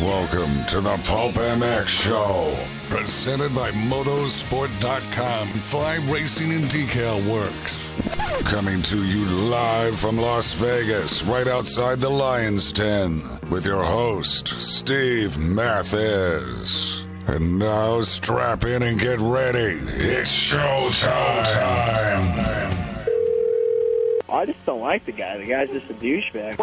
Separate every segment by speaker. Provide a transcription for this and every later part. Speaker 1: Welcome to the Pulp MX Show, presented by Motosport.com, Fly Racing and Decal Works. Coming to you live from Las Vegas, right outside the Lion's Den, with your host, Steve Mathis. And now strap in and get ready. It's showtime.
Speaker 2: I just don't like the guy. The guy's just a douchebag.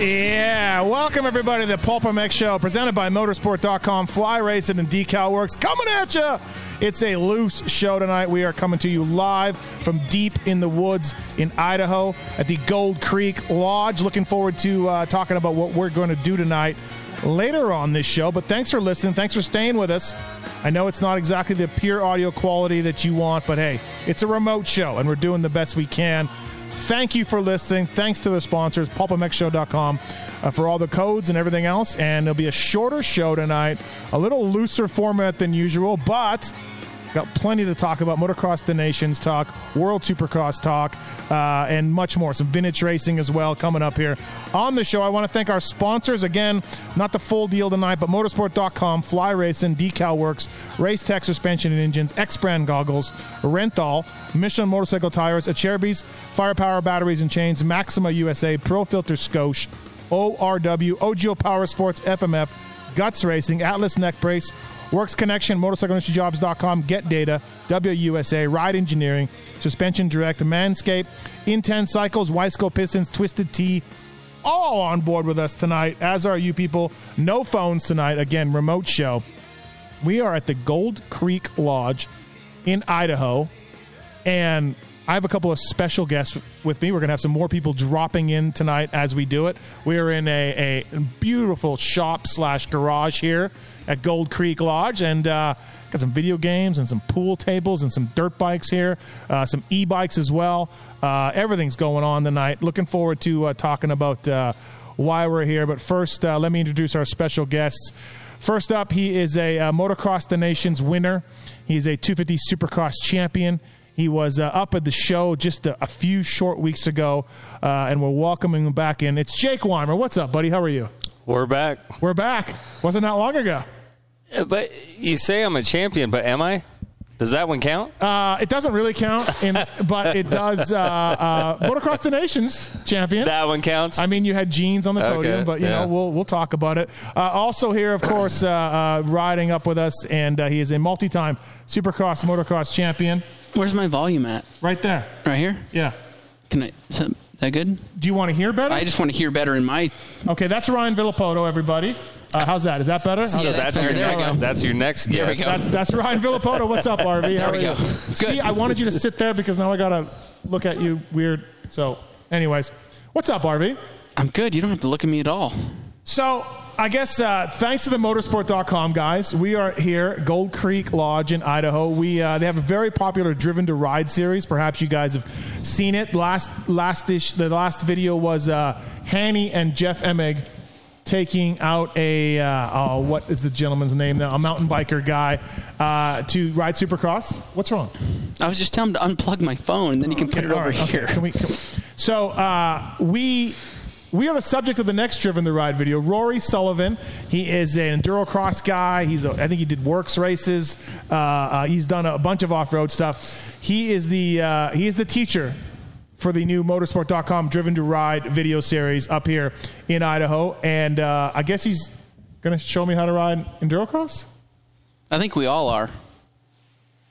Speaker 3: Yeah, welcome everybody to the Pulp MX Show, presented by Motorsport.com, Fly Racing, and Decal Works. Coming at you, it's a loose show tonight. We are coming to you live from deep in the woods in Idaho at the Gold Creek Lodge. Looking forward to uh, talking about what we're going to do tonight later on this show. But thanks for listening. Thanks for staying with us. I know it's not exactly the pure audio quality that you want, but hey, it's a remote show, and we're doing the best we can. Thank you for listening. Thanks to the sponsors, pulpamexshow.com, uh, for all the codes and everything else. And it'll be a shorter show tonight, a little looser format than usual, but got plenty to talk about motocross the nations talk world supercross talk uh, and much more some vintage racing as well coming up here on the show i want to thank our sponsors again not the full deal tonight but motorsport.com fly racing decal works race tech suspension and engines x brand goggles renthal michelin motorcycle tires acherbys firepower batteries and chains maxima usa pro filter scoche orw ogo power sports fmf Guts Racing, Atlas Neck Brace, Works Connection, MotorcycleIndustryJobs.com, Get Data, WUSA, Ride Engineering, Suspension Direct, Manscaped, Inten Cycles, Weisco Pistons, Twisted T, all on board with us tonight, as are you people. No phones tonight. Again, remote show. We are at the Gold Creek Lodge in Idaho and I have a couple of special guests with me. We're going to have some more people dropping in tonight as we do it. We are in a, a beautiful shop slash garage here at Gold Creek Lodge, and uh, got some video games and some pool tables and some dirt bikes here, uh, some e bikes as well. Uh, everything's going on tonight. Looking forward to uh, talking about uh, why we're here. But first, uh, let me introduce our special guests. First up, he is a uh, Motocross the Nations winner. He is a 250 Supercross champion. He was uh, up at the show just a, a few short weeks ago, uh, and we're welcoming him back in. It's Jake Weimer. What's up, buddy? How are you?
Speaker 4: We're back.
Speaker 3: We're back. Wasn't that long ago.
Speaker 4: Uh, But you say I'm a champion, but am I? Does that one count?
Speaker 3: Uh, it doesn't really count, in, but it does. Uh, uh, Motocross the Nations champion.
Speaker 4: that one counts.
Speaker 3: I mean, you had jeans on the
Speaker 4: Okay,
Speaker 3: podium, but you
Speaker 4: yeah.
Speaker 3: know we'll we'll talk about it. Uh, also here, of course, uh, uh, riding up with us, and uh, he is a multi-time Supercross motocross champion.
Speaker 5: Where's my volume at?
Speaker 3: Right there,
Speaker 5: Right here?
Speaker 3: yeah.
Speaker 5: Can I? Is that, is that good?
Speaker 3: Do you want to hear better?
Speaker 5: I just want to hear better in my.
Speaker 3: okay, that's Ryan Villapoto, everybody. Uh, how's that? Is that better? How's
Speaker 5: Yeah,
Speaker 3: that?
Speaker 4: that's
Speaker 5: better.
Speaker 4: your
Speaker 5: There we
Speaker 4: next.
Speaker 5: go.
Speaker 4: That's your next
Speaker 5: There we
Speaker 4: guess.
Speaker 5: go.
Speaker 3: That's that's Ryan Villapoto. What's up, RV? How
Speaker 5: we
Speaker 3: are you?
Speaker 5: go. Good.
Speaker 3: See, I wanted you to sit there because now I gotta look at you weird. So, anyways, what's up, RV?
Speaker 5: I'm good. You don't have to look at me at all.
Speaker 3: So I guess uh, thanks to the motorsport.com guys, we are here, Gold Creek Lodge in Idaho. We uh, they have a very popular Driven to Ride series. Perhaps you guys have seen it. Last last ish, the last video was uh, Hanny and Jeff Emig taking out a uh, oh, what is the gentleman's name now? A mountain biker guy uh, to ride Supercross. What's wrong?
Speaker 5: I was just telling him to unplug my phone, and then he can put it
Speaker 3: All
Speaker 5: over
Speaker 3: right, okay.
Speaker 5: here.
Speaker 3: Can we, can we- So uh, we we are the subject of the next Driven the Ride video. Rory Sullivan, he is an enduro cross guy. He's a, I think he did works races. Uh, uh, he's done a bunch of off road stuff. He is the uh, he is the teacher for the new motorsport.com driven to ride video series up here in Idaho and uh, I guess he's going to show me how to ride enduro cross?
Speaker 5: I think we all are.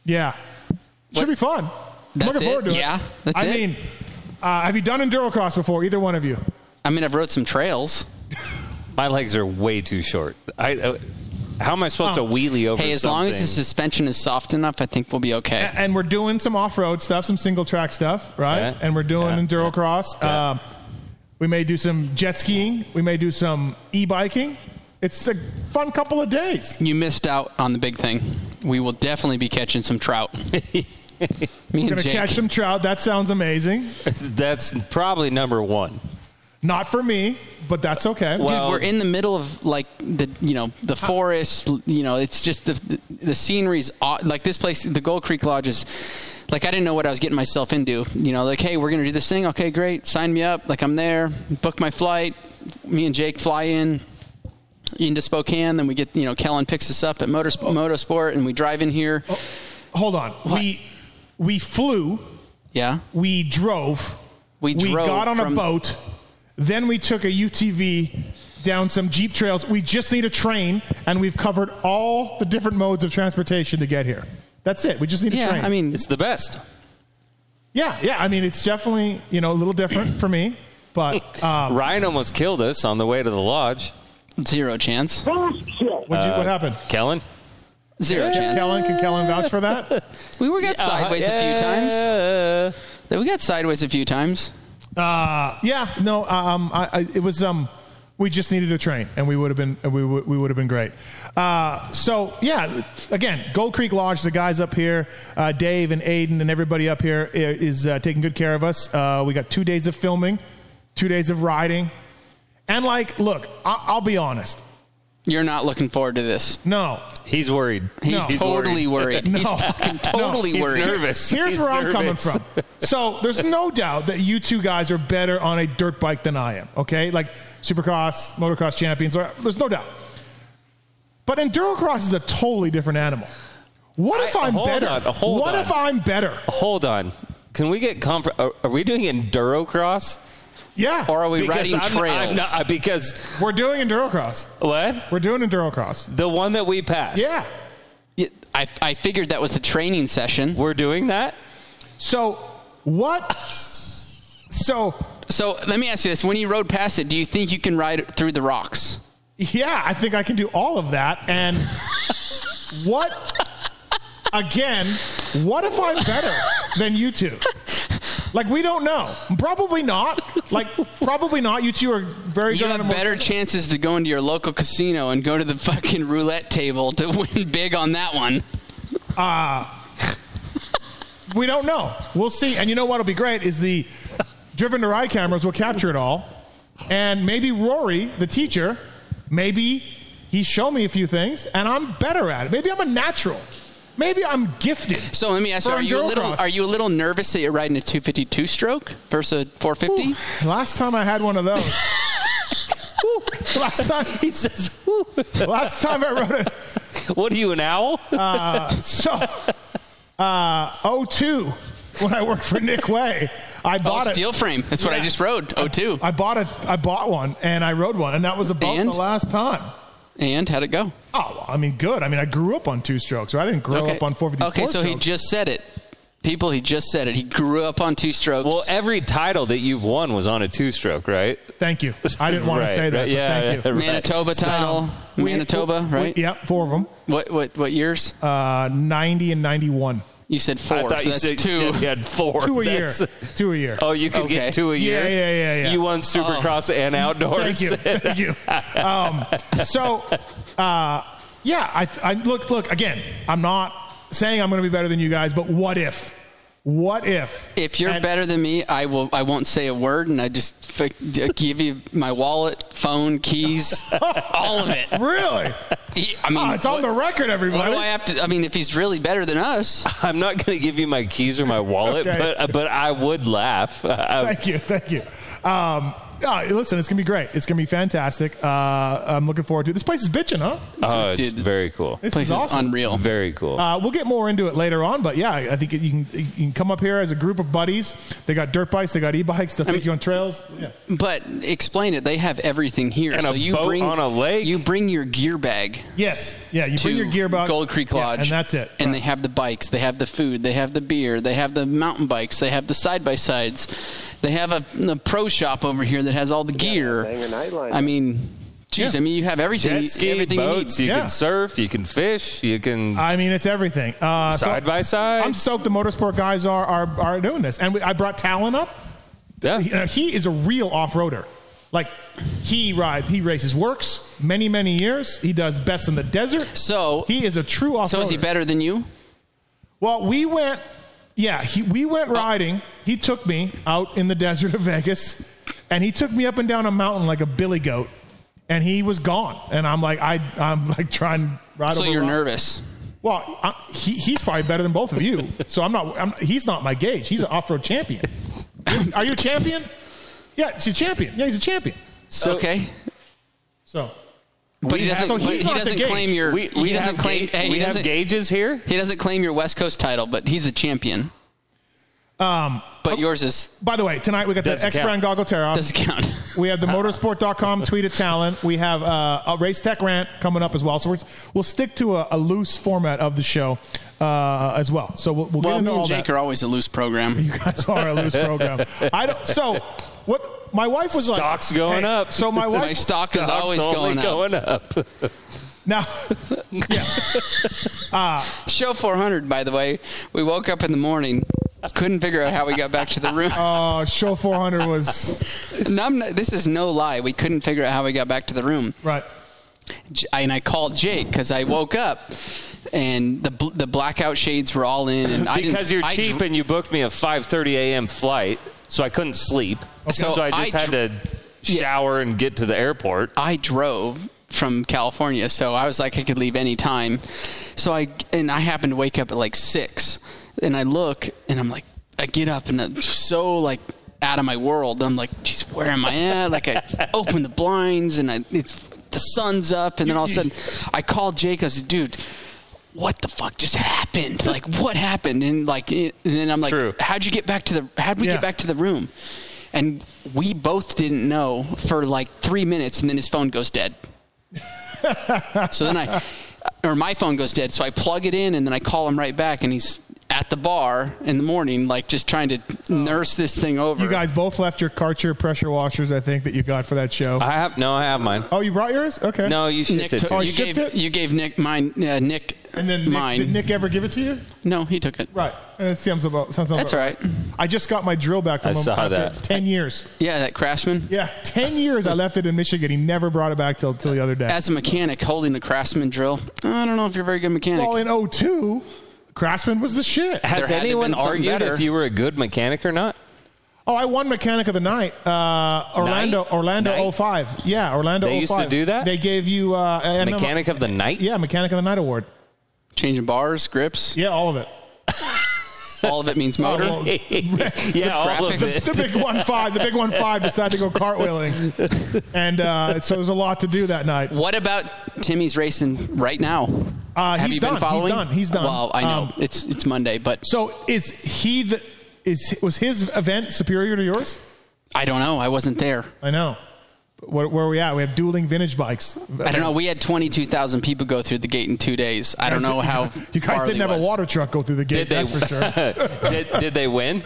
Speaker 3: Yeah. Should be fun. I'm
Speaker 5: That's
Speaker 3: Looking forward
Speaker 5: it?
Speaker 3: to it.
Speaker 5: Yeah, that's
Speaker 3: I
Speaker 5: it?
Speaker 3: mean, uh, have you done endurocross before? Either one of you?
Speaker 5: I mean, I've rode some trails.
Speaker 4: My legs are way too short. I. Uh, how am I supposed to wheelie over?
Speaker 5: Oh. Hey, as long as the
Speaker 4: something?
Speaker 5: suspension is soft enough, I think we'll be okay.
Speaker 3: And we're doing some off-road stuff, some single track stuff, right?
Speaker 4: Yeah.
Speaker 3: And we're doing
Speaker 4: Yeah.
Speaker 3: endurocross.
Speaker 4: Yeah.
Speaker 3: Um, we may do some jet skiing. We may do some e-biking. It's a fun couple of days.
Speaker 5: You missed out on the big thing. We will definitely be catching some trout. me
Speaker 3: We're
Speaker 5: and
Speaker 3: gonna
Speaker 5: Jake.
Speaker 3: catch some trout. That sounds amazing.
Speaker 4: that's probably number one.
Speaker 3: Not for me, but that's okay.
Speaker 5: Dude,
Speaker 4: Well-
Speaker 5: we're in the middle of like the you know the forest. You know, it's just the the, the scenery's aw- like this place, the Gold Creek Lodge is. Like I didn't know what I was getting myself into. You know, like hey, we're gonna do this thing. Okay, great, sign me up. Like I'm there, book my flight. me and Jake fly in into Spokane. Then we get you know Kellen picks us up at Motor Motorsport, and we drive in here.
Speaker 3: Oh. Hold on. We we flew,
Speaker 5: Yeah,
Speaker 3: we drove,
Speaker 5: We drove
Speaker 3: got on a
Speaker 5: from-
Speaker 3: boat, then we took a UTV down some jeep trails. We just need a train, and we've covered all the different modes of transportation to get here. That's it. We just need a
Speaker 5: yeah.
Speaker 3: train.
Speaker 5: I mean,
Speaker 4: It's the best.
Speaker 3: yeah, yeah. I mean, it's definitely you know a little different for me, but um,
Speaker 4: Ryan almost killed us on the way to the lodge. Uh,
Speaker 5: zero chance.
Speaker 3: what'd you, what happened?
Speaker 4: Kellen?
Speaker 5: Zero chance.
Speaker 3: Kellen can Kellen vouch for that?
Speaker 5: We were got sideways a few times.
Speaker 4: times.
Speaker 5: We got sideways a few times.
Speaker 3: Uh, yeah, no, um, I, I, it was um, we just needed a train, and we would have been we would we would have been great. Uh, so yeah, again, Gold Creek Lodge, the guys up here, uh, Dave and Aiden and everybody up here i- is uh, taking good care of us. Uh, we got two days of filming, two days of riding, and like, look, I, I'll be honest,
Speaker 5: You're not looking forward to this.
Speaker 3: no,
Speaker 4: He's worried.
Speaker 5: He's
Speaker 3: No. He's
Speaker 5: totally worried.
Speaker 3: No.
Speaker 5: He's fucking totally
Speaker 4: He's
Speaker 5: worried.
Speaker 4: nervous.
Speaker 3: Here's
Speaker 4: He's
Speaker 3: where I'm coming
Speaker 4: nervous.
Speaker 3: from. So there's no doubt that you two guys are better on a dirt bike than I am. Okay, like Supercross, Motocross champions. or- There's no doubt. But endurocross is a totally different animal. What if
Speaker 4: I-
Speaker 3: I'm
Speaker 4: hold
Speaker 3: better?
Speaker 4: on, hold
Speaker 3: what
Speaker 4: on.
Speaker 3: if I'm better?
Speaker 4: Hold on. Can we get comfort? Are, are we doing endurocross?
Speaker 3: Yeah,
Speaker 5: Or are we riding
Speaker 4: I'm,
Speaker 5: trails?
Speaker 4: I'm not, because
Speaker 3: we're doing endurocross.
Speaker 4: what?
Speaker 3: We're doing endurocross.
Speaker 4: The one that we passed.
Speaker 3: Yeah.
Speaker 5: Yeah, I, I figured that was the training session.
Speaker 4: We're doing that?
Speaker 3: So what? So
Speaker 5: So let me ask you this: When you rode past it, do you think you can ride through the rocks?
Speaker 3: Yeah, I think I can do all of that. And what, again, what if I'm better than you two? Like, we don't know. Probably not. Like, probably not. You two are very
Speaker 5: You
Speaker 3: good at
Speaker 5: have
Speaker 3: emotion-
Speaker 5: better chances to go into your local casino and go to the fucking roulette table to win big on that one.
Speaker 3: Ah. We don't know. We'll see. And you know what'll be great is the driven to ride cameras will capture it all. And maybe Rory, the teacher, maybe he show me a few things and I'm better at it. Maybe I'm a natural. Maybe I'm gifted.
Speaker 5: So let me ask you:
Speaker 3: For
Speaker 5: Are you a little
Speaker 3: endurocross.
Speaker 5: are you a little nervous that you're riding a 252 stroke versus a 450?
Speaker 3: Last time I had one of those. last time,
Speaker 4: He says, "Whew."
Speaker 3: last time I wrote it.
Speaker 4: What are you, an owl?
Speaker 3: So, uh, 02, when I worked for Nick Way, I
Speaker 5: Oh,
Speaker 3: bought it.
Speaker 5: steel frame. That's what I
Speaker 3: Yeah.
Speaker 5: just rode. Oh two.
Speaker 3: I bought it. I bought one and I rode one, and that was about
Speaker 5: And?
Speaker 3: the last time.
Speaker 5: And how'd it go?
Speaker 3: Oh, well, I mean, good. I mean, I grew up on two strokes. Right? I didn't grow up on 454
Speaker 5: Okay, so he
Speaker 3: strokes.
Speaker 5: just said it. People, he just said it. He grew up on two strokes.
Speaker 4: well, every title that you've won was on a two stroke, right?
Speaker 3: Thank you. I didn't want
Speaker 4: Right,
Speaker 3: to say that.
Speaker 4: right,
Speaker 3: but
Speaker 4: yeah,
Speaker 3: thank
Speaker 4: yeah,
Speaker 3: you.
Speaker 4: right.
Speaker 5: Manitoba title, Manitoba,
Speaker 3: We-
Speaker 5: right?
Speaker 3: Yep, four of them.
Speaker 5: What what what years?
Speaker 3: Uh, 90 and 91.
Speaker 5: you said
Speaker 4: I
Speaker 5: four,
Speaker 4: thought
Speaker 5: so
Speaker 4: you
Speaker 5: that's
Speaker 4: said
Speaker 5: two.
Speaker 4: you said you had four.
Speaker 3: Two a
Speaker 4: That's-
Speaker 3: year. Two a year.
Speaker 4: Oh, you could
Speaker 5: Okay. Oh.
Speaker 4: get two a year.
Speaker 3: Yeah, yeah, yeah, yeah.
Speaker 4: You won Supercross and outdoors.
Speaker 3: Thank you. Thank you. Um, so, uh, yeah, I, I look, look again. I'm not saying I'm going to be better than you guys, but what if? What if?
Speaker 5: If you're
Speaker 3: And-
Speaker 5: better than me, I will. I won't say a word, and I just f- give you my wallet, phone, keys, all of it.
Speaker 3: Really?
Speaker 5: He- I mean,
Speaker 3: Oh, it's on
Speaker 5: what-
Speaker 3: the record,
Speaker 5: What
Speaker 3: everybody.
Speaker 5: do I have to? I mean, if he's really better than us,
Speaker 4: I'm not going to give you my keys or my wallet,
Speaker 3: Okay.
Speaker 4: but but I would laugh. I,
Speaker 3: Thank you. Thank you. Um, oh, listen, it's gonna be great. It's gonna be fantastic. Uh, I'm looking forward to it. This place is bitching, huh?
Speaker 4: oh, it's
Speaker 5: Dude.
Speaker 4: very cool.
Speaker 3: This
Speaker 5: place is,
Speaker 3: is awesome.
Speaker 5: unreal.
Speaker 4: Very cool.
Speaker 3: Uh, we'll get more into it later on, but yeah, I think you can, you can come up here as a group of buddies. They got dirt bikes, they got e-bikes. They'll take you on trails. Yeah.
Speaker 5: but explain it. They have everything here.
Speaker 4: And
Speaker 5: so
Speaker 4: a
Speaker 5: you
Speaker 4: boat
Speaker 5: bring
Speaker 4: on a lake.
Speaker 5: You bring your gear bag.
Speaker 3: Yes. Yeah. You
Speaker 5: to
Speaker 3: bring your gearbox.
Speaker 5: Gold Creek
Speaker 3: Yeah,
Speaker 5: Lodge,
Speaker 3: and that's it.
Speaker 5: And they have the bikes, they have the food, they have the beer, they have the mountain bikes, they have the side by sides, they have a, a pro shop over here that has all the gear.
Speaker 6: Banger Nightline.
Speaker 5: I mean, geez,
Speaker 3: Yeah.
Speaker 5: I mean, you have everything,
Speaker 4: Jet ski,
Speaker 5: everything
Speaker 4: boats.
Speaker 5: you
Speaker 4: You,
Speaker 5: need.
Speaker 3: Yeah.
Speaker 4: can surf. You can fish. You can
Speaker 3: I mean, it's everything. Uh, so
Speaker 4: side by side.
Speaker 3: I'm stoked the motorsport guys are are, are doing this, and we, I brought Talon up.
Speaker 4: Yeah.
Speaker 3: You know, he is a real off roader. Like he rides, he races, works many many years. He does best in the desert.
Speaker 5: So-
Speaker 3: he is a true off.
Speaker 5: So is he better than you?
Speaker 3: Well, we went. Yeah, he, we went riding. He took me out in the desert of Vegas, and he took me up and down a mountain like a billy goat, and he was gone. And I'm like, I, I'm like trying to ride.
Speaker 5: So
Speaker 3: over
Speaker 5: you're
Speaker 3: rocks.
Speaker 5: nervous.
Speaker 3: Well, I, he, he's probably better than both of you. So I'm not. I'm, he's not my gauge. He's an off-road champion. Are you a champion? Yeah, he's a champion. Yeah, he's a champion.
Speaker 4: So
Speaker 5: okay.
Speaker 3: So
Speaker 5: But he
Speaker 4: have-
Speaker 5: doesn't.
Speaker 3: so
Speaker 5: but
Speaker 3: he's
Speaker 5: he
Speaker 3: not the
Speaker 5: doesn't
Speaker 3: gauge.
Speaker 5: claim your.
Speaker 4: we, we
Speaker 5: he doesn't
Speaker 4: have
Speaker 5: claim.
Speaker 4: gauge-
Speaker 5: hey, he
Speaker 4: we have
Speaker 5: doesn't.
Speaker 4: gauges here.
Speaker 5: He doesn't claim your West Coast title, but he's the champion.
Speaker 3: um,
Speaker 5: But yours is
Speaker 3: by the way, tonight we got the
Speaker 4: Doesn't
Speaker 3: X Brand Goggle Tear Off.
Speaker 5: doesn't count.
Speaker 3: We have the motorsport.com tweet of talent. We have uh, a race tech rant coming up as well. So we're, we'll stick to a, a loose format of the show uh, as well. So we'll, we'll, get
Speaker 5: well,
Speaker 3: into
Speaker 5: me
Speaker 3: all
Speaker 5: and Jake
Speaker 3: that.
Speaker 5: are always a loose program.
Speaker 3: you guys are a loose program. I don't. So what? My wife was like,
Speaker 4: Stocks going
Speaker 3: hey,
Speaker 4: up.
Speaker 3: So my
Speaker 5: My
Speaker 3: wife
Speaker 5: stock is
Speaker 4: Stocks
Speaker 5: always
Speaker 4: only
Speaker 5: going up.
Speaker 4: going up.
Speaker 3: now. Ah.
Speaker 5: Show 400, by the way. We woke up in the morning, couldn't figure out how we got back to the room.
Speaker 3: Uh, show 400 was
Speaker 5: No, I'm not- this is no lie. We couldn't figure out how we got back to the room.
Speaker 3: right.
Speaker 5: J- and I called Jake because I woke up and the bl- the blackout shades were all in. And I
Speaker 4: because
Speaker 5: didn't,
Speaker 4: you're
Speaker 5: I
Speaker 4: cheap
Speaker 5: dr-
Speaker 4: and you booked me a 5:30 a.m. flight, so I couldn't sleep.
Speaker 5: So
Speaker 4: So, I just
Speaker 5: I
Speaker 4: had
Speaker 5: dr-
Speaker 4: to shower and get to the airport.
Speaker 5: I drove from California, so I was like I could leave any time. So I and I happened to wake up at like six, and I look and I'm like I get up and I'm so like out of my world. I'm like, geez, where am I at? Like I open the blinds and I it's the sun's up, and then all of a sudden I call Jake. I said, dude. What the fuck just happened? Like, what happened? And like, it, and then I'm like,
Speaker 4: True.
Speaker 5: how'd you get back to the? How'd we
Speaker 3: Yeah.
Speaker 5: get back to the room? And we both didn't know for like three minutes, and then his phone goes dead. so then I, or my phone goes dead. So I plug it in, and then I call him right back, and he's at the bar in the morning, like just trying to
Speaker 3: Oh.
Speaker 5: nurse this thing over.
Speaker 3: You guys both left your Karcher pressure washers, I think, that you got for that show.
Speaker 4: I have no, I have mine.
Speaker 3: oh, you brought yours? Okay. Oh,
Speaker 4: No, you
Speaker 5: Nick
Speaker 4: shipped it.
Speaker 5: took,
Speaker 4: To me.
Speaker 5: you
Speaker 3: shipped
Speaker 5: gave
Speaker 3: it?
Speaker 5: you gave Nick mine. Uh, Nick
Speaker 3: And then Nick,
Speaker 5: mine.
Speaker 3: did Nick ever give it to you?
Speaker 5: no, he took it.
Speaker 3: Right. And it sounds about. Sounds about
Speaker 5: That's all right.
Speaker 3: I just got my drill back from
Speaker 4: I
Speaker 3: him
Speaker 4: saw
Speaker 3: after
Speaker 4: that.
Speaker 3: ten years.
Speaker 5: Yeah, that Craftsman.
Speaker 3: Yeah, ten years I left it in Michigan. He never brought it back till till the other day.
Speaker 5: As a mechanic holding a Craftsman drill, I don't know if you're a very good mechanic.
Speaker 3: well, in 02, Craftsman was the shit.
Speaker 5: had
Speaker 4: Has
Speaker 5: to
Speaker 4: anyone
Speaker 5: been something
Speaker 4: argued
Speaker 5: better.
Speaker 4: if you were a good mechanic or not?
Speaker 3: Oh, I won Mechanic of the Night. Uh, Orlando,
Speaker 4: Night?
Speaker 3: Orlando
Speaker 4: Night?
Speaker 3: 05. Yeah, Orlando
Speaker 4: They
Speaker 3: 05.
Speaker 4: used to do that?
Speaker 3: They gave you uh, a- no,
Speaker 4: Mechanic of the night.
Speaker 3: yeah, Mechanic of the Night award.
Speaker 5: Changing bars, grips,
Speaker 3: Yeah, all of it.
Speaker 5: all of it means motor.
Speaker 3: well,
Speaker 4: yeah, all of
Speaker 5: graphics.
Speaker 4: it.
Speaker 3: The big one five. The big one five decided to go cartwheeling, and uh, so there's a lot to do that night.
Speaker 5: What about Timmy's racing right now?
Speaker 3: Uh,
Speaker 5: Have
Speaker 3: he's
Speaker 5: you
Speaker 3: done.
Speaker 5: been
Speaker 3: He's
Speaker 5: following?
Speaker 3: done. He's done.
Speaker 5: Well, I know
Speaker 3: Um,
Speaker 5: it's it's Monday, but
Speaker 3: So is he the is was his event superior to yours?
Speaker 5: I don't know. I wasn't there.
Speaker 3: I know. Where, where are we at? We have dueling vintage bikes.
Speaker 5: I don't know. We had twenty two thousand people go through the gate in two days. I don't know how.
Speaker 3: You guys
Speaker 5: far
Speaker 3: didn't
Speaker 5: they
Speaker 3: have a
Speaker 5: was.
Speaker 3: water truck go through the gate.
Speaker 4: Did they?
Speaker 3: That's for sure.
Speaker 4: did, did they win?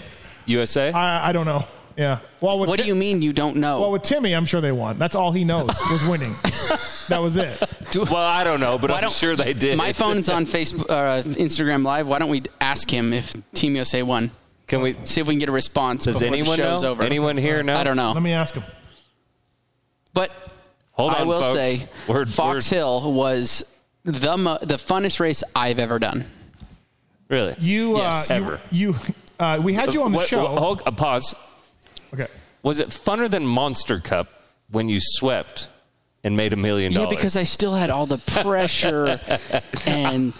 Speaker 4: USA.
Speaker 3: I, I don't know. Yeah. Well, with
Speaker 5: What do
Speaker 3: Ti-
Speaker 5: you mean you don't know?
Speaker 3: Well, with Timmy, I'm sure they won. That's all he knows was winning. that was it.
Speaker 5: Do-
Speaker 4: well, I don't know, but
Speaker 5: why
Speaker 4: I'm
Speaker 5: don't-
Speaker 4: sure they did.
Speaker 5: My phone's on Facebook, uh, Instagram Live. Why don't we ask him if Team USA won?
Speaker 4: Can we?
Speaker 5: See if we can get a response
Speaker 4: Does
Speaker 5: before
Speaker 4: anyone
Speaker 5: the show's
Speaker 4: know?
Speaker 5: over.
Speaker 4: Anyone here know?
Speaker 5: I don't know.
Speaker 3: Let me ask him.
Speaker 5: But
Speaker 4: Hold
Speaker 5: I
Speaker 4: on,
Speaker 5: will
Speaker 4: folks.
Speaker 5: say,
Speaker 4: Word-
Speaker 5: Fox
Speaker 4: word.
Speaker 5: Hill was the mo- the funnest race I've ever done.
Speaker 4: Really?
Speaker 3: You.
Speaker 5: Yes.
Speaker 3: uh,
Speaker 4: Ever.
Speaker 3: You. you uh, we had you on the
Speaker 4: What-
Speaker 3: show.
Speaker 4: what- hold- a pause.
Speaker 3: okay.
Speaker 4: Was it funner than Monster Cup when you swept and made a million
Speaker 5: Yeah,
Speaker 4: dollars?
Speaker 5: because I still had all the pressure and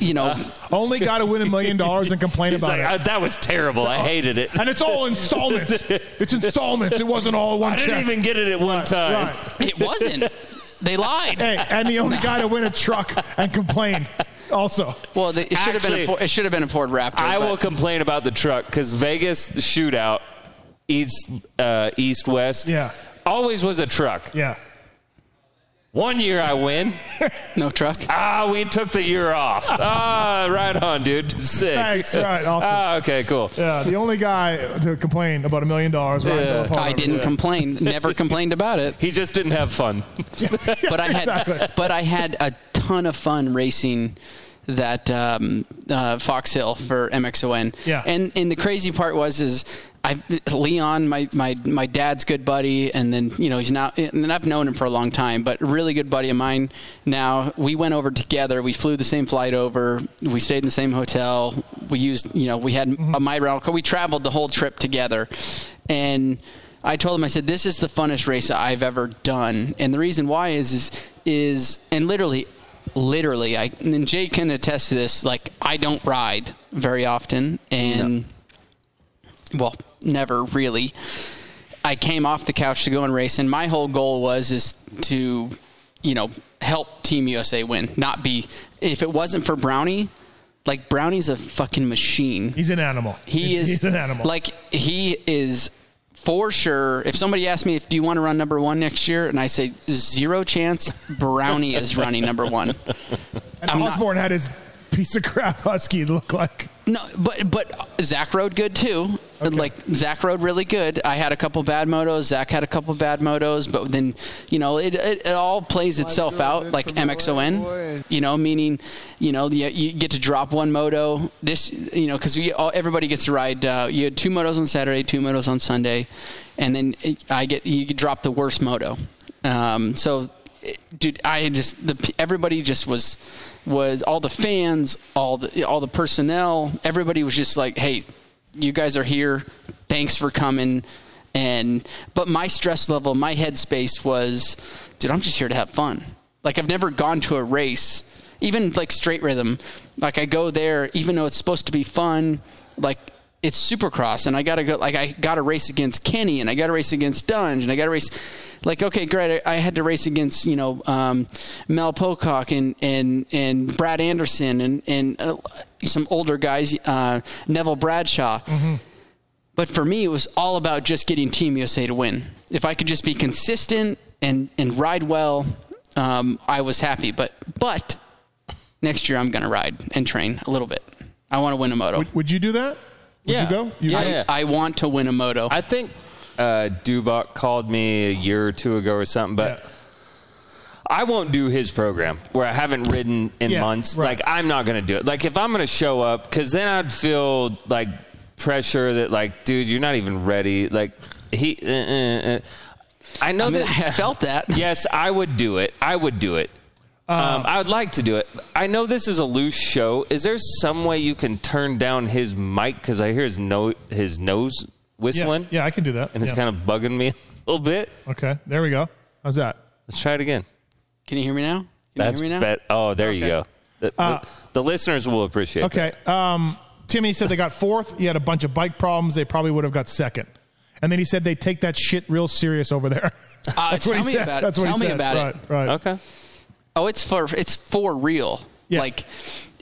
Speaker 5: you know
Speaker 3: Only got to win a million dollars and complain
Speaker 4: He's
Speaker 3: about
Speaker 4: like,
Speaker 3: it.
Speaker 4: "Uh, that was terrible. I hated it.
Speaker 3: and it's all installments. it's installments. It wasn't all one
Speaker 4: I didn't
Speaker 3: check.
Speaker 4: even get it at one time.
Speaker 3: Right.
Speaker 5: it wasn't. They lied.
Speaker 3: Hey, and the only guy to win a truck and complain. Also,
Speaker 5: Well, the, it should have been a
Speaker 4: Actually,
Speaker 5: Ford, it should have been a Ford Raptor.
Speaker 4: I
Speaker 5: but
Speaker 4: will complain about the truck because Vegas shootout, east uh, east west,
Speaker 3: Yeah.
Speaker 4: always was a truck.
Speaker 3: yeah.
Speaker 4: One year I win.
Speaker 5: no truck.
Speaker 4: Ah, we took the year off. ah, right on, dude. Sick.
Speaker 3: Thanks. Right. Awesome.
Speaker 4: Ah, okay, cool.
Speaker 3: Yeah, the only guy to complain about a million dollars. Ryan
Speaker 4: Yeah.
Speaker 3: Delapone.
Speaker 5: I didn't complain. Never complained about it.
Speaker 4: He just didn't have fun.
Speaker 5: But I had
Speaker 3: Exactly.
Speaker 5: but I had a ton of fun racing that um, uh, Fox Hill for MXON.
Speaker 3: Yeah.
Speaker 5: And and the crazy part was is I Leon, my, my my dad's good buddy, and then you know he's now and I've known him for a long time, but a really good buddy of mine. Now we went over together. We flew the same flight over. We stayed in the same hotel. We used you know we had
Speaker 3: Mm-hmm.
Speaker 5: a my rental car. We traveled the whole trip together, and. I told him, I said, this is the funnest race I've ever done. And the reason why is, is, is and literally, literally, I, and Jay can attest to this, like, I don't ride very often. And, well, never really. I came off the couch to go and race, and my whole goal was is to, you know, help Team USA win. Not be if it wasn't for Brownie, like Brownie's a fucking machine.
Speaker 3: He's an animal.
Speaker 5: He
Speaker 3: he's,
Speaker 5: is
Speaker 3: He's an animal.
Speaker 5: Like he is for sure. If somebody asked me if do you want to run number one next year, and I say zero chance, Brownie is running number one.
Speaker 3: and
Speaker 5: I'm not-
Speaker 3: Osborne had his piece of crap husky look like.
Speaker 5: No, but but Zach rode good too. Like Zach rode really good. I had a couple bad motos. Zach had a couple bad motos. But then you know it it, it all plays itself out like MXON. You know, meaning you know you, you get to drop one moto. This you know because everybody gets to ride. Uh, you had two motos on Saturday, two motos on Sunday, and then it, I get you drop the worst moto. Um, so dude, I just the p- everybody just was was all the fans, all the all the personnel, everybody was just like, "Hey, you guys are here. Thanks for coming." And but my stress level, my headspace was, dude, I'm just here to have fun. Like I've never gone to a race, even like straight rhythm. Like I go there, even though it's supposed to be fun. Like it's supercross and I gotta go like I gotta race against Kenny and I gotta race against Dunge and I gotta race like okay great I, I had to race against you know um, Mel Pocock and and and Brad Anderson and and uh, some older guys uh, Neville Bradshaw but for me it was all about just getting Team USA to win if I could just be consistent and and ride well um, I was happy but but next year I'm gonna ride and train a little bit I want to win a moto
Speaker 3: Would, would you do that? Would
Speaker 4: Yeah.
Speaker 3: you go? You
Speaker 4: Yeah,
Speaker 3: go?
Speaker 4: yeah.
Speaker 5: I want to win a moto.
Speaker 4: I think uh, Dubok called me a year or two ago or something, but
Speaker 3: Yeah.
Speaker 4: I won't do his program where I haven't ridden in
Speaker 3: Yeah,
Speaker 4: months.
Speaker 3: right.
Speaker 4: Like I'm not going to do it. Like if I'm going to show up, because then I'd feel like pressure that like, dude, you're not even ready. Like he, uh, uh, uh. I know
Speaker 5: I, mean,
Speaker 4: that
Speaker 5: I felt that.
Speaker 4: yes, I would do it. I would do it.
Speaker 3: Uh,
Speaker 4: Um, I would like to do it. I know this is a loose show. Is there some way you can turn down his mic because I hear his no his nose
Speaker 3: Yeah.
Speaker 4: whistling?
Speaker 3: Yeah, I can do that.
Speaker 4: and it's
Speaker 3: yeah.
Speaker 4: kind of bugging me a little bit.
Speaker 3: okay. There we go. How's that?
Speaker 4: Let's try it again.
Speaker 5: Can you hear me now? Can
Speaker 4: That's
Speaker 5: you hear me now?
Speaker 4: bet. Oh, there you
Speaker 5: Okay. Uh,
Speaker 4: go. The, the- the listeners will appreciate.
Speaker 3: Okay. Um, Timmy said they got fourth. He had a bunch of bike problems. They probably would have got second. And then he said they take that shit real serious over there.
Speaker 5: Uh, tell me about it.
Speaker 3: That's what
Speaker 5: tell
Speaker 3: he
Speaker 5: me
Speaker 3: said.
Speaker 5: about
Speaker 3: right,
Speaker 5: it.
Speaker 3: Right.
Speaker 4: that. Okay.
Speaker 5: Oh, it's for it's for real.
Speaker 3: Yeah.
Speaker 5: Like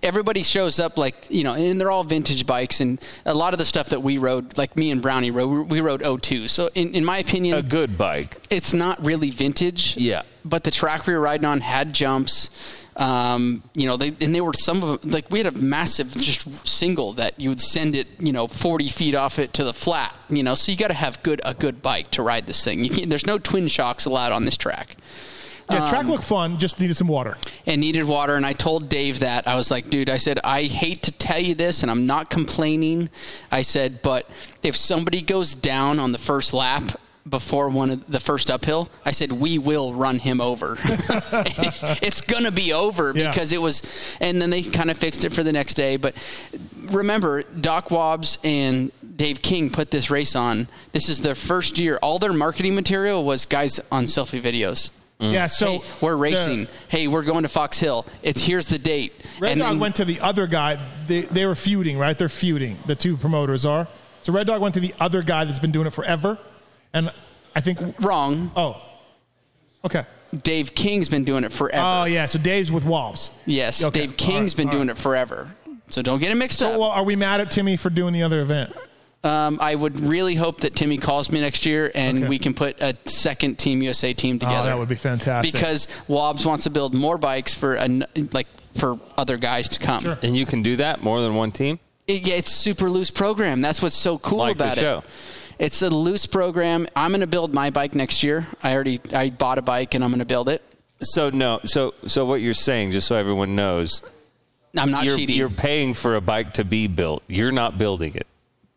Speaker 5: everybody shows up like you know, and they're all vintage bikes, and a lot of the stuff that we rode, like me and Brownie rode, we rode 02. So in, in my opinion,
Speaker 4: A good bike.
Speaker 5: it's not really vintage.
Speaker 4: Yeah.
Speaker 5: But the track we were riding on had jumps. Um, you know, they and they were some of like we had a massive just single that you would send it, you know, forty feet off it to the flat. You know, so you got to have good a good bike to ride this thing. You can't, there's no twin shocks allowed on this track. Um,
Speaker 3: Yeah, track looked fun. Just needed some water.
Speaker 5: And needed water, and I told Dave that I was like, dude, I said I hate to tell you this, and I'm not complaining. I said, but if somebody goes down on the first lap before one of the first uphill, I said we will run him over. it's gonna be over
Speaker 3: Yeah.
Speaker 5: because it was and then they kind of fixed it for the next day but remember doc wobbs and dave king put this race on this is their first year all their marketing material was guys on selfie videos
Speaker 3: Mm. Yeah, so
Speaker 5: hey, we're racing hey we're going to fox hill it's here's the date
Speaker 3: Red
Speaker 5: And
Speaker 3: Dog
Speaker 5: then-
Speaker 3: went to the other guy. They, they were feuding, right? They're feuding. The two promoters are. So Red Dog went to the other guy that's been doing it forever, and I think.
Speaker 5: wrong
Speaker 3: Oh, okay.
Speaker 5: dave king's been doing it forever
Speaker 3: Oh yeah. So Dave's with Wobbs. Oh,
Speaker 5: yes
Speaker 3: okay.
Speaker 5: dave
Speaker 3: All right,
Speaker 5: King's been
Speaker 3: all
Speaker 5: doing it forever so don't get it mixed up
Speaker 3: Well, are we mad at Timmy for doing the other event?
Speaker 5: Um, I would really hope that Timmy calls me next year and
Speaker 3: Okay. Oh,
Speaker 5: we can put a second Team USA team together.
Speaker 3: that would be fantastic.
Speaker 5: Because Wobbs wants to build more bikes for an, like for other guys to come.
Speaker 3: Sure.
Speaker 4: And you can do that more than one team.
Speaker 5: It- yeah, it's super loose program. That's what's so cool
Speaker 4: Like the
Speaker 5: about
Speaker 4: show.
Speaker 5: it. It's a loose program. I'm going to build my bike next year. I already I bought a bike and I'm going to build it.
Speaker 4: So no. So so what you're saying, just so everyone knows,
Speaker 5: I'm not
Speaker 4: you're
Speaker 5: cheating.
Speaker 4: you're paying for a bike to be built. You're not building it.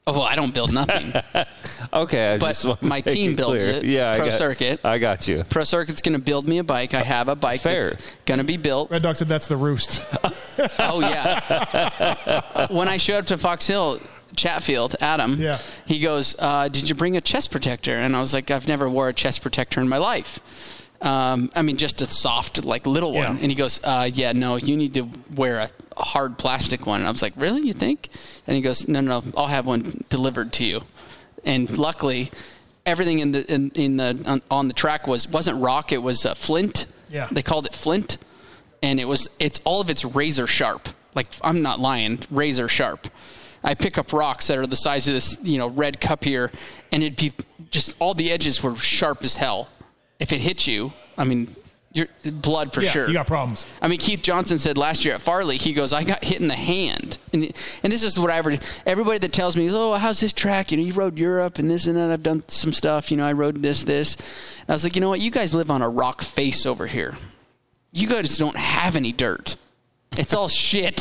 Speaker 5: oh, well, I don't build nothing.
Speaker 4: Okay. I
Speaker 5: But
Speaker 4: just want to
Speaker 5: my
Speaker 4: make
Speaker 5: team builds
Speaker 4: clear.
Speaker 5: it,
Speaker 4: Yeah. I
Speaker 5: Pro
Speaker 4: got-
Speaker 5: Circuit.
Speaker 4: I got you.
Speaker 5: Pro Circuit's going to build me a bike. I have a bike
Speaker 4: Fair.
Speaker 5: that's going to be built.
Speaker 3: Red Dog said that's the roost.
Speaker 5: Oh yeah. when I showed up to Fox Hill, Chatfield, Adam,
Speaker 3: Yeah.
Speaker 5: he goes, uh, "Did you bring a chest protector?" And I was like, "I've never wore a chest protector in my life." Um, I mean, just a soft, like little
Speaker 3: Yeah.
Speaker 5: one. And he goes, uh, "Yeah, no, you need to wear a, a hard plastic one." And I was like, "Really? You think?" And he goes, "No, no, I'll have one delivered to you." And luckily, everything in the in, in the on, on the track was wasn't rock. It was uh, flint.
Speaker 3: Yeah.
Speaker 5: They called it flint, and it was it's all of it's razor sharp. Like I'm not lying, razor sharp. I pick up rocks that are the size of this you know red cup here, and it'd be just all the edges were sharp as hell. If it hit you, I mean, you're blood for
Speaker 3: Yeah,
Speaker 5: sure.
Speaker 3: You got problems.
Speaker 5: I mean, Keith Johnson said last year at Farley, he goes, I got hit in the hand. And, and this is what I ever, everybody that tells me, oh, how's this track? You know, you rode Europe and this and that. I've done some stuff. You know, I rode this, this. And I was like, you know what? You guys live on a rock face over here. You guys don't have any dirt. It's all shit.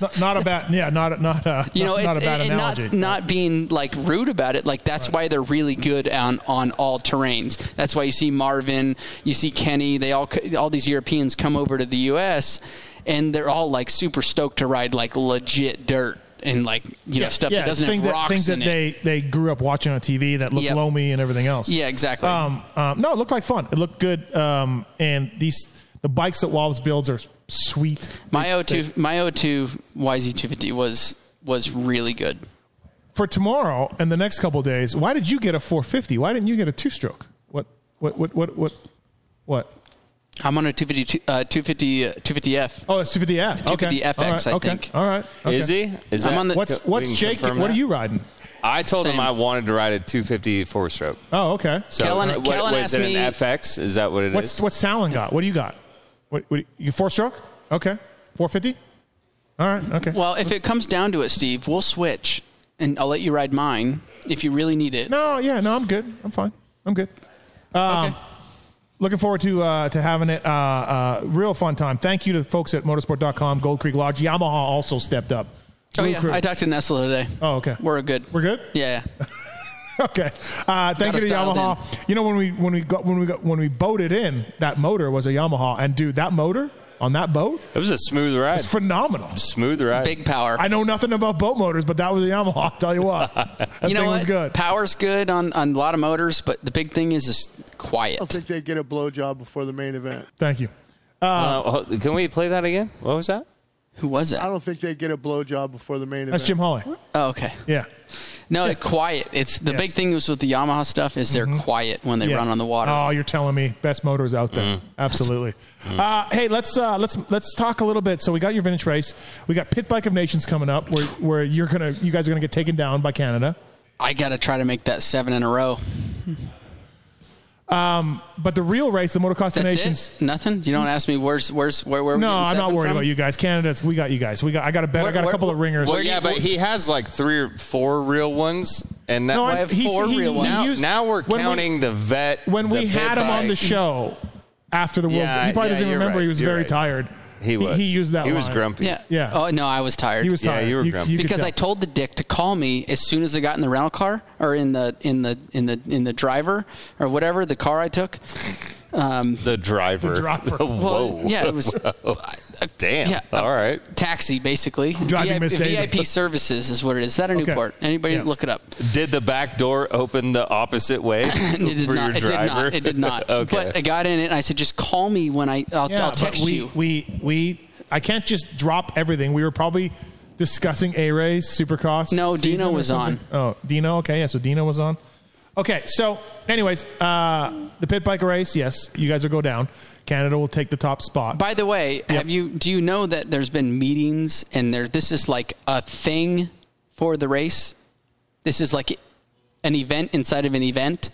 Speaker 3: Not, not a bad, yeah, not not a,
Speaker 5: You know,
Speaker 3: not
Speaker 5: it's
Speaker 3: a bad
Speaker 5: and
Speaker 3: analogy.
Speaker 5: not not being like rude about it. Like that's why they're really good on on all terrains. That's why you see Marvin, you see Kenny. They all co- all these Europeans come over to the U.S. and they're all like super stoked to ride like legit dirt and like you know stuff that doesn't
Speaker 3: things
Speaker 5: have rocks
Speaker 3: things
Speaker 5: in
Speaker 3: that
Speaker 5: it.
Speaker 3: they they grew up watching on TV that looked
Speaker 5: Yep.
Speaker 3: loamy and everything else.
Speaker 5: yeah, exactly.
Speaker 3: Um, um, no, it looked like fun. It looked good. Um, and these the bikes that Wobbs builds are sweet.
Speaker 5: my O2 my O2 YZ250 was was really good.
Speaker 3: For tomorrow and the next couple of days, why did you get a 450? Why didn't you get a two stroke? What what what what what what?
Speaker 5: I'm on a 250 uh, 250 uh, 250F.
Speaker 3: Oh, it's 250F. Okay.
Speaker 5: 250FX,
Speaker 3: All right.
Speaker 5: I
Speaker 3: okay.
Speaker 5: think.
Speaker 3: All right. Okay.
Speaker 4: Is he? Is
Speaker 5: I'm
Speaker 4: that,
Speaker 5: on the-
Speaker 3: What's
Speaker 4: we
Speaker 3: what's
Speaker 4: can
Speaker 3: Jake?
Speaker 4: confirm
Speaker 3: What
Speaker 4: that.
Speaker 3: are you riding?
Speaker 4: I told him
Speaker 5: Same.
Speaker 4: I wanted to ride a 250 four stroke.
Speaker 3: Oh, okay.
Speaker 4: So uh,
Speaker 5: Kellen-
Speaker 4: what,
Speaker 5: Kellen
Speaker 4: was
Speaker 5: asked
Speaker 4: it
Speaker 5: me-
Speaker 4: an FX? Is that what it is?
Speaker 3: What's what's Talon got? What do you got? What, what you four stroke? Okay, four fifty. All right. Okay.
Speaker 5: Well, if it comes down to it, Steve, we'll switch, and I'll let you ride mine if you really need it.
Speaker 3: no, yeah, no, I'm good. I'm fine. I'm good. Um,
Speaker 5: Okay.
Speaker 3: Looking forward to uh, to having it. Uh, uh, real fun time. Thank you to the folks at motorsport.com, Gold Creek Lodge. Yamaha also stepped up.
Speaker 5: Oh
Speaker 3: Blue
Speaker 5: yeah,
Speaker 3: Crew.
Speaker 5: I talked to Nestle today.
Speaker 3: Oh, okay.
Speaker 5: We're good.
Speaker 3: We're good.
Speaker 5: Yeah.
Speaker 3: Okay. Uh, thank
Speaker 5: Got
Speaker 3: you
Speaker 5: us
Speaker 3: to
Speaker 5: dialed
Speaker 3: Yamaha. You know when we when we got when we got when we boated in, that motor was a Yamaha, and dude, that motor on that boat
Speaker 4: it was a smooth ride.
Speaker 3: is phenomenal.
Speaker 4: smooth ride.
Speaker 5: Big power.
Speaker 3: I know nothing about boat motors, but that was a Yamaha. I'll tell you what, that
Speaker 5: you
Speaker 3: thing
Speaker 5: know what?
Speaker 3: was good.
Speaker 5: Power's good on, on a lot of motors, but the big thing is is
Speaker 6: I
Speaker 5: quiet.
Speaker 6: don't think they get a blowjob before the main event.
Speaker 3: Thank you.
Speaker 4: Uh, hold- can we play that again? What was that?
Speaker 5: Who was
Speaker 6: I
Speaker 5: that?
Speaker 6: don't think they get a blowjob before the main event.
Speaker 3: That's Jim Hawley.
Speaker 5: Oh, okay.
Speaker 3: Yeah.
Speaker 5: No, it quiet. It's the big
Speaker 3: Yes. Mm-hmm.
Speaker 5: thing is with the Yamaha stuff is they're quiet when they
Speaker 3: Yeah.
Speaker 5: run on the water.
Speaker 3: Oh, you're telling me best motors out there.
Speaker 4: Mm-hmm.
Speaker 3: Absolutely. Uh, hey, let's uh, let's let's talk a little bit. So we got your vintage race. We got Pit Bike of Nations coming up, where where you're gonna you guys are gonna get taken down by Canada.
Speaker 5: I gotta try to make that seven in a row.
Speaker 3: Um, But the real race, the Motocross of
Speaker 5: That's
Speaker 3: Nations.
Speaker 5: it. Nothing. You don't ask me where's where's where where.
Speaker 3: No, I'm not worried about you guys. Canada's we got you guys. We got I got a bet. I
Speaker 5: Where-
Speaker 3: got a
Speaker 5: where-
Speaker 3: couple of ringers.
Speaker 5: where
Speaker 4: Well,
Speaker 5: do you-
Speaker 4: yeah, but he has like three or four real ones, and that
Speaker 3: No,
Speaker 5: I have four real ones.
Speaker 4: now,
Speaker 3: used-
Speaker 4: now we're
Speaker 3: when we-
Speaker 4: counting the vet.
Speaker 3: when
Speaker 4: the
Speaker 3: we had
Speaker 4: pit
Speaker 3: him on
Speaker 4: bike.
Speaker 3: the show after the World
Speaker 4: Yeah,
Speaker 3: He probably
Speaker 4: yeah,
Speaker 3: doesn't
Speaker 4: you're
Speaker 3: remember.
Speaker 4: right.
Speaker 3: He was
Speaker 4: You're
Speaker 3: very
Speaker 4: right.
Speaker 3: tired.
Speaker 4: he was.
Speaker 3: He, used that
Speaker 4: He was
Speaker 3: line.
Speaker 4: grumpy.
Speaker 5: Yeah.
Speaker 3: Yeah.
Speaker 5: Oh no, I was tired.
Speaker 3: He was
Speaker 4: Yeah,
Speaker 3: tired.
Speaker 4: you were grumpy.
Speaker 3: could
Speaker 5: because
Speaker 3: tell.
Speaker 5: I told the dick to call me as soon as I got in the rental car or in the in the in the in the driver or whatever the car I took. Um,
Speaker 4: The driver.
Speaker 3: The driver.
Speaker 4: Whoa.
Speaker 5: well, yeah, it was I- I-
Speaker 4: Damn.
Speaker 5: yeah,
Speaker 4: All right.
Speaker 5: taxi basically.
Speaker 3: Driving Miss Daisy.
Speaker 5: VIP services is what it is. Is that a
Speaker 3: Okay.
Speaker 5: Newport? Anybody
Speaker 3: Yeah.
Speaker 5: look it up?
Speaker 4: Did the back door open the opposite way
Speaker 5: It did
Speaker 4: for
Speaker 5: not. It
Speaker 4: your
Speaker 5: did
Speaker 4: driver?
Speaker 5: not. It did not.
Speaker 4: okay.
Speaker 5: But I got in it and I said, just call me when I. I'll,
Speaker 3: Yeah,
Speaker 5: I'll
Speaker 3: but
Speaker 5: text
Speaker 3: we,
Speaker 5: you.
Speaker 3: We we I can't just drop everything. We were probably discussing A Rays, Supercross.
Speaker 5: No,
Speaker 3: season
Speaker 5: Dino
Speaker 3: or
Speaker 5: was
Speaker 3: something. Oh, Dino. Okay, yeah. So Dino was on. Okay, so anyways, uh, the pit bike race. Yes, you guys will go down. Canada will take the top spot.
Speaker 5: By the way, have you? Do you know that there's been meetings and there? This is like a thing for the race. This is like an event inside of an event.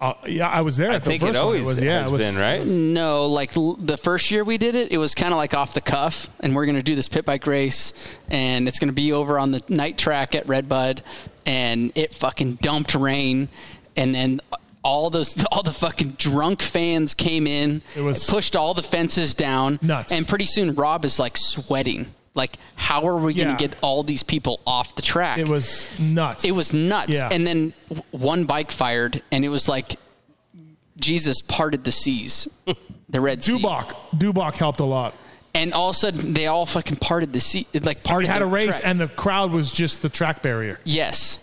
Speaker 3: Uh, yeah, I was there.
Speaker 4: I
Speaker 3: at the
Speaker 4: think
Speaker 3: first
Speaker 4: it
Speaker 3: one.
Speaker 4: always
Speaker 3: was. Yeah,
Speaker 4: has
Speaker 3: it was,
Speaker 4: been right.
Speaker 5: No, like l- the first year we did it, it was kind of like off the cuff, and we're going to do this pit bike race, and it's going to be over on the night track at Redbud, and it fucking dumped rain, and then all those all the fucking drunk fans came in,
Speaker 3: It was-
Speaker 5: pushed all the fences down,
Speaker 3: Nuts.
Speaker 5: and pretty soon Rob is like sweating, like how are we
Speaker 3: Yeah.
Speaker 5: going to get all these people off the track?
Speaker 3: It was nuts.
Speaker 5: It was nuts.
Speaker 3: Yeah.
Speaker 5: And then w- one bike fired, and it was like Jesus parted the seas, the Red Sea.
Speaker 3: Dubok. Dubok helped a lot.
Speaker 5: And all of a sudden, they all fucking parted the sea. It like
Speaker 3: We
Speaker 5: parted.
Speaker 3: had
Speaker 5: the
Speaker 3: a race,
Speaker 5: track.
Speaker 3: and the crowd was just the track barrier.
Speaker 5: yes,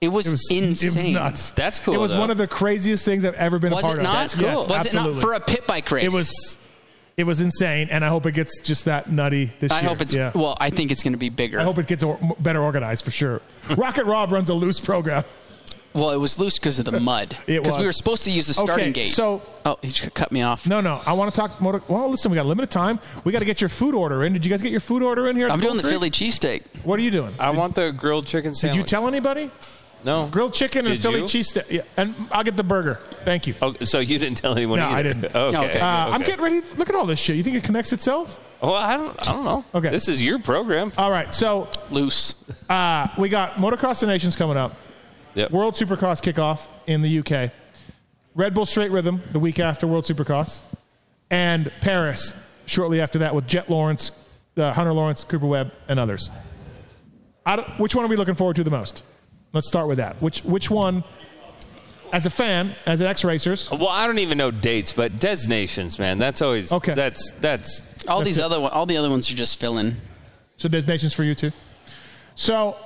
Speaker 5: it was,
Speaker 3: It was It was
Speaker 5: insane.
Speaker 3: nuts.
Speaker 4: That's cool,
Speaker 3: It was
Speaker 4: though.
Speaker 3: one of the craziest things I've ever been a
Speaker 5: Was
Speaker 3: part
Speaker 5: it
Speaker 3: of.
Speaker 5: not?
Speaker 4: That's cool.
Speaker 3: Yes,
Speaker 5: was it
Speaker 3: absolutely.
Speaker 5: not for a pit bike race?
Speaker 3: It was. It was insane, and I hope it gets just that nutty this
Speaker 5: I
Speaker 3: year.
Speaker 5: hope it's
Speaker 3: Yeah.
Speaker 5: well. I think it's going to be bigger.
Speaker 3: I hope it gets or- better organized for sure. Rocket Rob runs a loose program.
Speaker 5: Well, it was loose because of the mud.
Speaker 3: It
Speaker 5: Because we
Speaker 3: was.
Speaker 5: were supposed to use the starting
Speaker 3: Okay,
Speaker 5: gate.
Speaker 3: so-
Speaker 5: oh, he just cut me off.
Speaker 3: No, no. I want to talk motor. Well, listen, we got limited time. We got to get your food order in. Did you guys get your food order in here? at
Speaker 5: I'm doing the
Speaker 3: Gold
Speaker 5: Philly
Speaker 3: Creek?
Speaker 5: cheesesteak.
Speaker 3: What are you doing?
Speaker 4: I want the grilled chicken
Speaker 3: Did
Speaker 4: sandwich.
Speaker 3: you tell anybody?
Speaker 4: No.
Speaker 3: Grilled chicken and
Speaker 4: Did
Speaker 3: Philly
Speaker 4: you?
Speaker 3: cheesesteak. Yeah, and I'll get the burger. Thank you.
Speaker 4: Oh, so you didn't tell anyone?
Speaker 3: No, I
Speaker 4: either.
Speaker 3: didn't.
Speaker 4: Okay.
Speaker 5: Okay.
Speaker 3: Uh, I'm
Speaker 4: Okay.
Speaker 3: getting ready. Look at all this shit. You think it connects itself?
Speaker 4: Well, I don't. I don't know.
Speaker 3: Okay.
Speaker 4: This is your program.
Speaker 3: All right. So
Speaker 5: Loose.
Speaker 3: uh, we got Motocross of Nations coming up.
Speaker 4: Yep.
Speaker 3: World Supercross kickoff in the UK. Red Bull Straight Rhythm the week after World Supercross, and Paris shortly after that with Jet Lawrence, uh, Hunter Lawrence, Cooper Webb, and others. I don't- which one are we looking forward to the most? Let's start with that. Which which one? As a fan, as an ex racers,
Speaker 4: Well, I don't even know dates, but designations, man. That's always
Speaker 3: Okay.
Speaker 4: That's that's
Speaker 5: All
Speaker 3: That's
Speaker 5: these
Speaker 3: it.
Speaker 5: other one, all the other ones are just filling.
Speaker 3: so there's nations for you too. So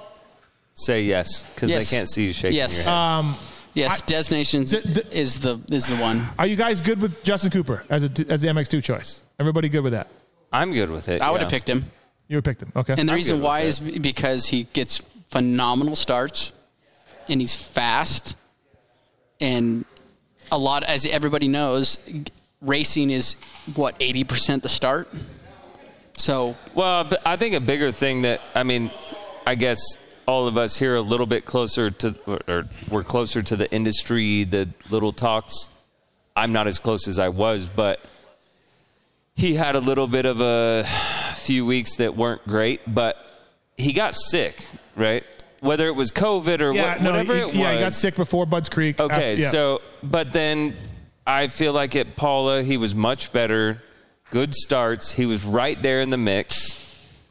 Speaker 4: say yes because
Speaker 5: Yes.
Speaker 4: I can't see you shaking
Speaker 5: Yes.
Speaker 4: your head.
Speaker 3: Uh, Um,
Speaker 5: Yes, Destinations
Speaker 3: Th- th-
Speaker 5: is the is the one.
Speaker 3: Are you guys good with Justin Cooper as a, as the MX2 choice? Everybody good with that?
Speaker 4: I'm good with it.
Speaker 5: I would
Speaker 4: yeah.
Speaker 5: have picked him.
Speaker 3: You would picked him, okay?
Speaker 5: And the
Speaker 4: I'm
Speaker 5: reason
Speaker 4: good with
Speaker 5: why
Speaker 4: that.
Speaker 5: is because he gets phenomenal starts and he's fast and a lot as everybody knows racing is what 80% the start. So,
Speaker 4: Well, Uh, but I think a bigger thing that I mean, I guess all of us here are a little bit closer to, or, or we're closer to the industry, the little talks. I'm not as close as I was, but he had a little bit of a few weeks that weren't great, but he got sick, right? Whether it was COVID or
Speaker 3: yeah,
Speaker 4: what,
Speaker 3: no,
Speaker 4: whatever
Speaker 3: he,
Speaker 4: it was.
Speaker 3: yeah, he got sick before Bud's Creek.
Speaker 4: Okay,
Speaker 3: After- yeah.
Speaker 4: so but then I feel like at Paula he was much better. Good starts. He was right there in the mix.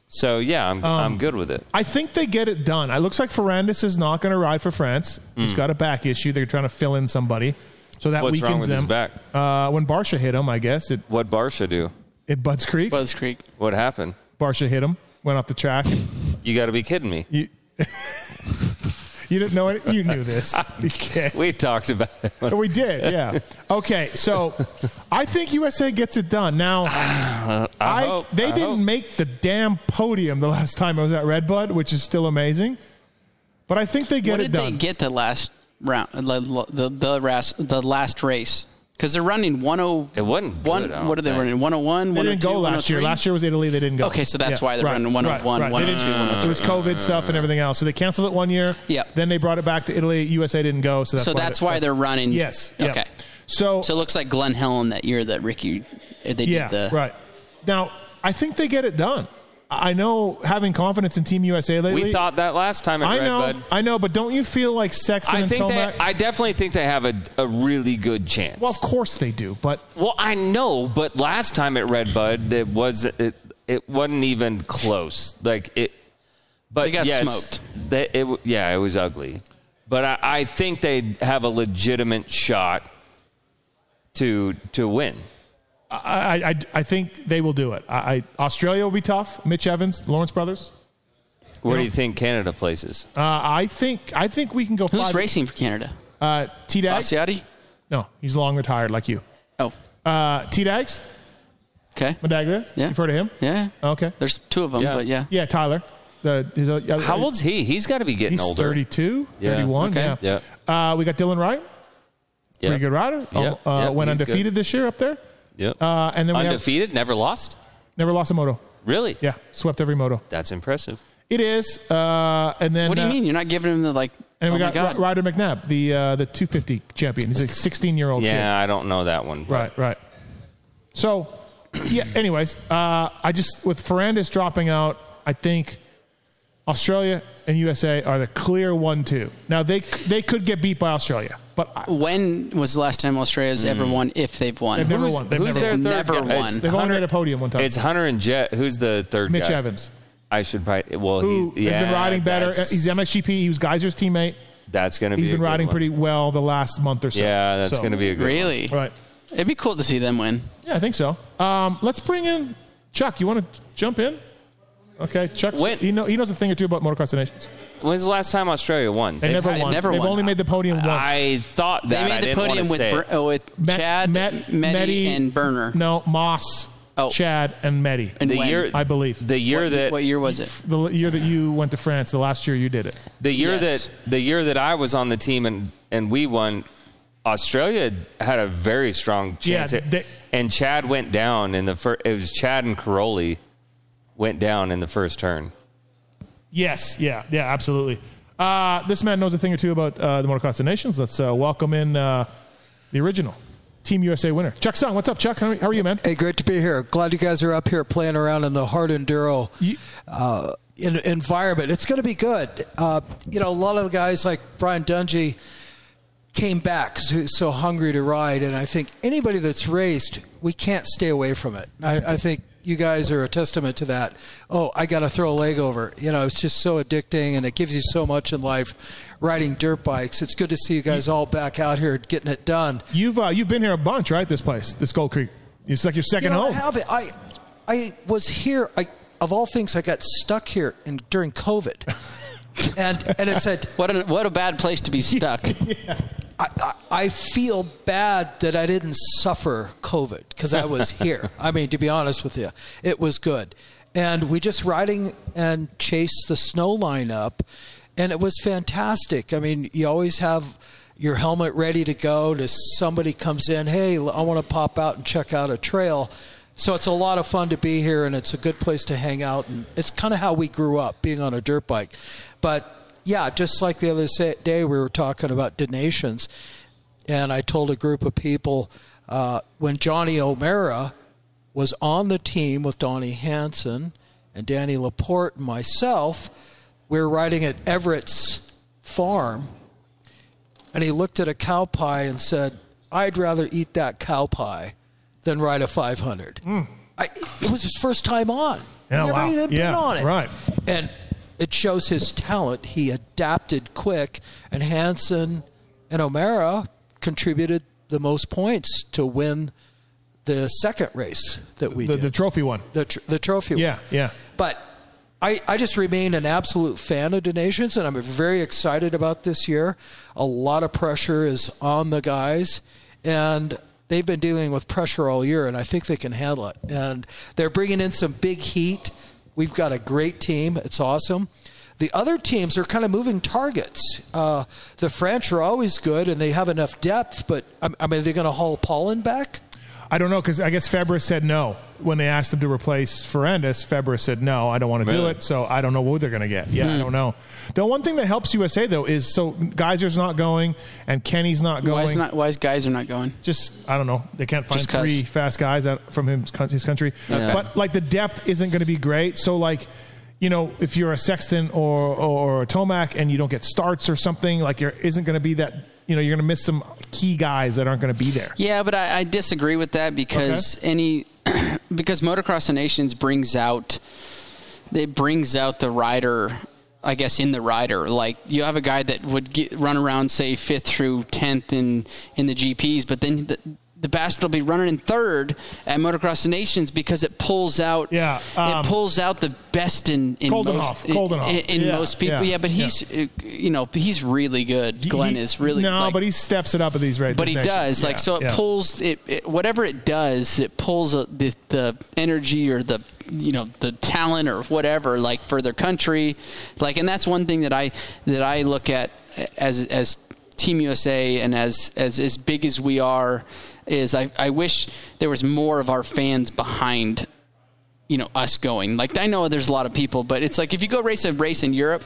Speaker 4: So yeah, I'm
Speaker 3: Um,
Speaker 4: I'm good with it.
Speaker 3: I think they get it done. It looks like Ferrandis is not going to ride for France. He's got a back issue. They're trying to fill in somebody, so that
Speaker 4: Mm. What's
Speaker 3: weakens
Speaker 4: wrong with
Speaker 3: them.
Speaker 4: his back?
Speaker 3: Uh, when Barsha hit him, I guess it
Speaker 4: What Barsha do?
Speaker 3: it Bud's Creek.
Speaker 5: Buzz Creek.
Speaker 4: What happened?
Speaker 3: Barsha hit him, went off the track.
Speaker 4: You got to be kidding me.
Speaker 3: You, you didn't know it. You knew this. Okay.
Speaker 4: We talked about it.
Speaker 3: We did, yeah. Okay, so I think USA gets it done. Now, Uh, I,
Speaker 4: hope,
Speaker 3: they
Speaker 4: I
Speaker 3: didn't
Speaker 4: hope.
Speaker 3: make the damn podium the last time I was at Red Bud, which is still amazing. But I think they get
Speaker 5: what
Speaker 3: it
Speaker 5: did
Speaker 3: done.
Speaker 5: they get the last round the the, the, ras- the last race? Cuz they're running
Speaker 4: It
Speaker 5: 10
Speaker 4: wasn't
Speaker 5: one, oh
Speaker 4: good, I don't
Speaker 5: what are they
Speaker 4: think.
Speaker 5: running? 101,
Speaker 3: They didn't
Speaker 5: 102,
Speaker 3: go last year.
Speaker 5: 103?
Speaker 3: Last year was Italy. They didn't go.
Speaker 5: Okay, so that's why they're
Speaker 3: right,
Speaker 5: running one of
Speaker 3: right,
Speaker 5: one,
Speaker 3: right.
Speaker 5: one
Speaker 3: They
Speaker 5: of
Speaker 3: didn't-
Speaker 5: two, one of
Speaker 3: It was COVID stuff and everything else. So they canceled it one year.
Speaker 5: Yeah.
Speaker 3: Then they brought it back to Italy. USA didn't go. So that's
Speaker 5: so
Speaker 3: why
Speaker 5: that's why they're running.
Speaker 3: Yes. yeah.
Speaker 5: Okay.
Speaker 3: So
Speaker 5: So it looks like Glenn Helen that year that Ricky uh, they did
Speaker 3: Yeah,
Speaker 5: the
Speaker 3: right. Now, I think they get it done. I know having confidence in Team USA lately.
Speaker 4: We thought that last time at
Speaker 3: I
Speaker 4: Red
Speaker 3: know,
Speaker 4: Bud.
Speaker 3: I know, but don't you feel like Sexton
Speaker 4: I
Speaker 3: and
Speaker 4: think they,
Speaker 3: Tomac?
Speaker 4: I definitely think they have a, a really good chance.
Speaker 3: well, of course they do, but
Speaker 4: Well, I know, but last time at Red Bud, it was it, it wasn't even close. Like it, but
Speaker 5: They got
Speaker 4: yes,
Speaker 5: smoked.
Speaker 4: They, it, w- yeah, it was ugly. But I, I think they have a legitimate shot to to win.
Speaker 3: I, I, I think they will do it. I, I, Australia will be tough. Mitch Evans, Lawrence brothers.
Speaker 4: Where do you think Canada places?
Speaker 3: Uh, I think I think we can go.
Speaker 5: Who's
Speaker 3: five,
Speaker 5: racing for Canada?
Speaker 3: Uh, T Dags.
Speaker 5: Asiati?
Speaker 3: No, he's long retired, like you.
Speaker 5: Oh,
Speaker 3: Uh, T Dags,
Speaker 5: okay.
Speaker 3: Madaglia.
Speaker 5: Yeah.
Speaker 3: You've heard of him?
Speaker 5: Yeah.
Speaker 3: Okay.
Speaker 5: There's two of them,
Speaker 4: Yeah.
Speaker 5: but yeah.
Speaker 3: Yeah, Tyler. The, his, uh,
Speaker 4: How old's he? He's got to be getting
Speaker 3: He's
Speaker 4: older.
Speaker 3: 32,
Speaker 4: Yeah.
Speaker 3: 31.
Speaker 5: Okay.
Speaker 4: Yeah.
Speaker 3: Uh, we got Dylan Wright.
Speaker 4: Yeah.
Speaker 3: Pretty good rider.
Speaker 4: Yeah,
Speaker 3: Uh,
Speaker 4: yeah,
Speaker 3: went
Speaker 4: he's good.
Speaker 3: undefeated this year up there.
Speaker 4: Yep.
Speaker 3: Uh, and then we have,
Speaker 4: Undefeated, never lost.
Speaker 3: never lost a moto.
Speaker 4: Really?
Speaker 3: Yeah, swept every moto.
Speaker 4: That's impressive.
Speaker 3: It is. Uh, and then
Speaker 5: What do you
Speaker 3: uh,
Speaker 5: mean? You're not giving him the like?
Speaker 3: And
Speaker 5: oh
Speaker 3: we
Speaker 5: my
Speaker 3: got
Speaker 5: God.
Speaker 3: Ry- Ryder McNabb, the uh, the 250 champion. He's a 16 year old.
Speaker 4: Yeah, I don't know that one.
Speaker 3: Kid. Right. Right. So, yeah. Anyways, uh, I just with Ferrandis dropping out, I think Australia and USA are the clear one two. Now they c- they could get beat by Australia, but I,
Speaker 5: When was the last time Australia's
Speaker 7: Hmm.
Speaker 5: ever won? If they've won,
Speaker 3: they've never
Speaker 4: Who's,
Speaker 3: won. They've
Speaker 4: who's
Speaker 3: never
Speaker 4: their
Speaker 3: won.
Speaker 4: third
Speaker 5: Never
Speaker 4: guy?
Speaker 5: won.
Speaker 4: It's
Speaker 3: They've only
Speaker 4: Hunter-
Speaker 3: made a podium one time.
Speaker 4: It's Hunter and Jet. Who's the third
Speaker 3: Mitch
Speaker 4: guy?
Speaker 3: Evans,
Speaker 4: I should probably. Well,
Speaker 3: who
Speaker 4: he's, yeah,
Speaker 3: has been riding better.
Speaker 4: that's-
Speaker 3: He's MXGP. He was Geyser's teammate.
Speaker 4: That's gonna be.
Speaker 3: He's
Speaker 4: a
Speaker 3: been
Speaker 4: good
Speaker 3: riding
Speaker 4: one.
Speaker 3: pretty well the last month or so.
Speaker 4: Yeah, that's
Speaker 3: So-
Speaker 4: gonna be a good.
Speaker 5: really?
Speaker 3: right.
Speaker 5: It'd be cool to see them win.
Speaker 3: Yeah, I think so. Um, let's bring in Chuck. You want to jump in? Okay, Chuck.
Speaker 4: When-
Speaker 3: He, know, he knows a thing or two about motocross of nations.
Speaker 4: One. When's the last time Australia won?
Speaker 3: They
Speaker 4: They've
Speaker 3: never
Speaker 4: had-
Speaker 3: won.
Speaker 5: never
Speaker 3: They've
Speaker 5: won.
Speaker 3: only made the podium once.
Speaker 4: I thought that.
Speaker 5: They
Speaker 4: I
Speaker 5: made the
Speaker 4: didn't wanna
Speaker 5: podium uh, with
Speaker 4: say it.
Speaker 5: Br- oh, with
Speaker 3: Met-
Speaker 5: Chad,
Speaker 3: Met-
Speaker 5: Medi, and Burner.
Speaker 3: No, Moss.
Speaker 5: Oh.
Speaker 3: Chad, and Mehdi.
Speaker 5: And
Speaker 4: the
Speaker 5: when?
Speaker 4: year
Speaker 3: I believe.
Speaker 4: the year
Speaker 5: what,
Speaker 4: that
Speaker 5: what year was it?
Speaker 3: the year that you went to France, the last year you did it.
Speaker 4: the year
Speaker 5: Yes.
Speaker 4: that the year that I was on the team and and we won, Australia had a very strong chance.
Speaker 3: Yeah, they-
Speaker 4: and Chad went down in the first. It was Chad and Caroli went down in the first turn.
Speaker 3: Yes, yeah, yeah, absolutely. Uh, this man knows a thing or two about uh, the Motocross of the Nations. Let's uh, welcome in uh, the original Team USA winner, Chuck Sung. What's up, Chuck? How are, how are you, man?
Speaker 7: Hey, great to be here. Glad you guys are up here playing around in the hard enduro
Speaker 3: You-
Speaker 7: uh, in, environment. It's going to be good. Uh, you know, a lot of the guys like Brian Dungy came back 'cause he was so hungry to ride, and I think anybody that's raced, we can't stay away from it. I, I think you guys are a testament to that. Oh, I got to throw a leg over. You know, it's just so addicting, and it gives you so much in life. Riding dirt bikes, it's good to see you guys all back out here getting it done.
Speaker 3: You've uh, you've been here a bunch, right? This place, this Gold Creek. It's like your second
Speaker 7: You know,
Speaker 3: home.
Speaker 7: I have it. I, I was here. I, of all things, I got stuck here in, during COVID, and and it said
Speaker 5: What a, what a bad place to be stuck.
Speaker 7: I, I, I feel bad that I didn't suffer COVID because I was here. I mean, to be honest with you, it was good, and we just riding and chased the snow line up, and it was fantastic. I mean, you always have. Your helmet ready to go. To somebody comes in, hey, I want to pop out and check out a trail. So it's a lot of fun to be here, and it's a good place to hang out. And it's kind of how we grew up, being on a dirt bike. But yeah, just like the other sa- day, we were talking about donations, and I told a group of people uh, when Johnny O'Mara was on the team with Donnie Hansen and Danny Laporte and myself, we were riding at Everett's farm, and he looked at a cow pie and said, "I'd rather eat that cow pie than ride a 500." I, it was his first time on.
Speaker 3: Mm. Yeah,
Speaker 7: Never
Speaker 3: wow.
Speaker 7: even been
Speaker 3: Yeah,
Speaker 7: on it.
Speaker 3: right.
Speaker 7: And it shows his talent. He adapted quick, and Hansen and O'Mara contributed the most points to win the second race that we
Speaker 3: the, the
Speaker 7: did.
Speaker 3: trophy one.
Speaker 7: the, tr- the trophy.
Speaker 3: Yeah,
Speaker 7: one.
Speaker 3: yeah.
Speaker 7: But I, I just remain an absolute fan of donations, and I'm very excited about this year. A lot of pressure is on the guys, and they've been dealing with pressure all year, and I think they can handle it. And they're bringing in some big heat. We've got a great team. It's awesome. The other teams are kind of moving targets. Uh, the French are always good, and they have enough depth. But um, I I mean, are they going to haul Pollen back?
Speaker 3: I don't know because I guess Fabra said no when they asked him to replace Ferrandis. Fabra said no, I don't want to do
Speaker 4: Really?
Speaker 3: it. So I don't know who they're going to get. Yeah, I
Speaker 5: Hmm.
Speaker 3: don't know. The one thing that helps USA though is so Geyser's not going and Kenny's not
Speaker 5: why
Speaker 3: going.
Speaker 5: is not why is guys are not going?
Speaker 3: just I don't know. They can't find
Speaker 5: Just 'cause.
Speaker 3: three fast guys out from him, his country. But like the depth isn't going to be great. So like, you know, if you're a Sexton or or, a Tomac and you don't get starts or something, like there isn't going to be that. You know, you're going to miss some key guys that aren't going to be there.
Speaker 5: Yeah, but I, I disagree with that because any because motocross the nations brings out it brings out the rider. I guess in the rider, like you have a guy that would get, run around say fifth through tenth in in the GPS, but then the, the bastard will be running in third at Motocross the Nations because it pulls out
Speaker 3: Yeah, um,
Speaker 5: it pulls out the best in in
Speaker 3: Koldenhoff,
Speaker 5: most in-
Speaker 3: Koldenhoff.
Speaker 5: in,
Speaker 3: Yeah,
Speaker 5: most people.
Speaker 3: yeah,
Speaker 5: Yeah, but
Speaker 3: yeah.
Speaker 5: he's uh you know he's really good. Glenn
Speaker 3: He-
Speaker 5: is really
Speaker 3: no,
Speaker 5: like,
Speaker 3: but he steps it up at these races.
Speaker 5: but he does like so it pulls it, it whatever it does it pulls uh, the, the energy or the you know the talent or whatever like for their country like and that's one thing that i that i look at as as team usa and as as as big as we are is i i wish there was more of our fans behind you know us going like i know there's a lot of people but it's like if you go race a race in europe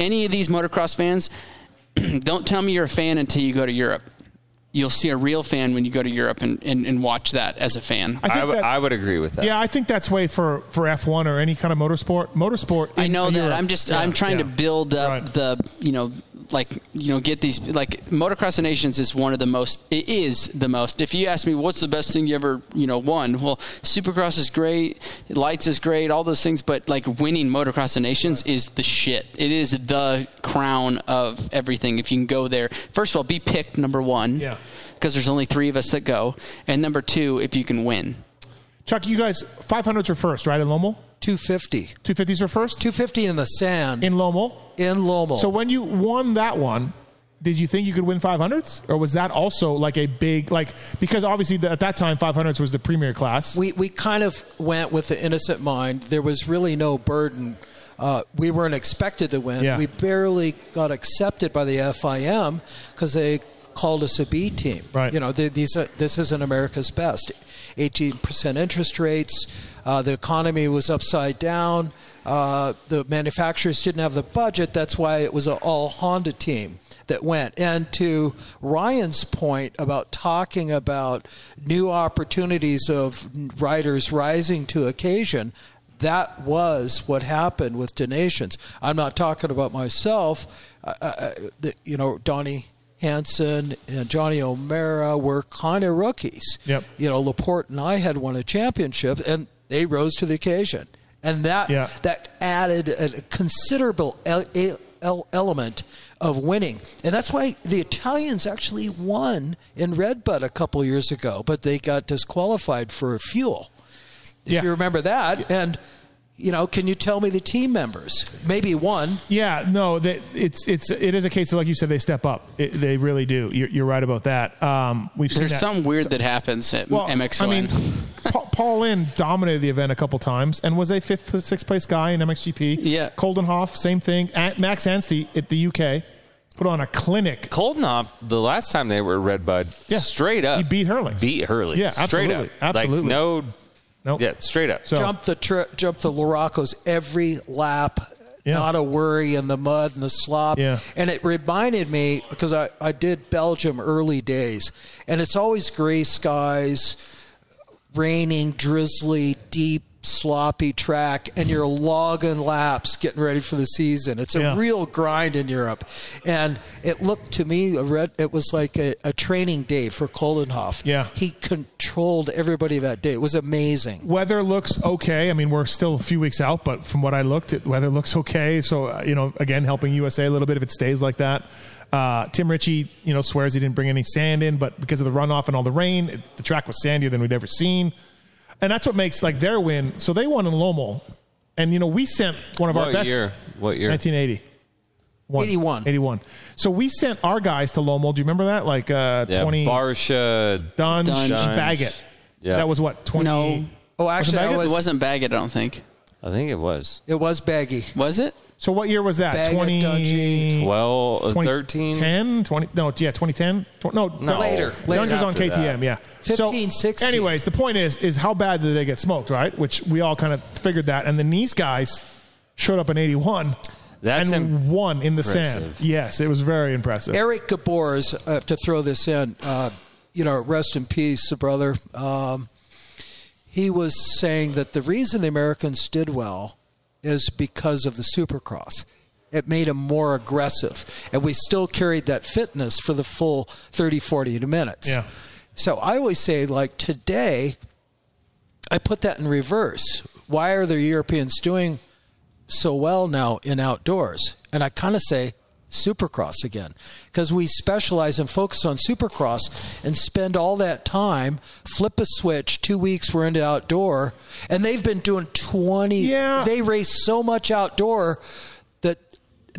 Speaker 5: any of these motocross fans don't tell me you're a fan until you go to europe you'll see a real fan when you go to europe and, and, and watch that as a fan
Speaker 3: I
Speaker 4: I,
Speaker 3: think
Speaker 4: w-
Speaker 3: that-
Speaker 4: I would agree with that.
Speaker 3: Yeah, I think that's way for for F one or any kind of motorsport. Motorsport.
Speaker 5: I
Speaker 3: in
Speaker 5: know Oh, that.
Speaker 3: Europe.
Speaker 5: I'm just
Speaker 3: Yeah,
Speaker 5: I'm trying to
Speaker 3: yeah.
Speaker 5: build up
Speaker 3: Right.
Speaker 5: the you know like you know get these like motocross the nations is one of the most it is the most. If you ask me what's the best thing you ever you know won, well Supercross is great, lights is great, all those things, but like winning motocross the nations is the shit. It is the crown of everything. If you can go there, first of all, be picked number one.
Speaker 3: Yeah.
Speaker 5: Because there's only three of us that go, and number two, if you can win.
Speaker 3: Chuck. You guys, 500s are first, right? In Lomo,
Speaker 7: 250.
Speaker 3: 250s are first
Speaker 7: 250 in the sand
Speaker 3: in Lomo.
Speaker 7: in Lomo.
Speaker 3: So when you won that one, did you think you could win 500s or was that also like a big like because obviously the, at that time 500s was the premier class
Speaker 7: we we kind of went with the innocent mind. There was really no burden. Uh, we weren't expected to win.
Speaker 3: Yeah.
Speaker 7: We barely got accepted by the FIM because they called us a B team.
Speaker 3: Right.
Speaker 7: You know, they, these are, this isn't America's best. 18% interest rates. Uh, the economy was upside down. Uh, the manufacturers didn't have the budget. That's why it was an all Honda team that went. And to Ryan's point about talking about new opportunities of riders rising to occasion, that was what happened with donations. I'm not talking about myself. Uh, uh, the, you know, Donnie Hansen and Johnny O'Mara were kind of rookies.
Speaker 3: Yep.
Speaker 7: You know, Laporte and I had won a championship, and they rose to the occasion. And that
Speaker 3: Yeah.
Speaker 7: that added a considerable el- el- el- element of winning. And that's why the Italians actually won in Red Bud a couple years ago, but they got disqualified for fuel. If
Speaker 3: Yeah.
Speaker 7: you remember that. And, you know, can you tell me the team members? Maybe one.
Speaker 3: yeah no that it's it's it is a case of like you said they step up it, they really do you're, you're right about that um we've seen
Speaker 5: There's
Speaker 3: that.
Speaker 5: some weird that happens at
Speaker 3: Well,
Speaker 5: MXON.
Speaker 3: I mean, Pa- Paul Lynn dominated the event a couple times and was a fifth, or sixth place guy in MXGP.
Speaker 5: Yeah.
Speaker 3: Coldenhoff, same thing. At Max Anstey at the UK put on a clinic.
Speaker 4: Koldenhoff, the last time they were Red Bud,
Speaker 3: Yeah.
Speaker 4: straight up.
Speaker 3: He beat Hurley.
Speaker 4: Beat Hurley.
Speaker 3: Yeah,
Speaker 4: straight up.
Speaker 3: absolutely. Absolutely.
Speaker 4: Like, no,
Speaker 3: Nope.
Speaker 4: yeah, straight up.
Speaker 3: So
Speaker 7: Jump the tri- jump the Loracos every lap.
Speaker 3: Yeah.
Speaker 7: Not a worry in the mud and the slop.
Speaker 3: Yeah.
Speaker 7: And it reminded me because I, I did Belgium early days, and it's always gray skies, raining, drizzly, deep, sloppy track, and you're logging laps getting ready for the season. It's a
Speaker 3: Yeah.
Speaker 7: real grind in Europe. And it looked to me, a red, it was like a, a training day for Koldenhoff.
Speaker 3: Yeah.
Speaker 7: He controlled everybody that day. It was amazing.
Speaker 3: weather looks okay. I mean, we're still a few weeks out, but from what I looked, it, weather looks okay. So uh, you know, again, helping USA a little bit if it stays like that. Uh, Tim Ritchie, you know, swears he didn't bring any sand in, but because of the runoff and all the rain, it, the track was sandier than we'd ever seen, and that's what makes like their win. So they won in Lomo, and you know, we sent one of our
Speaker 4: What
Speaker 3: best.
Speaker 4: year? What year?
Speaker 3: 1980. One.
Speaker 7: 81.
Speaker 3: 81. So we sent our guys to Lomo. Do you remember that? Like uh,
Speaker 4: Yeah,
Speaker 3: 20.
Speaker 4: Barsha.
Speaker 3: Dunge,
Speaker 5: Dunge.
Speaker 3: Baggett.
Speaker 4: Yeah.
Speaker 3: That was what? 20.
Speaker 5: No.
Speaker 7: Oh, actually,
Speaker 3: Baggett?
Speaker 7: I
Speaker 5: it
Speaker 7: was,
Speaker 5: wasn't Baggett, I don't think.
Speaker 4: I think it was.
Speaker 7: It was baggy.
Speaker 5: Was it?
Speaker 3: So what year was that?
Speaker 7: Bag of
Speaker 3: 20,
Speaker 7: dodgy-
Speaker 4: 12, uh, 13.
Speaker 3: 10, 20, no, yeah, 2010. Tw- no,
Speaker 4: No.
Speaker 7: Later, later.
Speaker 3: Dungeons on
Speaker 4: After
Speaker 3: KTM,
Speaker 4: that.
Speaker 3: yeah.
Speaker 7: 15, 16.
Speaker 3: Anyways, the point is, is how bad did they get smoked, right? Which we all kind of figured that. And then these guys showed up in 81
Speaker 4: That's
Speaker 3: and
Speaker 4: im-
Speaker 3: won in the sand.
Speaker 4: impressive.
Speaker 3: Yes, it was very impressive.
Speaker 7: Eric Gabors, I have to throw this in. Uh, you know, rest in peace, the brother. Um, he was saying that the reason the Americans did well is because of the supercross. It made them more aggressive. And we still carried that fitness for the full 30, 40 minutes.
Speaker 3: Yeah.
Speaker 7: So I always say, like today, I put that in reverse. Why are the Europeans doing so well now in outdoors? And I kind of say supercross again because we specialize and focus on supercross and spend all that time flip a switch two weeks we're into outdoor and they've been doing 20
Speaker 3: Yeah.
Speaker 7: they race so much outdoor that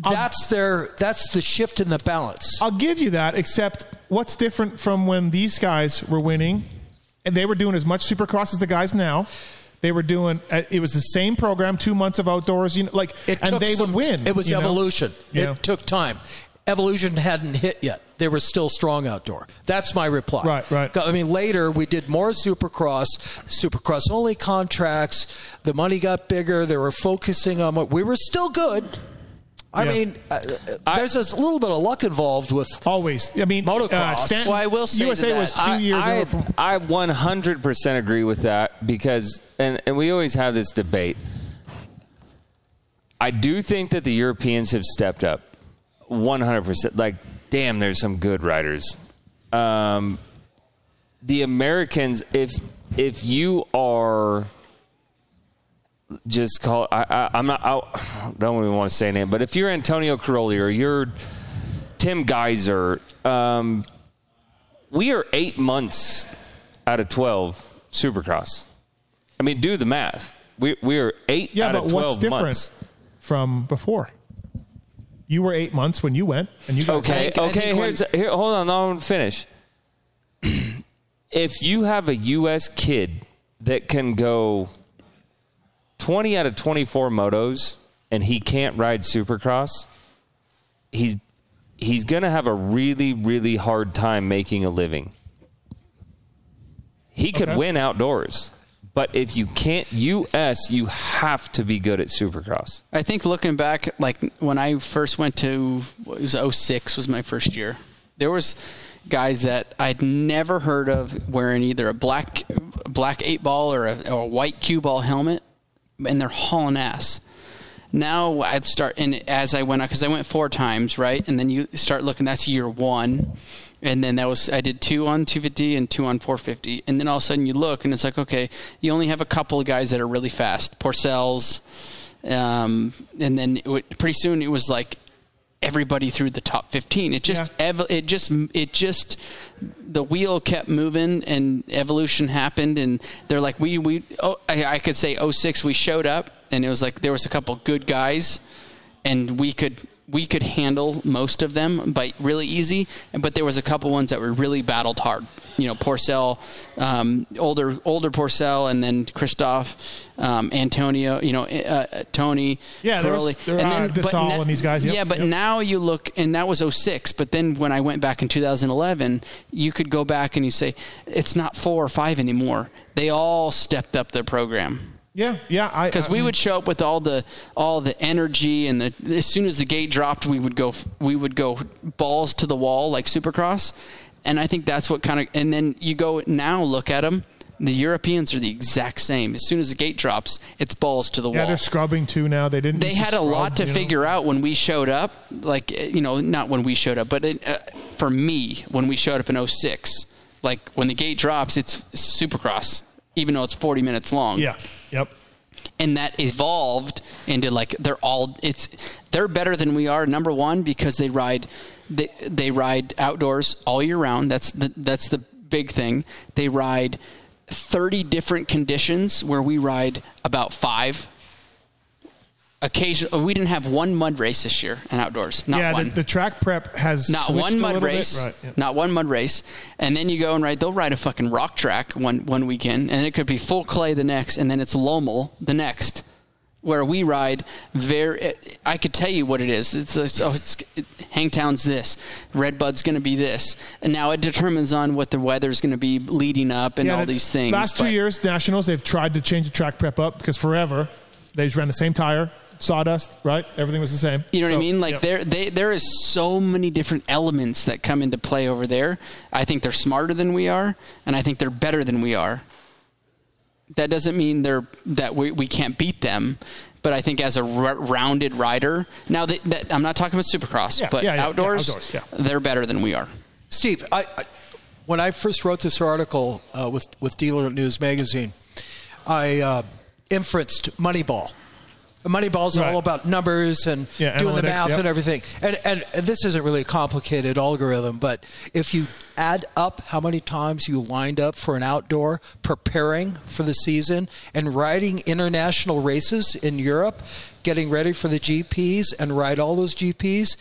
Speaker 3: Um,
Speaker 7: that's their that's the shift in the balance
Speaker 3: I'll give you that, except what's different from when these guys were winning and they were doing as much supercross as the guys now. They were doing uh, it was the same program, two months of outdoors, you know, like
Speaker 7: It
Speaker 3: and
Speaker 7: took
Speaker 3: they
Speaker 7: some-
Speaker 3: would win.
Speaker 7: It was
Speaker 3: you know?
Speaker 7: evolution.
Speaker 3: Yeah.
Speaker 7: It took time. Evolution hadn't hit yet. They were still strong outdoor. That's my reply.
Speaker 3: Right, right.
Speaker 7: I mean, later we did more Supercross, Supercross only contracts. The money got bigger. They were focusing on what we were still good. I
Speaker 3: Yeah.
Speaker 7: mean, uh, uh, there's a little bit of luck involved with.
Speaker 3: Always. I mean, uh,
Speaker 7: Motocross.
Speaker 5: Well, I will say to
Speaker 3: USA
Speaker 5: that,
Speaker 3: was two
Speaker 4: I,
Speaker 3: years
Speaker 4: I,
Speaker 3: over from
Speaker 4: I 100% agree with that because, and, and we always have this debate. I do think that the Europeans have stepped up 100%. Like, damn, there's some good riders. Um, the Americans, if if you are just call, I, I, I'm not, I don't even want to say a name, but if you're Antonio Caroli or you're Tim Geiser, um, we are eight months out of 12 supercross. I mean, do the math. We, we are eight
Speaker 3: Yeah,
Speaker 4: out
Speaker 3: but
Speaker 4: of 12
Speaker 3: what's different
Speaker 4: months.
Speaker 3: from before? You were eight months when you went, and you guys
Speaker 4: Okay,
Speaker 5: I
Speaker 4: okay.
Speaker 5: think when-
Speaker 4: Here's here. Hold on, I'm gonna finish. if you have a U.S. kid that can go 20 out of 24 motos and he can't ride Supercross, he's he's gonna have a really really hard time making a living. He could
Speaker 3: Okay.
Speaker 4: win outdoors, but if you can't U.S., you have to be good at Supercross.
Speaker 5: I think looking back, like when I first went to what, it was 06 was my first year. There was guys that I'd never heard of wearing either a black black eight ball or a, or a white cue ball helmet, and they're hauling ass. Now I'd start, and as I went out, because I went four times, right? And then you start looking. That's year one, and then that was I did two on 250 and two on 450, and then all of a sudden you look, and it's like, okay, you only have a couple of guys that are really fast, Porcells, um, and then it would, pretty soon it was like everybody through the top 15 it just ev- it just it just the wheel kept moving and evolution happened and they're like we we oh I, I could say 06 we showed up and it was like there was a couple good guys and we could we could handle most of them by really easy but there was a couple ones that were really battled hard you know porcel um, older older porcel and then christoph um, antonio you know uh, uh, tony
Speaker 3: Yeah, there was-
Speaker 5: Corelli.
Speaker 3: there- uh, Desal and these guys, yep,
Speaker 5: yeah but
Speaker 3: yep.
Speaker 5: now you look and that was 06 but then when i went back in 2011 you could go back and you say it's not four or five anymore they all stepped up their program
Speaker 3: Yeah, yeah. I-
Speaker 5: because
Speaker 3: I-
Speaker 5: we would show up with all the all the energy and the as soon as the gate dropped we would go we would go balls to the wall like supercross and i think that's what kind of and then you go now look at them the europeans are the exact same as soon as the gate drops it's balls to the
Speaker 3: Yeah,
Speaker 5: wall
Speaker 3: they're scrubbing too now. They didn't.
Speaker 5: they
Speaker 3: used
Speaker 5: had a
Speaker 3: scrub,
Speaker 5: lot to
Speaker 3: you know?
Speaker 5: figure out when we showed up like eh, you know not when we showed up but it, uh, for me when we showed up in 06 like when the gate drops it's supercross even though it's 40 minutes long
Speaker 3: Yeah. Yep.
Speaker 5: and that evolved into like they're all it's they're better than we are number one because they ride they, they ride outdoors all year round that's the that's the big thing they ride 30 different conditions where we ride about five occasion we didn't have one mud race this year in outdoors not
Speaker 3: yeah.
Speaker 5: one
Speaker 3: The, the track prep has
Speaker 5: not
Speaker 3: switched
Speaker 5: one
Speaker 3: a
Speaker 5: mud
Speaker 3: little bit.
Speaker 5: race,
Speaker 3: Right, yeah.
Speaker 5: not one mud race, and then you go and ride. They'll ride a fucking rock track one one weekend, and it could be full clay the next, and then it's Lomel the next, where we ride. Very, eh, I could tell you what it is. It's, it's, oh, it's it, Hangtown's this, Redbud's going to be this, and now it determines on what the weather's going to be leading up and
Speaker 3: Yeah,
Speaker 5: all
Speaker 3: the
Speaker 5: these things.
Speaker 3: Last two
Speaker 5: but-
Speaker 3: years, nationals, they've tried to change the track prep up because forever they just ran the same tire, sawdust, right? Everything was the same.
Speaker 5: You know
Speaker 3: So,
Speaker 5: what I mean? Like
Speaker 3: yeah.
Speaker 5: there, they, there is so many different elements that come into play over there. I think they're smarter than we are, and I think they're better than we are. That doesn't mean they're that we, we can't beat them, but I think as a r- rounded rider, now that, that I'm not talking about Supercross,
Speaker 3: Yeah,
Speaker 5: but
Speaker 3: yeah, yeah, yeah,
Speaker 5: outdoors,
Speaker 3: outdoors, yeah.
Speaker 5: they're better than we are.
Speaker 7: Steve, I, I, when I first wrote this article uh, with with Dealer News Magazine, I uh, inferenced Moneyball. Moneyball's
Speaker 3: Right.
Speaker 7: all about numbers and
Speaker 3: Yeah,
Speaker 7: doing the
Speaker 3: analytics,
Speaker 7: math
Speaker 3: yep.
Speaker 7: and everything. And, and and this isn't really a complicated algorithm, but if you add up how many times you lined up for an outdoor preparing for the season and riding international races in Europe, getting ready for the GPs and ride all those GPs,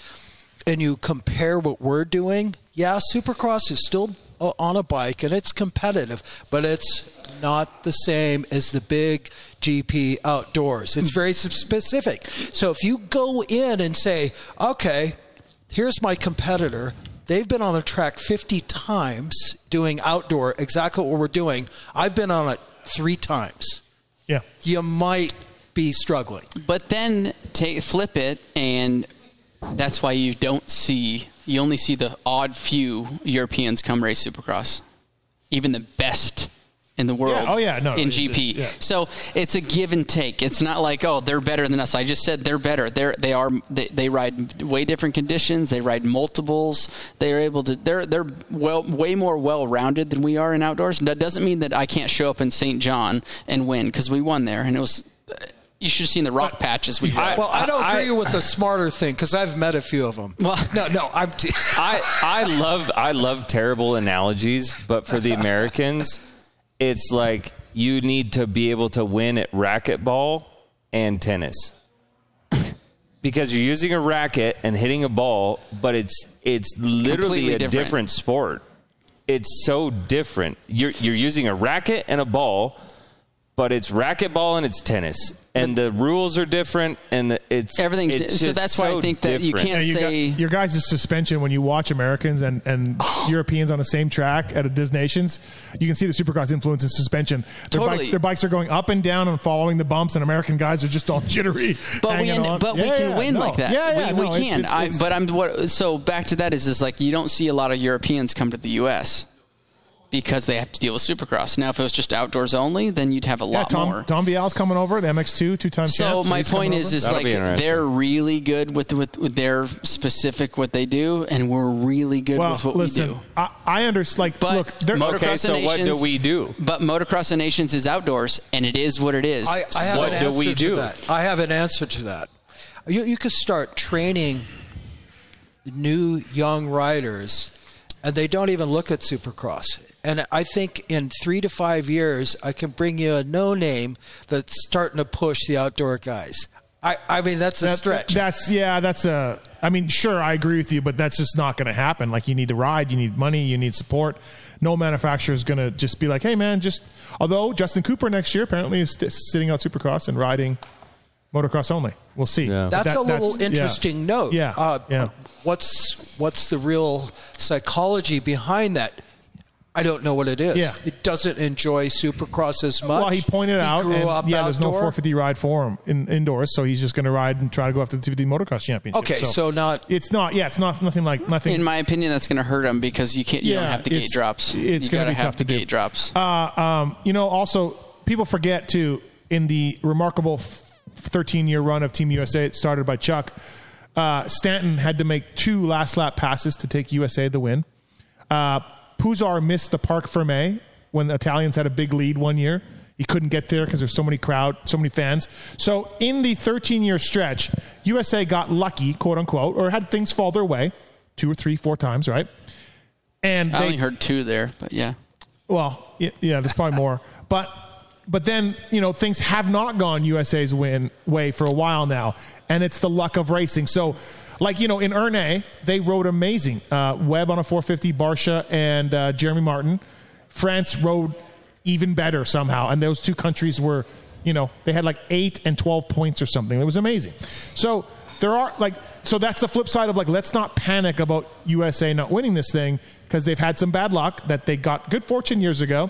Speaker 7: and you compare what we're doing, yeah, Supercross is still o- on a bike and it's competitive, but it's not the same as the big GP outdoors. It's very s- specific. So if you go in and say, okay, here's my competitor. They've been on the track 50 times doing outdoor, exactly what we're doing. I've been on it three times.
Speaker 3: Yeah.
Speaker 7: You might be struggling.
Speaker 5: But then take flip it, and that's why you don't see you only see the odd few Europeans come race Supercross, even the best in the world.
Speaker 3: Oh, yeah, no,
Speaker 5: in
Speaker 3: it-
Speaker 5: GP.
Speaker 3: yeah.
Speaker 5: So it's a give and take. It's not like oh they're better than us. I just said they're better. They're they are they, they ride way different conditions. They ride multiples. They are able to. They're they're well way more well rounded than we are in outdoors. That doesn't mean that I can't show up in St. John and win because we won there and it was. You should have seen the rock patches we had.
Speaker 7: Well, I don't
Speaker 4: I-
Speaker 7: agree with the smarter thing because I've met a few of them.
Speaker 5: Well-
Speaker 7: no, no, I'm. T-
Speaker 4: I I love I love terrible analogies, but for the Americans, it's like you need to be able to win at racquetball and tennis because you're using a racket and hitting a ball, but it's it's literally
Speaker 5: Completely
Speaker 4: a different.
Speaker 5: different.
Speaker 4: sport. It's so different. You're you're using a racket and a ball, but it's racquetball and it's tennis, and the rules are different, and the, it's
Speaker 5: Everything's
Speaker 4: it's
Speaker 5: di- so
Speaker 4: just
Speaker 5: that's why I
Speaker 4: so
Speaker 5: think that you
Speaker 4: different.
Speaker 5: can't-
Speaker 3: you got-
Speaker 5: say-
Speaker 3: your guys' suspension when you watch Americans and, and
Speaker 5: Oh.
Speaker 3: Europeans on the same track at a Dis Nations, you can see the supercross influence in suspension. Their, bikes,
Speaker 5: Totally.
Speaker 3: their bikes are going up and down and following the bumps, and American guys are just all jittery.
Speaker 5: But we
Speaker 3: hanging
Speaker 5: en-
Speaker 3: on.
Speaker 5: but we
Speaker 3: Yeah,
Speaker 5: can
Speaker 3: yeah,
Speaker 5: win
Speaker 3: no.
Speaker 5: like that.
Speaker 3: Yeah, yeah,
Speaker 5: we, we
Speaker 3: no, it's-
Speaker 5: can.
Speaker 3: it's- it's-
Speaker 5: I, but I'm what. So back to that is is like you don't see a lot of Europeans come to the U.S. because they have to deal with Supercross. Now, if it was just outdoors only, then you'd have a
Speaker 3: yeah,
Speaker 5: lot
Speaker 3: Tom,
Speaker 5: more.
Speaker 3: Tom Bial's coming over, the MX2 two time
Speaker 5: so my point is, is
Speaker 4: That'll
Speaker 5: like
Speaker 4: be interesting.
Speaker 5: they're really good with, with with their specific what they do, and we're really good
Speaker 3: well,
Speaker 5: with what
Speaker 3: listen,
Speaker 5: we do.
Speaker 3: I, I understand. Like,
Speaker 5: But
Speaker 3: look, they're,
Speaker 5: Mo-
Speaker 4: Okay,
Speaker 5: Motocross
Speaker 4: so what do
Speaker 5: Nations-
Speaker 4: we do?
Speaker 5: But motocross of nations is outdoors, and it is what it is.
Speaker 7: I, I have
Speaker 4: What
Speaker 7: an
Speaker 4: do
Speaker 7: answer
Speaker 4: we do?
Speaker 7: to that. I have an answer to that. You, you could start training new young riders, and they don't even look at Supercross. And I think in three to five years, I can bring you a no name that's starting to push the outdoor guys. I, I mean, that's a
Speaker 3: that-
Speaker 7: stretch.
Speaker 3: That's yeah, that's a. I mean, sure, I agree with you, but that's just not going to happen. Like, you need to ride, you need money, you need support. No manufacturer is going to just be like, "Hey, man, just." Although Justin Cooper next year apparently is st- sitting out Supercross and riding motocross only. We'll see. But
Speaker 7: that's
Speaker 3: that-
Speaker 7: a little
Speaker 3: that's- yeah.
Speaker 7: interesting note.
Speaker 3: Yeah,
Speaker 7: Uh,
Speaker 3: yeah.
Speaker 7: What's what's the real psychology behind that? I don't know what it is.
Speaker 3: Yeah.
Speaker 7: It doesn't enjoy Supercross as much.
Speaker 3: Well, he pointed out,
Speaker 7: grew
Speaker 3: and,
Speaker 7: up
Speaker 3: yeah, there's no
Speaker 7: outdoor.
Speaker 3: 450 ride for him in, indoors, so he's just going to ride and try to go after the 250 motocross championship.
Speaker 7: Okay, so not-
Speaker 3: it's not. Yeah, it's not nothing like nothing.
Speaker 5: in my opinion, that's going to hurt them because you can't. You
Speaker 3: Yeah,
Speaker 5: don't have the gate
Speaker 3: it's- it's
Speaker 5: drops. you
Speaker 3: gonna
Speaker 5: gotta
Speaker 3: be
Speaker 5: have
Speaker 3: tough
Speaker 5: the
Speaker 3: to do.
Speaker 5: gate drops.
Speaker 3: Uh, um, you know, also people forget too in the remarkable 13 year run of Team USA, it started by Chuck. Uh, Stanton had to make two last lap passes to take USA the win. Uh, Puzar missed the Parc Fermé when the Italians had a big lead one year. He couldn't get there because there's so many crowd, so many fans. So in the 13 year stretch, USA got lucky, quote unquote, or had things fall their way two or three, four times, right? And
Speaker 5: I
Speaker 3: they,
Speaker 5: only heard two there, but yeah.
Speaker 3: well, y- yeah, there's probably more, but but then you know things have not gone USA's win way for a while now, and it's the luck of racing. So, like you know, in Erne, they rode amazing. Uh, Webb on a 450, Barsha and uh, Jeremy Martin. France rode even better somehow, and those two countries were, you know, they had like eight and 12 points or something. It was amazing. So there are like so that's the flip side of like let's not panic about USA not winning this thing because they've had some bad luck that they got good fortune years ago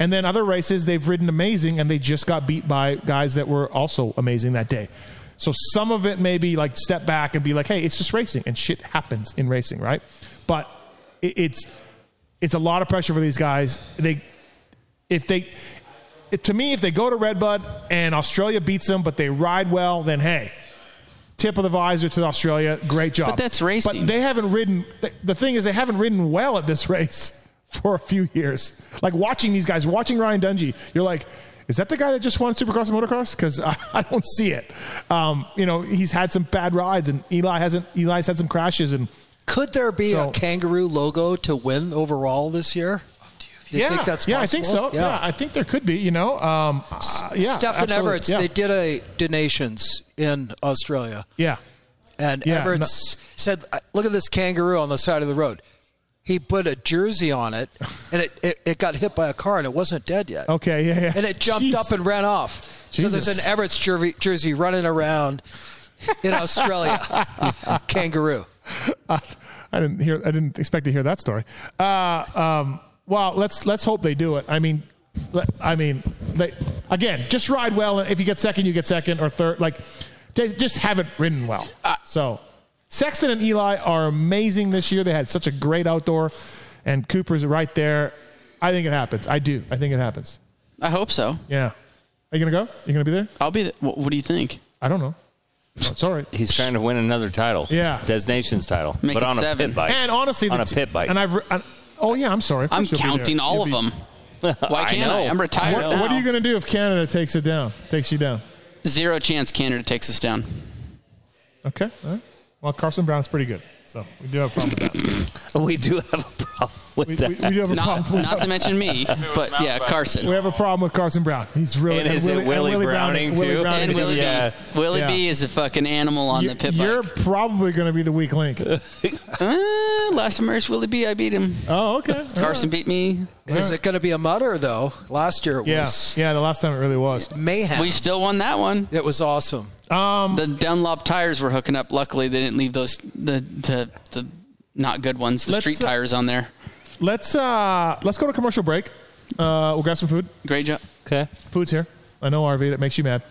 Speaker 3: and then other races they've ridden amazing and they just got beat by guys that were also amazing that day. So some of it may be like step back and be like hey it's just racing and shit happens in racing, right? But it, it's it's a lot of pressure for these guys. They if they it- to me if they go to Redbud and Australia beats them but they ride well then hey tip of the visor to Australia great job
Speaker 5: But that's racing.
Speaker 3: but they haven't ridden th- the thing is they haven't ridden well at this race for a few years like watching these guys watching Ryan Dungey you're like is that the guy that just won Supercross and Motocross? Because I, I don't see it. Um, you know, he's had some bad rides, and Eli hasn't. Eli's had some crashes, and
Speaker 7: Could there be
Speaker 3: So-
Speaker 7: a kangaroo logo to win overall this year? Do you
Speaker 3: yeah,
Speaker 7: think that's
Speaker 3: yeah, I
Speaker 7: possible?
Speaker 3: think so. Yeah. I think there could be. You know, um, uh, yeah,
Speaker 7: Stefan
Speaker 3: absolutely.
Speaker 7: Everett's,
Speaker 3: Yeah.
Speaker 7: they did a donations in Australia.
Speaker 3: Yeah.
Speaker 7: And
Speaker 3: Yeah,
Speaker 7: Everett's said, look at this kangaroo on the side of the road. He put a jersey on it, and it, it, it got hit by a car, and it wasn't dead yet.
Speaker 3: Okay. Yeah. yeah.
Speaker 7: And it jumped
Speaker 3: Jeez.
Speaker 7: up and ran off. So there's
Speaker 3: Jesus.
Speaker 7: an Everett's jersey, jersey running around in Australia. kangaroo.
Speaker 3: I didn't hear. I didn't expect to hear that story. Uh, um, well, let's let's hope they do it. I mean, let- I mean, they, again, just ride well. and If you get second, you get second or third. Like, they just haven't ridden well.
Speaker 7: Uh,
Speaker 3: So, Sexton and Eli are amazing this year. They had such a great outdoor, and Cooper's right there. I think it happens. I do. I think it happens.
Speaker 5: I hope so.
Speaker 3: Yeah. Are you gonna go? You gonna be there?
Speaker 5: I'll be. The, what, what do you think?
Speaker 3: I don't know. Oh, sorry.
Speaker 4: He's trying to win another title.
Speaker 3: Yeah.
Speaker 4: Des Nations title.
Speaker 5: Make
Speaker 4: but
Speaker 5: it
Speaker 4: on a
Speaker 5: seven.
Speaker 4: pit bike.
Speaker 3: And honestly,
Speaker 4: on
Speaker 3: the
Speaker 4: a
Speaker 3: t-
Speaker 4: pit bike.
Speaker 3: And I've. re- and- oh yeah, I'm sorry. Of
Speaker 5: I'm
Speaker 3: course you'll be
Speaker 5: counting
Speaker 3: there.
Speaker 5: all
Speaker 3: You'll
Speaker 5: of
Speaker 3: be-
Speaker 5: them. Why
Speaker 4: I
Speaker 5: can't I?
Speaker 4: know.
Speaker 5: I'm retired
Speaker 4: What-
Speaker 5: now.
Speaker 3: What are you going to do if Canada takes it down? Takes you down?
Speaker 5: Zero chance Canada takes us down.
Speaker 3: Okay. All right. Well, Carson Brown's pretty good. So So we do have a problem with that.
Speaker 4: We do have a problem with
Speaker 3: We,
Speaker 4: that.
Speaker 3: we, we do have a
Speaker 5: Not,
Speaker 3: problem.
Speaker 5: not to mention me, but yeah, Carson.
Speaker 3: We have a problem with Carson Brown. He's really
Speaker 4: And is it
Speaker 3: and
Speaker 4: Willie Browning, too?
Speaker 3: Willie Browning
Speaker 5: and
Speaker 4: mean,
Speaker 5: Willie
Speaker 4: yeah.
Speaker 5: B. Willie
Speaker 3: Yeah.
Speaker 5: B is a fucking animal on
Speaker 3: You-
Speaker 5: the pit
Speaker 3: You're
Speaker 5: bike.
Speaker 3: probably going to be the weak link.
Speaker 5: Uh, last time I raced Willie B, I beat him.
Speaker 3: Oh, okay. All
Speaker 5: Carson beat me.
Speaker 7: Is it going to be a mutter though? Last year it
Speaker 3: right. Yeah,
Speaker 7: was
Speaker 3: yeah. The last time it really was.
Speaker 7: mayhem.
Speaker 5: We still won that one.
Speaker 7: it was awesome.
Speaker 3: Um,
Speaker 5: The Dunlop tires were hooking up. Luckily, they didn't leave those the the, the not good ones, the
Speaker 3: Let's,
Speaker 5: street
Speaker 3: uh,
Speaker 5: tires on there.
Speaker 3: Let's uh let's go to commercial break. Uh, we'll grab some food.
Speaker 5: Great job.
Speaker 4: okay.
Speaker 3: Food's here. I know RV that makes you mad.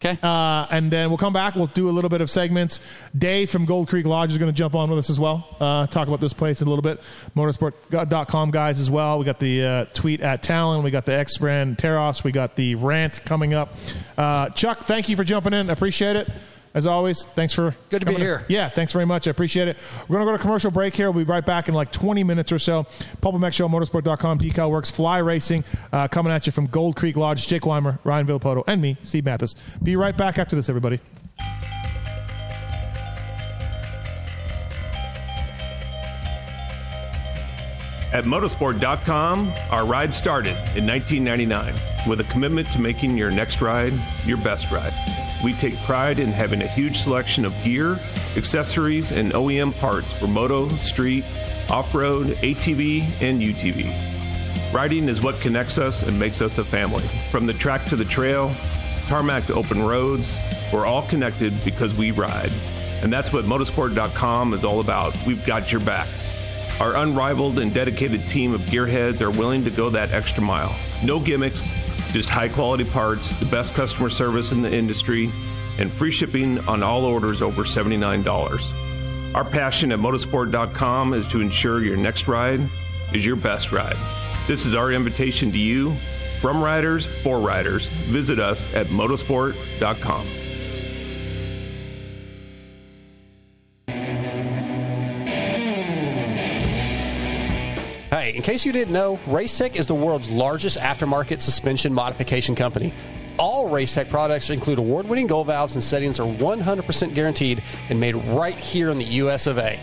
Speaker 5: Okay.
Speaker 3: Uh, and then we'll come back. We'll do a little bit of segments. Dave from Gold Creek Lodge is going to jump on with us as well. Uh, talk about this place in a little bit. Motorsport.com guys as well. We got the uh, tweet at Talon. We got the X brand Teros. We got the rant coming up. Uh, Chuck, thank you for jumping in. Appreciate it. As always, thanks for
Speaker 7: Good to be
Speaker 3: coming in.
Speaker 7: here.
Speaker 3: Yeah, thanks very much. I appreciate it. We're going to go to commercial break here. We'll be right back in like 20 minutes or so. Pulp Mech Show, motorsport.com, decal works, fly racing, uh, coming at you from Gold Creek Lodge, Jake Weimer, Ryan Villapoto, and me, Steve Mathis. Be right back after this, everybody.
Speaker 8: At motorsport.com, our ride started in 1999 with a commitment to making your next ride your best ride. We take pride in having a huge selection of gear, accessories, and OEM parts for moto, street, off road, ATV, and UTV. Riding is what connects us and makes us a family. From the track to the trail, tarmac to open roads, we're all connected because we ride. And that's what motorsport.com is all about. We've got your back. Our unrivaled and dedicated team of gearheads are willing to go that extra mile. No gimmicks, just high quality parts, the best customer service in the industry, and free shipping on all orders over $79. Our passion at motorsport.com is to ensure your next ride is your best ride. This is our invitation to you from riders for riders. Visit us at motorsport.com.
Speaker 9: Hey, in case you didn't know, Racetech is the world's largest aftermarket suspension modification company. All Racetech products include award winning gold valves and settings are 100% guaranteed and made right here in the US of A.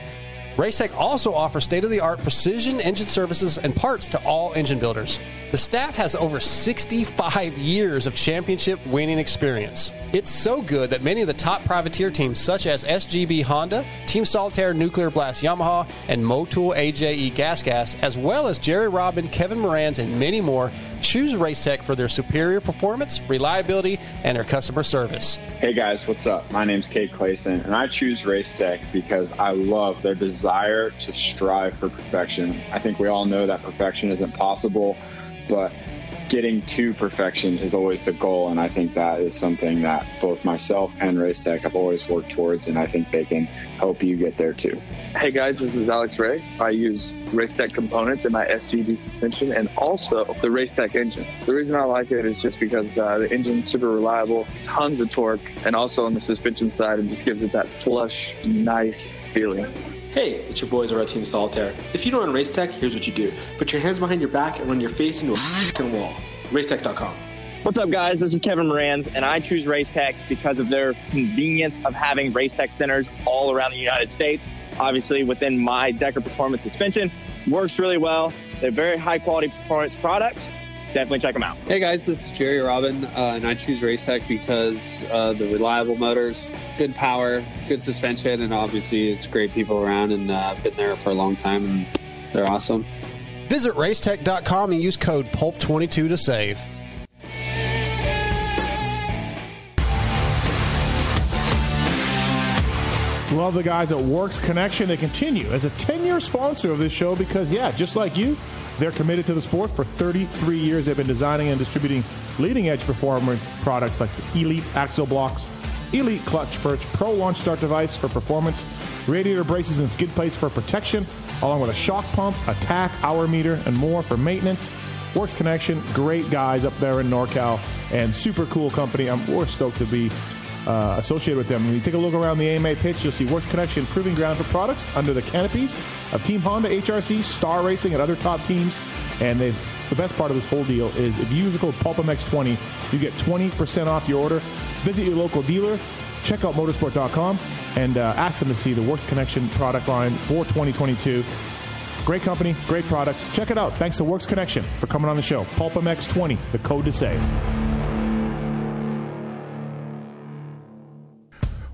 Speaker 9: Racetech also offers state of the art precision engine services and parts to all engine builders. The staff has over 65 years of championship winning experience. It's so good that many of the top privateer teams, such as SGB Honda, Team Solitaire Nuclear Blast Yamaha, and Motul AJE Gas Gas, as well as Jerry Robin, Kevin Moran's, and many more, choose Racetech for their superior performance, reliability, and their customer service.
Speaker 10: Hey guys, what's up? My name's Kate Clayson, and I choose Race Tech because I love their desire to strive for perfection. I think we all know that perfection isn't possible, but getting to perfection is always the goal, and I think that is something that both myself and Race Tech have always worked towards, and I think they can help you get there too.
Speaker 2: Hey guys, this is Alex Ray. I use Race Tech components in my SGD suspension and also the Race Tech engine. The reason I like it is just because uh, the engine's super reliable, tons of torque, and also on the suspension side, it just gives it that flush, nice feeling.
Speaker 11: Hey, it's your boys over at Team Solitaire. If you don't run Race Tech, here's what you do put your hands behind your back and run your face into a fucking wall. Racetech.com.
Speaker 2: What's up, guys? This is Kevin Moranz, and I choose Race Tech because of their convenience of having Race Tech centers all around the United States. Obviously, within my Decker Performance suspension, works really well. They're very high quality performance products. Definitely check them out.
Speaker 11: Hey guys, this is Jerry Robin, uh, and I choose Race Tech because uh, the reliable motors, good power, good suspension, and obviously it's great people around, and uh, I've been there for a long time, and they're awesome.
Speaker 9: Visit racetech.com and use code PULP22 to save.
Speaker 3: Love the guys at Works Connection. They continue as a 10 year sponsor of this show because, yeah, just like you, they're committed to the sport. For 33 years, they've been designing and distributing leading edge performance products like the Elite Axle Blocks, Elite Clutch Perch, Pro Launch Start Device for performance, radiator braces and skid plates for protection, along with a shock pump, attack, hour meter, and more for maintenance. Works Connection, great guys up there in NorCal and super cool company. I'm, we're stoked to be uh, associated with them. When you take a look around the AMA pitch, you'll see Works Connection proving ground for products under the canopies of Team Honda, HRC, Star Racing, and other top teams. And they the best part of this whole deal is if you use the code PulpMX20, you get 20% off your order. Visit your local dealer, check out motorsport.com, and uh, ask them to see the Works Connection product line for 2022. Great company, great products. Check it out. Thanks to Works Connection for coming on the show. Pulpamex 20, the code to save.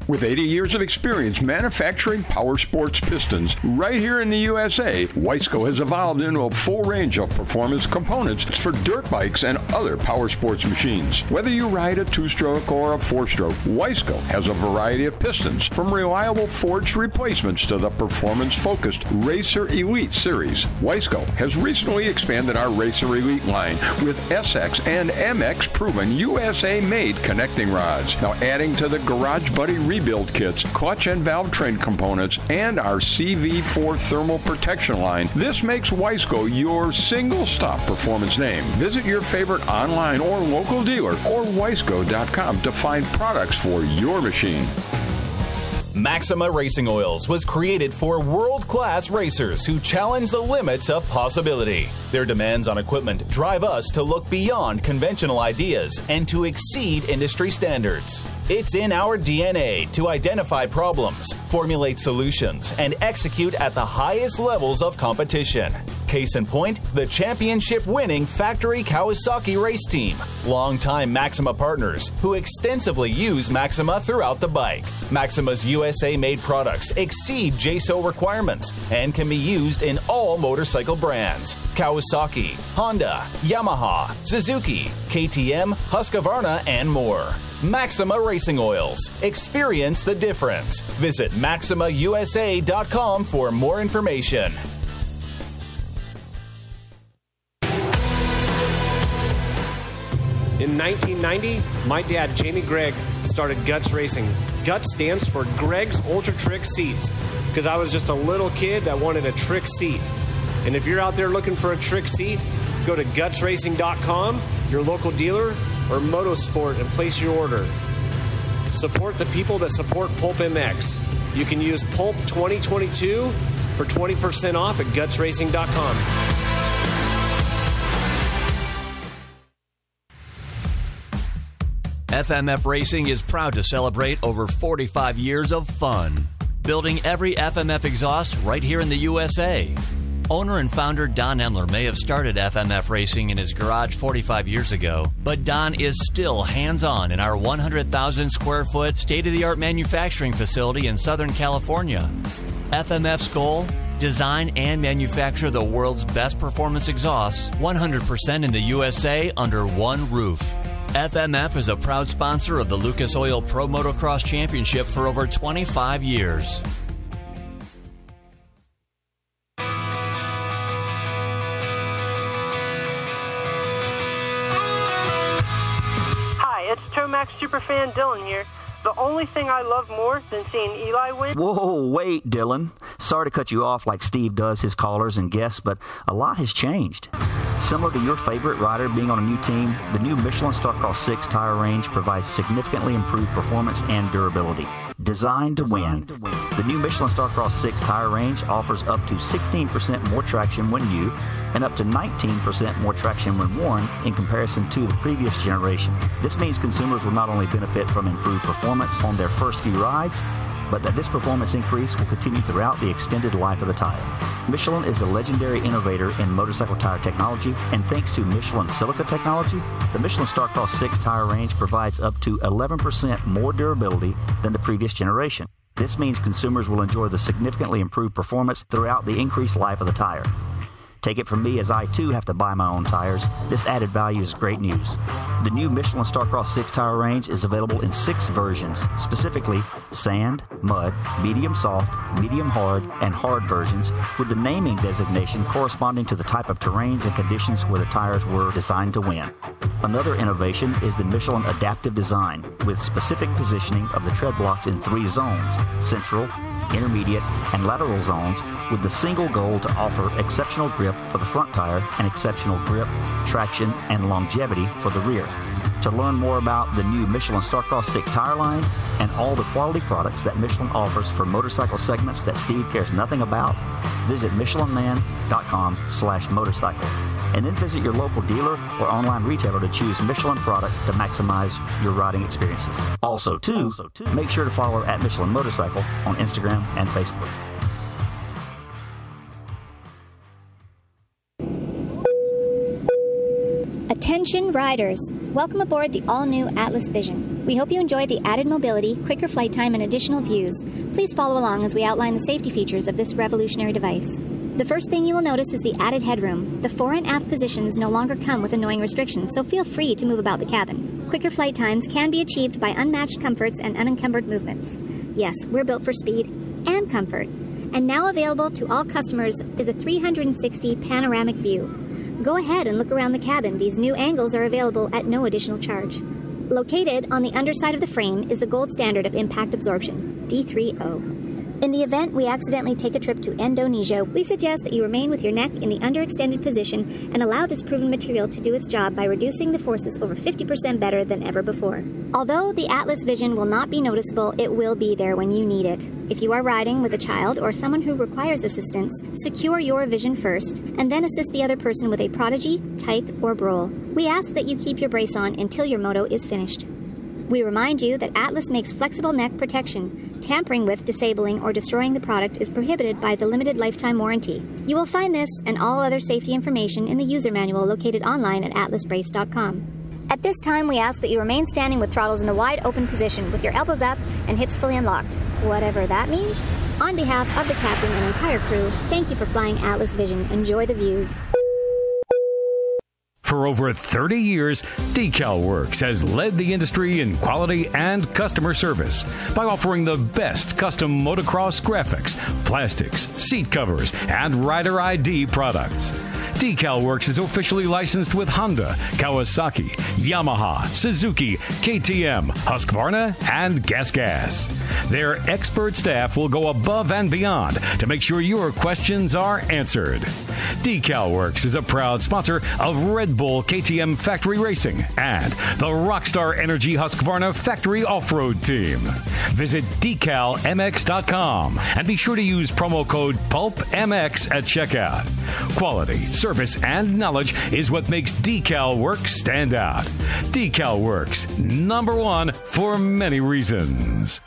Speaker 12: With 80 years of experience manufacturing power sports pistons right here in the USA, Weisco has evolved into a full range of performance components for dirt bikes and other power sports machines. Whether you ride a two-stroke or a four-stroke, Weisco has a variety of pistons from reliable forged replacements to the performance-focused Racer Elite series. Weisco has recently expanded our Racer Elite line with SX and MX proven USA-made connecting rods. Now adding to the Garage Buddy rebuild kits, clutch and valve train components, and our CV4 thermal protection line. This makes Weisco your single stop performance name. Visit your favorite online or local dealer or Weisco.com to find products for your machine.
Speaker 13: Maxima Racing Oils was created for world class racers who challenge the limits of possibility. Their demands on equipment drive us to look beyond conventional ideas and to exceed industry standards. It's in our DNA to identify problems, formulate solutions, and execute at the highest levels of competition. Case in point, the championship winning Factory Kawasaki race team, longtime Maxima partners who extensively use Maxima throughout the bike. Maxima's USA made products exceed JSO requirements and can be used in all motorcycle brands Kawasaki, Honda, Yamaha, Suzuki, KTM, Husqvarna, and more. Maxima Racing Oils. Experience the difference. Visit MaximaUSA.com for more information.
Speaker 14: In 1990, my dad, Jamie Gregg, started Guts Racing. Guts stands for Greg's Ultra Trick Seats because I was just a little kid that wanted a trick seat. And if you're out there looking for a trick seat, go to gutsracing.com, your local dealer, or Motosport and place your order. Support the people that support Pulp MX. You can use Pulp 2022 for 20% off at gutsracing.com.
Speaker 15: FMF Racing is proud to celebrate over 45 years of fun, building every FMF exhaust right here in the USA. Owner and founder Don Emler may have started FMF Racing in his garage 45 years ago, but Don is still hands on in our 100,000 square foot state of the art manufacturing facility in Southern California. FMF's goal? Design and manufacture the world's best performance exhausts 100% in the USA under one roof. FMF is a proud sponsor of the Lucas Oil Pro Motocross Championship for over 25 years.
Speaker 16: Hi, it's Tomac Superfan Dylan here. The only thing I love more than seeing Eli win.
Speaker 17: Whoa, wait, Dylan. Sorry to cut you off like Steve does his callers and guests, but a lot has changed. Similar to your favorite rider being on a new team, the new Michelin Starcross 6 tire range provides significantly improved performance and durability. Designed to win. The new Michelin Starcross 6 tire range offers up to 16% more traction when new and up to 19% more traction when worn in comparison to the previous generation. This means consumers will not only benefit from improved performance on their first few rides, but that this performance increase will continue throughout the extended life of the tire. Michelin is a legendary innovator in motorcycle tire technology, and thanks to Michelin silica technology, the Michelin Starcross 6 tire range provides up to 11% more durability than the previous generation. This means consumers will enjoy the significantly improved performance throughout the increased life of the tire. Take it from me as I too have to buy my own tires. This added value is great news. The new Michelin Starcross 6 tire range is available in six versions, specifically sand, mud, medium soft, medium hard, and hard versions, with the naming designation corresponding to the type of terrains and conditions where the tires were designed to win. Another innovation is the Michelin adaptive design, with specific positioning of the tread blocks in three zones central, intermediate, and lateral zones, with the single goal to offer exceptional grip for the front tire and exceptional grip, traction, and longevity for the rear. To learn more about the new Michelin Starcross 6 tire line and all the quality products that Michelin offers for motorcycle segments that Steve cares nothing about, visit MichelinMan.com slash motorcycle. and then visit your local dealer or online retailer to choose Michelin product to maximize your riding experiences. Also, too, make sure to follow at Michelin Motorcycle on Instagram and Facebook.
Speaker 18: Attention riders! Welcome aboard the all new Atlas Vision. We hope you enjoy the added mobility, quicker flight time, and additional views. Please follow along as we outline the safety features of this revolutionary device. The first thing you will notice is the added headroom. The fore and aft positions no longer come with annoying restrictions, so feel free to move about the cabin. Quicker flight times can be achieved by unmatched comforts and unencumbered movements. Yes, we're built for speed and comfort. And now available to all customers is a 360 panoramic view. Go ahead and look around the cabin. These new angles are available at no additional charge. Located on the underside of the frame is the gold standard of impact absorption, D3O. In the event we accidentally take a trip to Indonesia, we suggest that you remain with your neck in the underextended position and allow this proven material to do its job by reducing the forces over 50% better than ever before. Although the Atlas Vision will not be noticeable, it will be there when you need it. If you are riding with a child or someone who requires assistance, secure your vision first and then assist the other person with a prodigy, tyke, or brawl. We ask that you keep your brace on until your moto is finished. We remind you that Atlas makes flexible neck protection. Tampering with, disabling, or destroying the product is prohibited by the limited lifetime warranty. You will find this and all other safety information in the user manual located online at atlasbrace.com. At this time, we ask that you remain standing with throttles in the wide open position with your elbows up and hips fully unlocked, whatever that means. On behalf of the captain and entire crew, thank you for flying Atlas Vision. Enjoy the views.
Speaker 19: For over 30 years, Decal Works has led the industry in quality and customer service by offering the best custom motocross graphics, plastics, seat covers, and rider ID products. Decal Works is officially licensed with Honda, Kawasaki, Yamaha, Suzuki, KTM, Husqvarna, and GasGas. Their expert staff will go above and beyond to make sure your questions are answered. Decal Works is a proud sponsor of Red Bull KTM Factory Racing and the Rockstar Energy Husqvarna Factory Off-Road Team. Visit decalmx.com and be sure to use promo code PULPMX at checkout. Quality, service, and knowledge is what makes Decal Works stand out. Decal Works, number one for many reasons.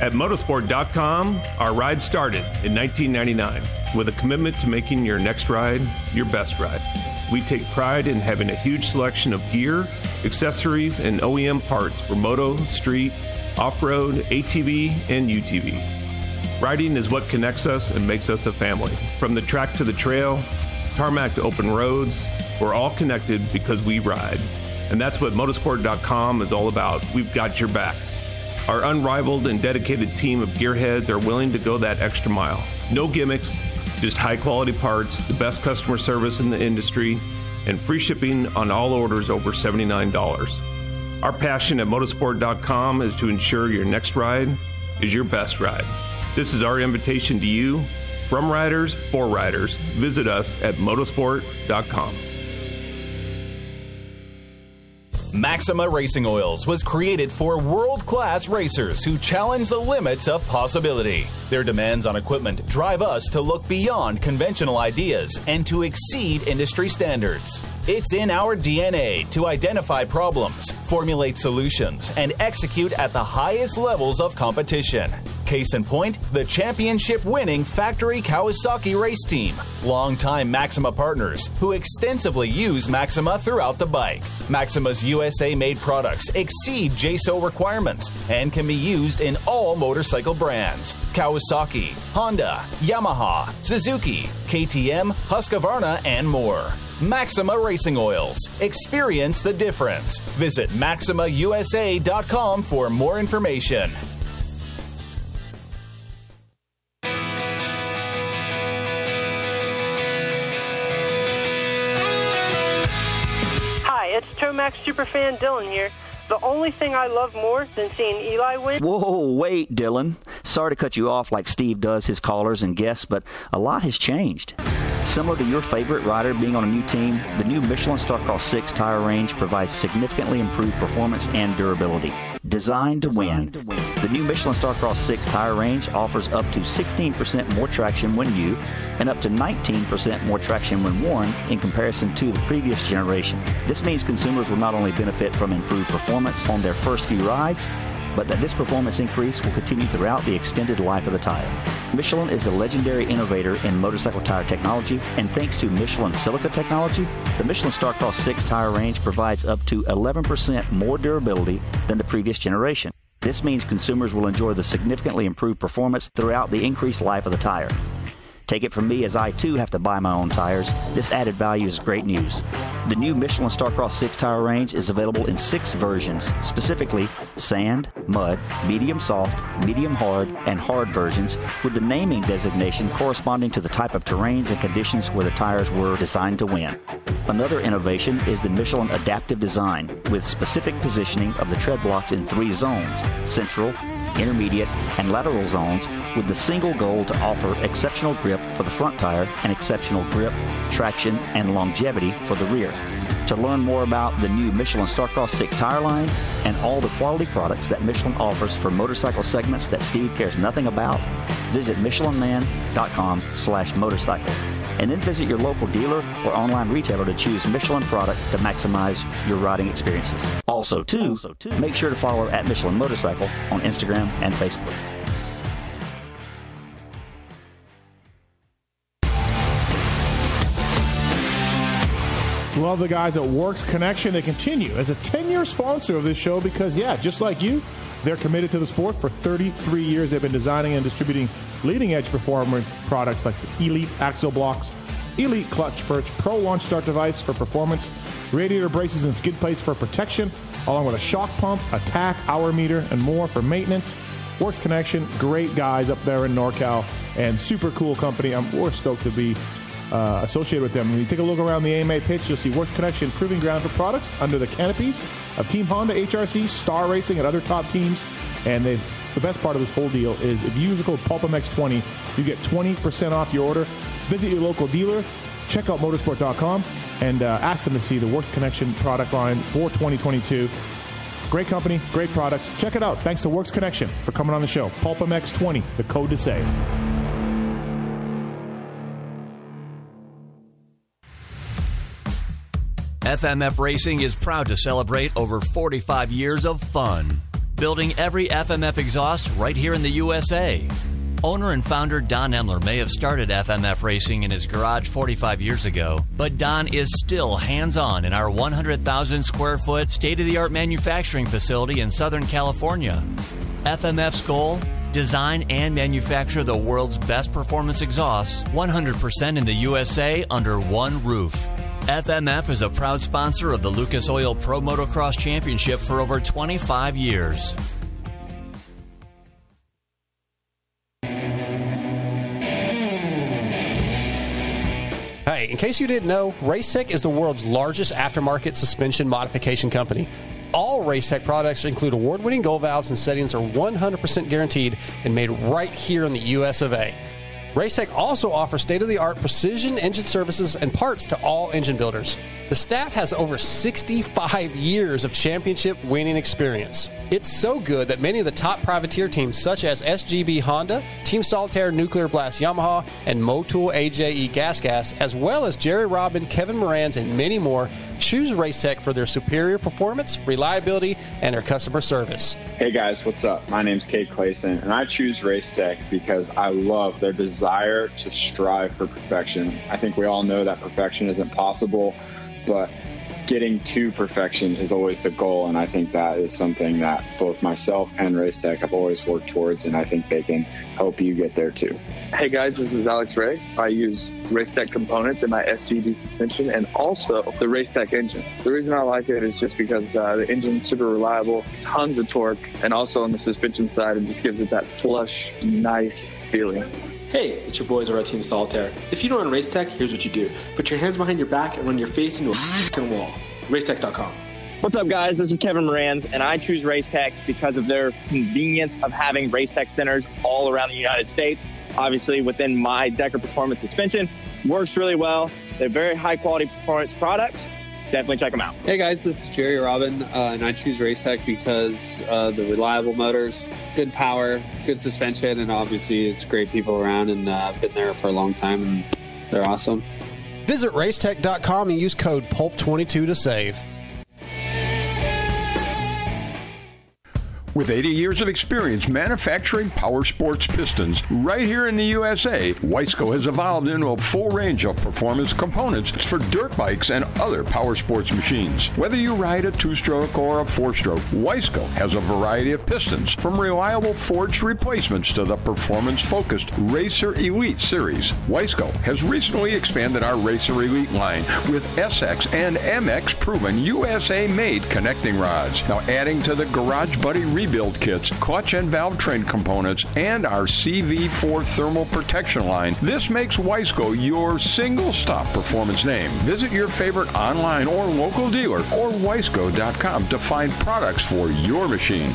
Speaker 8: At motorsport.com, our ride started in 1999 with a commitment to making your next ride your best ride. We take pride in having a huge selection of gear, accessories, and OEM parts for moto, street, off road, ATV, and UTV. Riding is what connects us and makes us a family. From the track to the trail, tarmac to open roads, we're all connected because we ride. And that's what motorsport.com is all about. We've got your back. Our unrivaled and dedicated team of gearheads are willing to go that extra mile. No gimmicks, just high quality parts, the best customer service in the industry, and free shipping on all orders over $79. Our passion at motorsport.com is to ensure your next ride is your best ride. This is our invitation to you from riders for riders. Visit us at motorsport.com.
Speaker 13: Maxima Racing Oils was created for world class racers who challenge the limits of possibility. Their demands on equipment drive us to look beyond conventional ideas and to exceed industry standards. It's in our DNA to identify problems, formulate solutions, and execute at the highest levels of competition. Case in point, the championship winning Factory Kawasaki race team, longtime Maxima partners who extensively use Maxima throughout the bike. Maxima's USA made products exceed JSO requirements and can be used in all motorcycle brands Kawasaki, Honda, Yamaha, Suzuki, KTM, Husqvarna, and more. Maxima Racing Oils. Experience the difference. Visit MaximaUSA.com for more information.
Speaker 16: Hi, it's Tomac Superfan Dylan here. The only thing I love more than seeing Eli win
Speaker 17: Whoa, wait, Dylan. Sorry to cut you off like Steve does his callers and guests, but a lot has changed. Similar to your favorite rider being on a new team, the new Michelin Starcross 6 tire range provides significantly improved performance and durability. Designed to win. The new Michelin Starcross 6 tire range offers up to 16% more traction when new and up to 19% more traction when worn in comparison to the previous generation. This means consumers will not only benefit from improved performance on their first few rides, but that this performance increase will continue throughout the extended life of the tire. Michelin is a legendary innovator in motorcycle tire technology, and thanks to Michelin silica technology, the Michelin Starcross 6 tire range provides up to 11% more durability than the previous generation. This means consumers will enjoy the significantly improved performance throughout the increased life of the tire. Take it from me as I too have to buy my own tires. This added value is great news. The new Michelin Starcross 6 tire range is available in six versions, specifically sand, mud, medium soft, medium hard, and hard versions, with the naming designation corresponding to the type of terrains and conditions where the tires were designed to win. Another innovation is the Michelin Adaptive Design, with specific positioning of the tread blocks in three zones central, intermediate, and lateral zones with the single goal to offer exceptional grip for the front tire and exceptional grip, traction, and longevity for the rear. To learn more about the new Michelin Starcross 6 tire line and all the quality products that Michelin offers for motorcycle segments that Steve cares nothing about, visit michelinman.com slash motorcycle and then visit your local dealer or online retailer to choose Michelin product to maximize your riding experiences. Also, too, make sure to follow at Michelin Motorcycle on Instagram and Facebook.
Speaker 3: Love the guys at Works Connection. They continue as a 10 year sponsor of this show because, yeah, just like you, they're committed to the sport. For 33 years, they've been designing and distributing leading edge performance products like the Elite Axle Blocks, Elite Clutch Perch, Pro Launch Start Device for performance, radiator braces and skid plates for protection, along with a shock pump, attack, hour meter, and more for maintenance. Works Connection, great guys up there in NorCal and super cool company. I'm, we're stoked to be uh, associated with them. When you take a look around the AMA pitch, you'll see Works Connection proving ground for products under the canopies of Team Honda, HRC, Star Racing, and other top teams. And they, the best part of this whole deal is if you use the code PulpMX20, you get 20% off your order. Visit your local dealer, check out motorsport.com, and uh, ask them to see the Works Connection product line for 2022. Great company, great products. Check it out. Thanks to Works Connection for coming on the show. PulpMX20, the code to save.
Speaker 15: FMF Racing is proud to celebrate over 45 years of fun, building every FMF exhaust right here in the USA. Owner and founder Don Emler may have started FMF Racing in his garage 45 years ago, but Don is still hands on in our 100,000 square foot state of the art manufacturing facility in Southern California. FMF's goal? Design and manufacture the world's best performance exhausts 100% in the USA under one roof. FMF is a proud sponsor of the Lucas Oil Pro Motocross Championship for over 25 years.
Speaker 9: Hey, in case you didn't know, Racetech is the world's largest aftermarket suspension modification company. All Racetech products include award winning gold valves and settings are 100% guaranteed and made right here in the US of A. Racetech also offers state of the art precision engine services and parts to all engine builders. The staff has over 65 years of championship winning experience. It's so good that many of the top privateer teams, such as SGB Honda, Team Solitaire Nuclear Blast Yamaha, and Motul AJE Gas Gas, as well as Jerry Robin, Kevin Moran's, and many more, choose Racetech for their superior performance, reliability, and their customer service.
Speaker 10: Hey guys, what's up? My name's Kate Clayson, and I choose Race Tech because I love their desire to strive for perfection. I think we all know that perfection isn't possible, but getting to perfection is always the goal, and I think that is something that both myself and Race Tech have always worked towards, and I think they can help you get there too.
Speaker 2: Hey guys, this is Alex Ray. I use Racetech components in my SGD suspension and also the Racetech engine. The reason I like it is just because uh, the engine's super reliable, tons of torque, and also on the suspension side, it just gives it that flush, nice feeling.
Speaker 20: Hey, it's your boys over at Team Solitaire. If you don't own Race Tech, here's what you do. Put your hands behind your back and run your face into a f***ing wall. Racetech.com.
Speaker 21: What's up, guys? This is Kevin Moranz, and I choose Racetech because of their convenience of having Racetech centers all around the United States. Obviously, within my Decker Performance suspension, works really well. They're very high quality performance product, definitely check them out.
Speaker 11: Hey guys, this is Jerry Robin, uh, and I choose Race Tech because uh, the reliable motors, good power, good suspension, and obviously it's great people around, and uh, been there for a long time, and they're awesome.
Speaker 9: Visit racetech.com and use code PULP22 to save.
Speaker 12: With 80 years of experience manufacturing power sports pistons right here in the USA, Weisco has evolved into a full range of performance components for dirt bikes and other power sports machines. Whether you ride a two-stroke or a four-stroke, Weisco has a variety of pistons from reliable forged replacements to the performance-focused Racer Elite series. Weisco has recently expanded our Racer Elite line with SX and MX proven USA-made connecting rods. Now adding to the Garage Buddy rebuild kits, clutch and valve train components, and our CV4 thermal protection line. This makes Weisco your single stop performance name. Visit your favorite online or local dealer or Weisco.com to find products for your machine.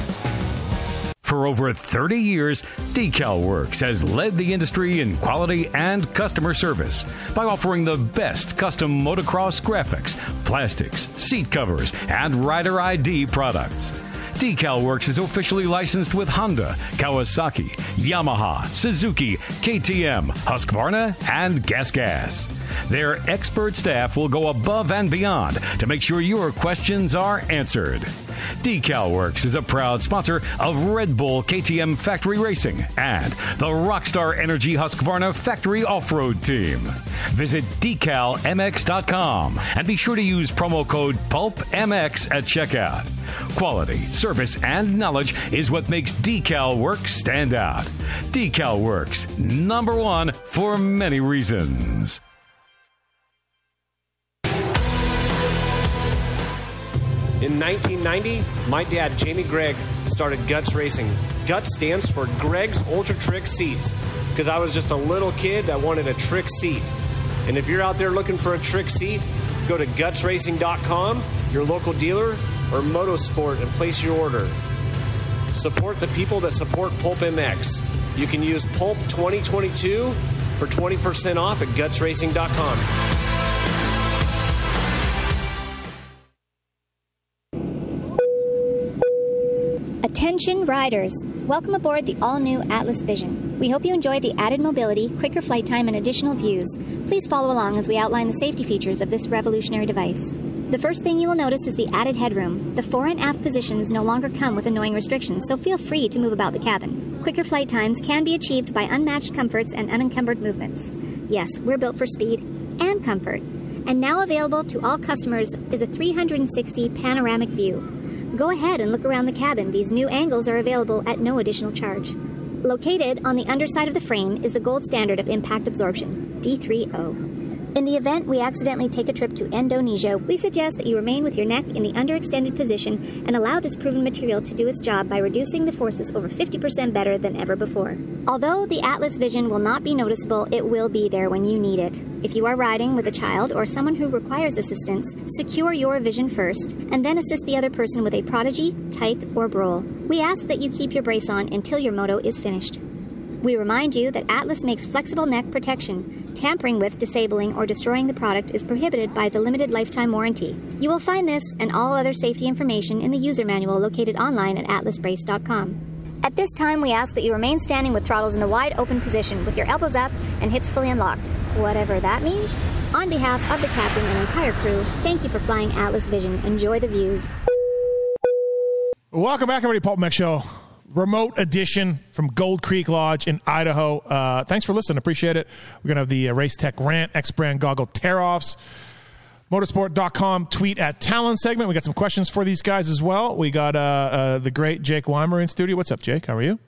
Speaker 19: For over 30 years, Decal Works has led the industry in quality and customer service by offering the best custom motocross graphics, plastics, seat covers, and rider ID products. Decal Works is officially licensed with Honda, Kawasaki, Yamaha, Suzuki, KTM, Husqvarna, and GasGas. Their expert staff will go above and beyond to make sure your questions are answered. Decal Works is a proud sponsor of Red Bull KTM Factory Racing and the Rockstar Energy Husqvarna Factory Off-Road Team. Visit decalmx.com and be sure to use promo code PULPMX at checkout. Quality, service, and knowledge is what makes Decal Works stand out. Decal Works, number one for many reasons.
Speaker 14: In 1990, my dad, Jamie Gregg, started Guts Racing. Guts stands for Greg's Ultra Trick Seats because I was just a little kid that wanted a trick seat. And if you're out there looking for a trick seat, go to gutsracing.com, your local dealer, or Motosport and place your order. Support the people that support Pulp MX. You can use Pulp 2022 for 20% off at gutsracing.com.
Speaker 18: Attention riders! Welcome aboard the all new Atlas Vision. We hope you enjoy the added mobility, quicker flight time, and additional views. Please follow along as we outline the safety features of this revolutionary device. The first thing you will notice is the added headroom. The fore and aft positions no longer come with annoying restrictions, so feel free to move about the cabin. Quicker flight times can be achieved by unmatched comforts and unencumbered movements. Yes, we're built for speed and comfort. And now available to all customers is a 360 panoramic view. Go ahead and look around the cabin. These new angles are available at no additional charge. Located on the underside of the frame is the gold standard of impact absorption, D3O. In the event we accidentally take a trip to Indonesia, we suggest that you remain with your neck in the underextended position and allow this proven material to do its job by reducing the forces over 50% better than ever before. Although the Atlas Vision will not be noticeable, it will be there when you need it. If you are riding with a child or someone who requires assistance, secure your vision first and then assist the other person with a prodigy, tyke, or brawl. We ask that you keep your brace on until your moto is finished. We remind you that Atlas makes flexible neck protection. Tampering with, disabling, or destroying the product is prohibited by the limited lifetime warranty. You will find this and all other safety information in the user manual located online at atlasbrace.com. At this time, we ask that you remain standing with throttles in the wide open position with your elbows up and hips fully unlocked, whatever that means. On behalf of the captain and entire crew, thank you for flying Atlas Vision. Enjoy the views.
Speaker 3: Welcome back, everybody. Paul Mech Show, remote edition from Gold Creek Lodge in Idaho. Uh, thanks for listening. Appreciate it. We're going to have the uh, Race Tech rant, X Brand goggle tear offs, motorsport.com tweet at Talon segment. We got some questions for these guys as well. We got uh, uh, the great Jake Weimer in studio. What's up, Jake? How are you?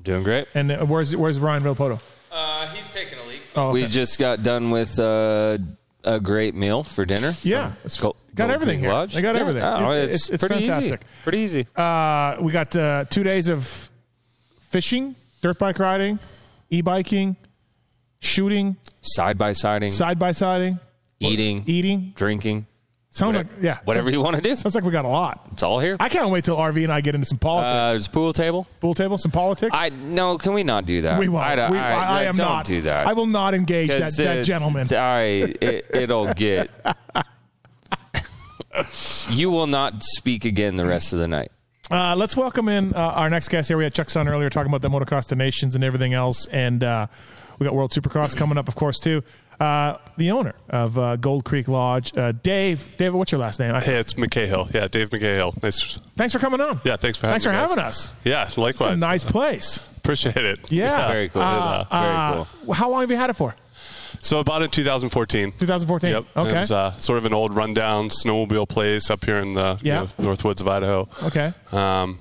Speaker 4: Doing great.
Speaker 3: And uh, where's where's Ryan Villopoto?
Speaker 4: Uh, he's taking a leak.
Speaker 3: Oh, okay.
Speaker 4: We just got done with uh, a great meal for dinner.
Speaker 3: Yeah.
Speaker 4: Gold,
Speaker 3: Got everything here.
Speaker 4: Lodge.
Speaker 3: They got
Speaker 4: Yeah.
Speaker 3: everything.
Speaker 4: Oh,
Speaker 3: It-
Speaker 4: it's, pretty fantastic. Easy. Pretty easy.
Speaker 3: Uh, we got uh, two days of fishing, dirt bike riding, e-biking, shooting,
Speaker 4: Side by siding,
Speaker 3: side by siding.
Speaker 4: eating,
Speaker 3: eating,
Speaker 4: drinking.
Speaker 3: Sounds
Speaker 4: Whatever-
Speaker 3: like yeah,
Speaker 4: Whatever you want to do.
Speaker 3: Sounds like we got a lot.
Speaker 4: It's all here.
Speaker 3: I can't wait till RV and I get into some politics.
Speaker 4: Uh, there's a pool table.
Speaker 3: Pool table, some politics.
Speaker 4: I no. Can we not do that?
Speaker 3: we won't.
Speaker 4: I,
Speaker 3: We-
Speaker 4: don't-
Speaker 3: I,
Speaker 4: I-
Speaker 3: I am
Speaker 4: don't
Speaker 3: not.
Speaker 4: do that. uh,
Speaker 3: I will not engage that,
Speaker 4: 'Cause
Speaker 3: that
Speaker 4: it's-
Speaker 3: gentleman.
Speaker 4: it's- all right, it, it'll get. you will not speak again the rest of the night.
Speaker 3: Uh, let's welcome in uh, our next guest here. We had Chuck Sun earlier talking about the motocross donations and everything else, and uh, we got World Supercross coming up, of course, too. Uh, the owner of uh, Gold Creek Lodge, uh, Dave. David, what's your last name? I-
Speaker 1: Hey, it's McCahill. Yeah, Dave McCahill. Nice.
Speaker 3: Thanks for coming on.
Speaker 1: Yeah, thanks for having
Speaker 3: Thanks for
Speaker 1: me, guys.
Speaker 3: having us.
Speaker 1: Yeah,
Speaker 3: It's a
Speaker 1: likewise.
Speaker 3: nice place.
Speaker 1: Appreciate it.
Speaker 3: Yeah.
Speaker 1: Uh,
Speaker 3: Uh, uh, How long have you had it for?
Speaker 1: So I bought it in 2014.
Speaker 3: 2014.
Speaker 1: Yep.
Speaker 3: Okay.
Speaker 1: It was uh, sort of an old rundown snowmobile place up here in the you
Speaker 3: Yeah.
Speaker 1: know, Northwoods of Idaho.
Speaker 3: Okay.
Speaker 1: Um,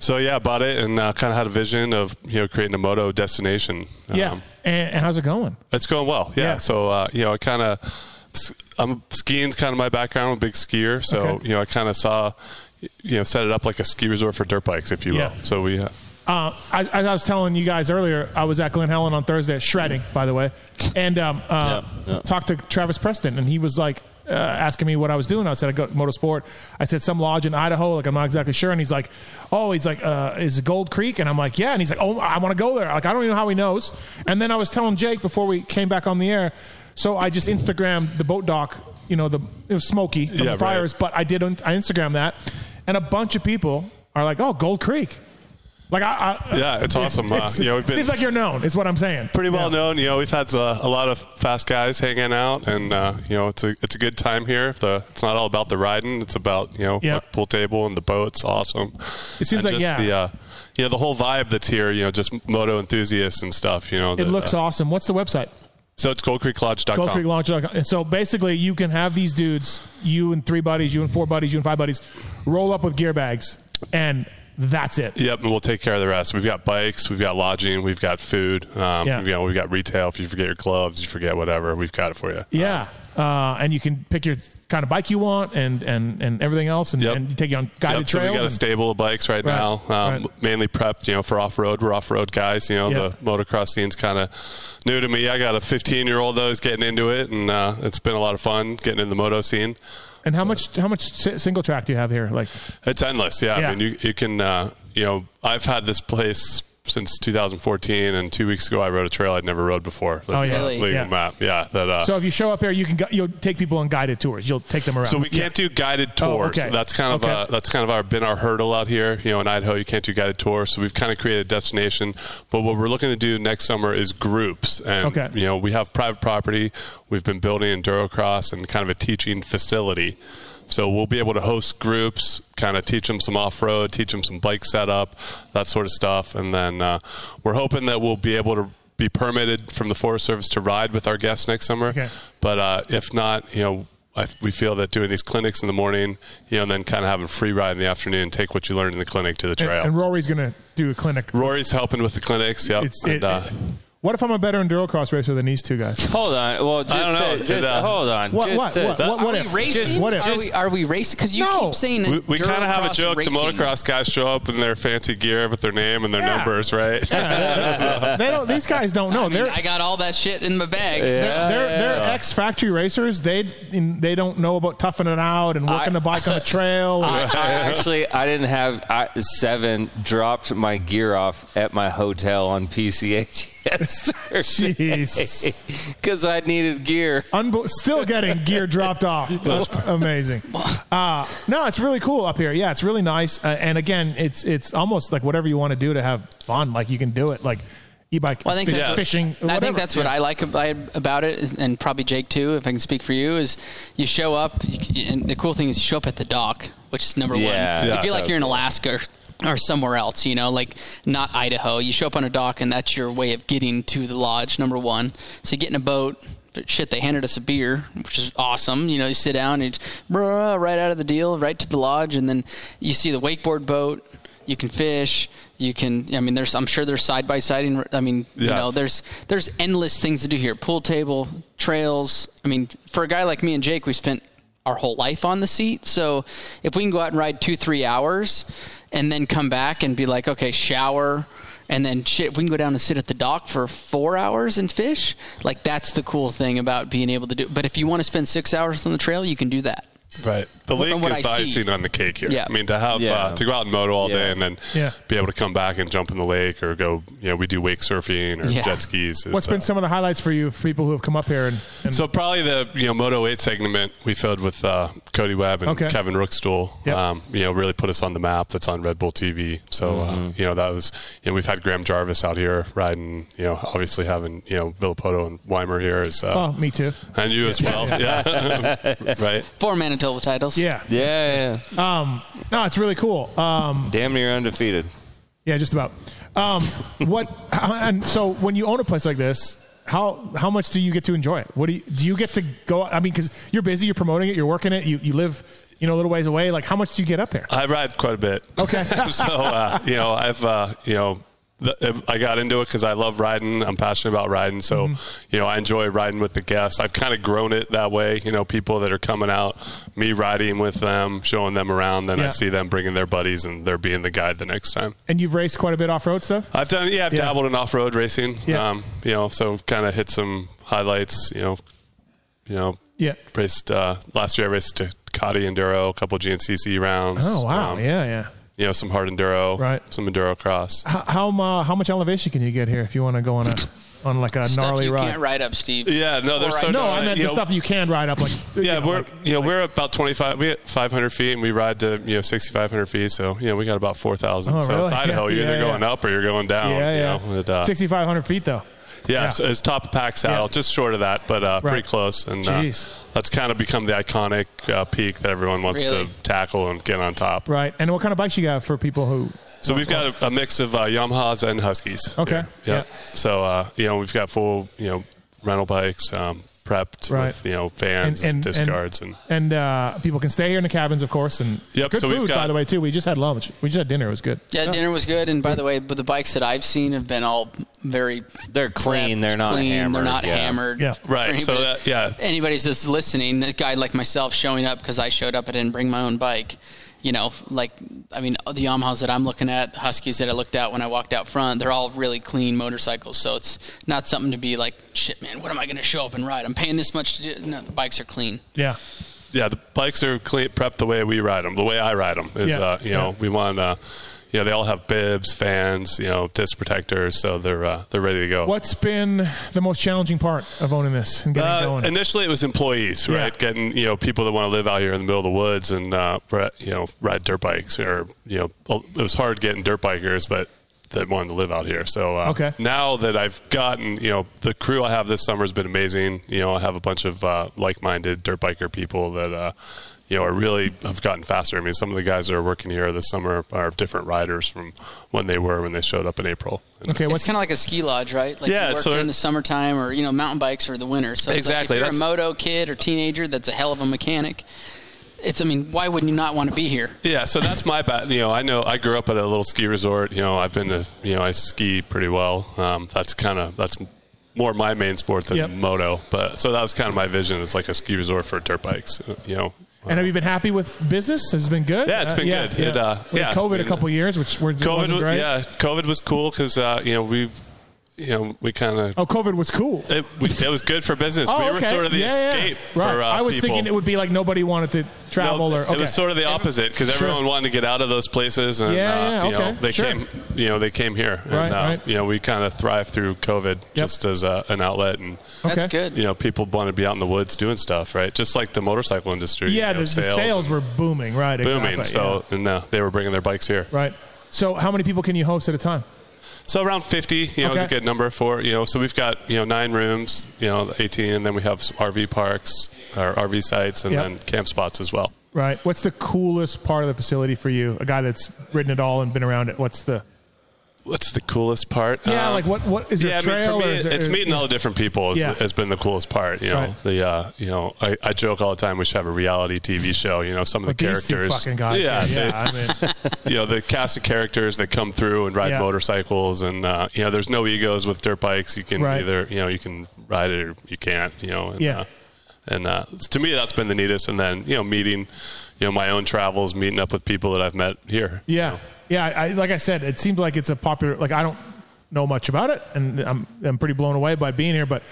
Speaker 1: so yeah, I bought it and uh, kind of had a vision of you know creating a moto destination.
Speaker 3: yeah.
Speaker 1: Um,
Speaker 3: and, and how's it going?
Speaker 1: It's going well. Yeah. So uh, you know, I kind of I'm skiing's kind of my background. I'm a big skier, so
Speaker 3: Okay.
Speaker 1: you know, I kind of saw you know set it up like a ski resort for dirt bikes, if you will.
Speaker 3: Yeah.
Speaker 1: So we. Uh,
Speaker 3: Uh, I, as I was telling you guys earlier, I was at Glen Helen on Thursday, shredding, by the way, and um, uh, talked to Travis Preston, and he was like uh, asking me what I was doing. I said I go to motorsport. I said some lodge in Idaho, like I'm not exactly sure, and he's like, oh, he's like, uh, is it Gold Creek? And I'm like, yeah, and he's like, oh, I want to go there. Like I don't even know how he knows. And then I was telling Jake before we came back on the air, so I just Instagrammed the boat dock. You know, the it was smoky from
Speaker 1: Yeah,
Speaker 3: the
Speaker 1: right.
Speaker 3: fires, but I did I Instagram that, and a bunch of people are like, oh, Gold Creek. Like I, I
Speaker 1: Yeah, it's awesome. Uh,
Speaker 3: It's-
Speaker 1: you know, we've been-
Speaker 3: seems like you're known. Is what I'm saying.
Speaker 1: pretty well known. You know, we've had uh, a lot of fast guys hanging out, and uh, you know, it's a it's a good time here. The it's not all about the riding; it's about you know
Speaker 3: Yeah.
Speaker 1: the pool table and the boats. Awesome.
Speaker 3: It
Speaker 1: and
Speaker 3: seems like,
Speaker 1: just
Speaker 3: yeah.
Speaker 1: The, uh, you know, the whole vibe that's here. You know, just moto enthusiasts and stuff. You know,
Speaker 3: It looks
Speaker 1: uh,
Speaker 3: awesome. What's the website?
Speaker 1: So it's goldcreeklodge.com.
Speaker 3: GoldCreekLodge.com. And so basically, you can have these dudes, you and three buddies, you and four buddies, you and five buddies, roll up with gear bags, and that's it.
Speaker 1: Yep, and we'll take care of the rest. We've got bikes, we've got lodging, we've got food. Um,
Speaker 3: Yeah.
Speaker 1: you know, we've got retail. If you forget your gloves, you forget whatever, we've got it for you.
Speaker 3: Yeah. Uh, and you can pick your kind of bike you want and and and everything else, and, and take you on guided
Speaker 1: Yep, so
Speaker 3: trails.
Speaker 1: we got a
Speaker 3: and-
Speaker 1: stable of bikes right,
Speaker 3: Right,
Speaker 1: now, um,
Speaker 3: right.
Speaker 1: mainly prepped, you know, for off road. We're off road guys. You know,
Speaker 3: Yeah.
Speaker 1: the motocross scene's kind of new to me. I got a 15 year old though, is getting into it, and uh, it's been a lot of fun getting in the moto scene.
Speaker 3: and how much how much si- single track do you have here? Like
Speaker 1: It's endless. Yeah,
Speaker 3: Yeah.
Speaker 1: I mean, you you can, uh, you know, I've had this place since 2014, and two weeks ago I rode a trail I'd never rode before.
Speaker 3: Oh, yeah.
Speaker 1: uh,
Speaker 3: Really?
Speaker 1: legal
Speaker 3: Yeah.
Speaker 1: map. Yeah, that. Uh,
Speaker 3: so, if you show up here, you can gu- you'll take people on guided tours. You'll take them around.
Speaker 1: So we can't do guided tours.
Speaker 3: Oh, okay.
Speaker 1: That's kind of
Speaker 3: Okay.
Speaker 1: uh, that's kind of our been our hurdle out here. You know, in Idaho, you can't do guided tours. So we've kind of created a destination. But what we're looking to do next summer is groups. And
Speaker 3: Okay.
Speaker 1: you know, we have private property. We've been building endurocross and kind of a teaching facility. So we'll be able to host groups, kind of teach them some off-road, teach them some bike setup, that sort of stuff, and then uh, we're hoping that we'll be able to be permitted from the Forest Service to ride with our guests next summer.
Speaker 3: Okay.
Speaker 1: But uh, if not, you know, I, we feel that doing these clinics in the morning, you know, and then kind of having a free ride in the afternoon, take what you learned in the clinic to the
Speaker 3: And,
Speaker 1: trail.
Speaker 3: and Rory's gonna do a clinic.
Speaker 1: Rory's helping with the clinics. Yep.
Speaker 3: It's-
Speaker 1: And,
Speaker 3: it-
Speaker 1: uh,
Speaker 3: What if I'm a better endurocross racer than these two guys?
Speaker 4: Hold on. Uh, Well, just,
Speaker 1: don't know.
Speaker 4: To,
Speaker 1: Did,
Speaker 4: just
Speaker 1: uh,
Speaker 4: hold on.
Speaker 3: What-
Speaker 4: just
Speaker 3: what-
Speaker 4: to-
Speaker 3: what- what- what
Speaker 5: Are we racing?
Speaker 4: What if?
Speaker 5: Are we, are we racing? Because you keep saying
Speaker 1: we, we kind of have a
Speaker 5: endurocross
Speaker 1: joke.
Speaker 5: racing.
Speaker 1: The motocross guys show up in their fancy gear with their name and their numbers, right?
Speaker 3: They don't. These guys don't know.
Speaker 5: I, mean,
Speaker 3: they're
Speaker 5: I got all that shit in my bag.
Speaker 3: they're,
Speaker 5: so-
Speaker 3: they're, they're ex factory racers. They they don't know about toughing it out and working the bike on the trail.
Speaker 4: I, I actually, I didn't have I, seven. Dropped my gear off at my hotel on PCH yesterday because I needed gear.
Speaker 3: Unbe- still getting gear dropped off. Oh, Amazing. Uh, no, it's really cool up here. Yeah, it's really nice. Uh, and again, it's it's almost like whatever you want to do to have fun, like you can do it. Like e-bike,
Speaker 5: Well, I think
Speaker 3: fish-
Speaker 5: that's what-
Speaker 3: fishing.
Speaker 5: I think
Speaker 3: whatever.
Speaker 5: that's what
Speaker 3: Yeah.
Speaker 5: I like ab- about it, is- and probably Jake too, if I can speak for you. Is you show up, you- and the cool thing is you show up at the dock, which is number
Speaker 4: Yeah,
Speaker 5: one. You
Speaker 4: yeah.
Speaker 5: feel like
Speaker 4: so
Speaker 5: you're in
Speaker 4: cool.
Speaker 5: Alaska. Or, or somewhere else, you know, like not Idaho. You show up on a dock, and that's your way of getting to the lodge. Number one, so you get in a boat. But shit, they handed us a beer, which is awesome. You know, you sit down and it's bruh, right out of the deal, right to the lodge, and then you see the wakeboard boat. You can fish. You can. I mean, there's. I'm sure there's side by siding. I mean, you
Speaker 1: Yeah.
Speaker 5: know, there's there's endless things to do here. Pool table, trails. I mean, for a guy like me and Jake, we spent our whole life on the seat. So if we can go out and ride two, three hours and then come back and be like, okay, shower and then shit, we can go down and sit at the dock for four hours and fish. Like that's the cool thing about being able to do. But if you want to spend six hours on the trail, you can do that.
Speaker 1: Right. The
Speaker 5: From
Speaker 1: link
Speaker 5: what
Speaker 1: is
Speaker 5: I
Speaker 1: the
Speaker 5: see.
Speaker 1: icing on the cake here.
Speaker 5: Yeah.
Speaker 1: I mean, to have
Speaker 5: Yeah.
Speaker 1: uh, to go out and moto all day and then
Speaker 3: Yeah.
Speaker 1: be able to come back and jump in the lake or go, you know, we do wake surfing or
Speaker 3: Yeah.
Speaker 1: jet skis. It's,
Speaker 3: What's been
Speaker 1: uh,
Speaker 3: some of the highlights for you for people who have come up here and, and
Speaker 1: so probably the you know Moto Eight segment we filled with uh, Cody Webb and
Speaker 3: Okay.
Speaker 1: Kevin Rookstool, um, you know, really put us on the map. That's on Red Bull TV. So uh,
Speaker 3: Mm-hmm.
Speaker 1: you know that was, you know, we've had Graham Jarvis out here riding. You know, obviously having you know Villapoto and Weimer here is, uh,
Speaker 3: oh, me too.
Speaker 1: and you as well, yeah, right.
Speaker 5: Four Manitoba titles.
Speaker 3: Yeah.
Speaker 4: Yeah,
Speaker 3: Um, no, it's really cool. Um,
Speaker 4: Damn near undefeated.
Speaker 3: yeah, just about. Um, what? And so, when you own a place like this, how how much do you get to enjoy it? What do you do? You get to go. I mean, because you're busy, you're promoting it, you're working it, you you live, you know, a little ways away. Like, how much do you get up here?
Speaker 1: I ride quite a bit.
Speaker 3: Okay.
Speaker 1: so uh, you know, I've uh, you know, the, I got into it because I love riding. I'm passionate about riding, so
Speaker 3: Mm-hmm.
Speaker 1: you know, I enjoy riding with the guests. I've kind of grown it that way. You know, people that are coming out, me riding with them, showing them around. Then I
Speaker 3: Yeah.
Speaker 1: see them bringing their buddies, and they're being the guide the next time.
Speaker 3: And you've raced quite a bit off road stuff.
Speaker 1: I've done, yeah, I've dabbled in off road racing.
Speaker 3: Yeah.
Speaker 1: Um, you know, so kind of hit some highlights. You know, you know,
Speaker 3: Yeah.
Speaker 1: raced uh, last year. I raced Ducati Enduro, a couple GNCC rounds.
Speaker 3: Oh wow!
Speaker 1: Um,
Speaker 3: yeah, yeah.
Speaker 1: you know, some hard enduro,
Speaker 3: Right.
Speaker 1: Some enduro cross.
Speaker 3: How how, mu- how much elevation can you get here if you want to go on a on like a gnarly
Speaker 5: you
Speaker 3: ride?
Speaker 5: can't ride up, Steve.
Speaker 1: Yeah, no, there's so
Speaker 3: no. I meant
Speaker 1: you
Speaker 3: the
Speaker 1: know,
Speaker 3: stuff that you can ride up, like
Speaker 1: Yeah, we're you know we're about 25, we hit 500 feet, and we ride to you know 6,500 feet, so you know we got about 4,000. so
Speaker 3: Oh,
Speaker 1: it's
Speaker 3: really?
Speaker 1: Idaho,
Speaker 3: Yeah,
Speaker 1: you're
Speaker 3: yeah,
Speaker 1: either
Speaker 3: yeah.
Speaker 1: going up or you're going down.
Speaker 3: yeah,
Speaker 1: you know,
Speaker 3: yeah.
Speaker 1: and, uh,
Speaker 3: Sixty five hundred feet though.
Speaker 1: Yeah, It's, it's top of pack saddle, just short of that, but uh,
Speaker 3: Right.
Speaker 1: pretty close. And uh,
Speaker 3: Jeez.
Speaker 1: that's kind of become the iconic uh, peak that everyone wants
Speaker 3: Really?
Speaker 1: to tackle and get on top.
Speaker 3: Right. And what kind of bikes you got for people who?
Speaker 1: So we've got a, a mix of uh, Yamahas and Huskies.
Speaker 3: Okay.
Speaker 1: Yeah. So uh, you know we've got full you know rental bikes um, prepped
Speaker 3: Right.
Speaker 1: with you know fans and, discards and,
Speaker 3: and uh, people can stay here in the cabins, of course, and
Speaker 1: Yep,
Speaker 3: good
Speaker 1: so we've
Speaker 3: food by
Speaker 1: got-
Speaker 3: the way too. We just had lunch. We just had dinner. It was good.
Speaker 5: Yeah, dinner was good, and by the way, but the bikes that I've seen have been all very.
Speaker 4: They're clean. They're not
Speaker 5: clean,
Speaker 4: hammered.
Speaker 5: They're not
Speaker 4: Yeah.
Speaker 5: hammered.
Speaker 4: Yeah.
Speaker 1: Right,
Speaker 5: For
Speaker 1: so
Speaker 5: anybody-
Speaker 1: that- yeah.
Speaker 5: Anybody's that's listening, a guy like myself showing up because I showed up. I didn't bring my own bike. You know, like I mean, the Yamahas that I'm looking at, the Huskies that I looked at when I walked out front, they're all really clean motorcycles. So it's not something to be like, shit, man, what am I going to show up and ride? I'm paying this much to do. No, the bikes are clean.
Speaker 3: Yeah.
Speaker 1: Yeah, the bikes are clean, prepped the way we ride them. The way I ride them is,
Speaker 5: Yeah,
Speaker 1: uh, you know, we want, uh, you know, they all have bibs, fans, you know, disc protectors, so they're uh, they're ready to go.
Speaker 3: What's been the most challenging part of owning this and getting
Speaker 1: Uh,
Speaker 3: going?
Speaker 1: initially, it was employees, right? Getting you know people that want to live out here in the middle of the woods and uh, ri- you know ride dirt bikes, or you know well, it was hard getting dirt bikers, but that wanted to live out here. So uh,
Speaker 3: Okay.
Speaker 1: now that I've gotten you know the crew I have this summer has been amazing. You know I have a bunch of uh, like-minded dirt biker people that. Uh, you know, are really have gotten faster. I mean, some of the guys that are working here this summer are different riders from when they were when they showed up in April.
Speaker 3: Okay,
Speaker 5: it's kind of like a ski lodge, right? Like
Speaker 1: Yeah,
Speaker 5: you
Speaker 1: it's
Speaker 5: work
Speaker 1: sort of-
Speaker 5: in the summertime, or you know, mountain bikes or the winter. So it's
Speaker 1: Exactly,
Speaker 5: Like if you're
Speaker 1: that's-
Speaker 5: a moto kid or teenager, that's a hell of a mechanic. It's. I mean, why would you not want to be here?
Speaker 1: Yeah, so that's my bad. You know, I know I grew up at a little ski resort. You know, I've been to you know I ski pretty well. Um, that's kind of that's more my main sport than
Speaker 3: Yep.
Speaker 1: moto. But so that was kind of my vision. It's like a ski resort for dirt bikes. uh, You know,
Speaker 3: and have you been happy with business? Has it been good?
Speaker 1: Yeah, it's been good. It, uh,
Speaker 3: we
Speaker 1: yeah,
Speaker 3: had COVID
Speaker 1: I mean,
Speaker 3: a couple years, which were
Speaker 1: COVID.
Speaker 3: wasn't
Speaker 1: Was,
Speaker 3: great.
Speaker 1: yeah, COVID was cool because uh, you know we, you know we kind of.
Speaker 3: Oh, COVID was cool.
Speaker 1: It, we, it was good for business.
Speaker 3: Oh,
Speaker 1: we were
Speaker 3: okay.
Speaker 1: sort of the
Speaker 3: Yeah, yeah.
Speaker 1: escape
Speaker 3: Right.
Speaker 1: for uh,
Speaker 3: I was
Speaker 1: people.
Speaker 3: thinking it would be like nobody wanted to travel or okay.
Speaker 1: It was sort of the opposite because everyone wanted to get out of those places, and
Speaker 3: Yeah,
Speaker 1: uh,
Speaker 3: yeah,
Speaker 1: you
Speaker 3: okay,
Speaker 1: know they
Speaker 3: sure.
Speaker 1: came, you know they came here,
Speaker 3: Right,
Speaker 1: and uh,
Speaker 3: right.
Speaker 1: you know we kind of thrived through COVID just as a, an outlet, and
Speaker 5: That's Okay. good.
Speaker 1: You know people want to be out in the woods doing stuff, right? Just like the motorcycle industry,
Speaker 3: yeah,
Speaker 1: you know,
Speaker 3: the, the sales were booming, right?
Speaker 1: booming.
Speaker 3: exactly,
Speaker 1: so and uh, they were bringing their bikes here.
Speaker 3: yeah. right. So how many people can you host at a time?
Speaker 1: So around 50, you know, is a
Speaker 3: Okay.
Speaker 1: good number for, you know, so we've got, you know, nine rooms, you know, 18, and then we have some RV parks or RV sites and
Speaker 3: Yep.
Speaker 1: then camp spots as well.
Speaker 3: Right. What's the coolest part of the facility for you? A guy that's ridden it all and been around it. What's the
Speaker 1: What's the coolest part?
Speaker 3: Yeah,
Speaker 1: Um,
Speaker 3: like what what is there
Speaker 1: yeah,
Speaker 3: a trail
Speaker 1: I mean, for
Speaker 3: or
Speaker 1: me,
Speaker 3: is there-
Speaker 1: it's
Speaker 3: or-
Speaker 1: meeting all the different people has,
Speaker 3: Yeah.
Speaker 1: has been the coolest part. You know,
Speaker 3: Right.
Speaker 1: the uh, you know, I, I joke all the time. We should have a reality TV show. You know, some of the
Speaker 3: But these two
Speaker 1: characters,
Speaker 3: fucking guys,
Speaker 1: yeah,
Speaker 3: yeah,
Speaker 1: they-
Speaker 3: yeah, I mean-
Speaker 1: you know the cast of characters that come through and ride
Speaker 3: Yeah.
Speaker 1: motorcycles and uh, you know there's no egos with dirt bikes you can
Speaker 3: Right.
Speaker 1: either you know you can ride it or you can't you know and,
Speaker 3: Yeah.
Speaker 1: uh, and uh, to me that's been the neatest and then you know meeting you know my own travels meeting up with people that I've met here
Speaker 3: Yeah, yeah. I, I- like I said, it seemed like it's a popular. Like I don't know much about it, and I'm I'm pretty blown away by being here. But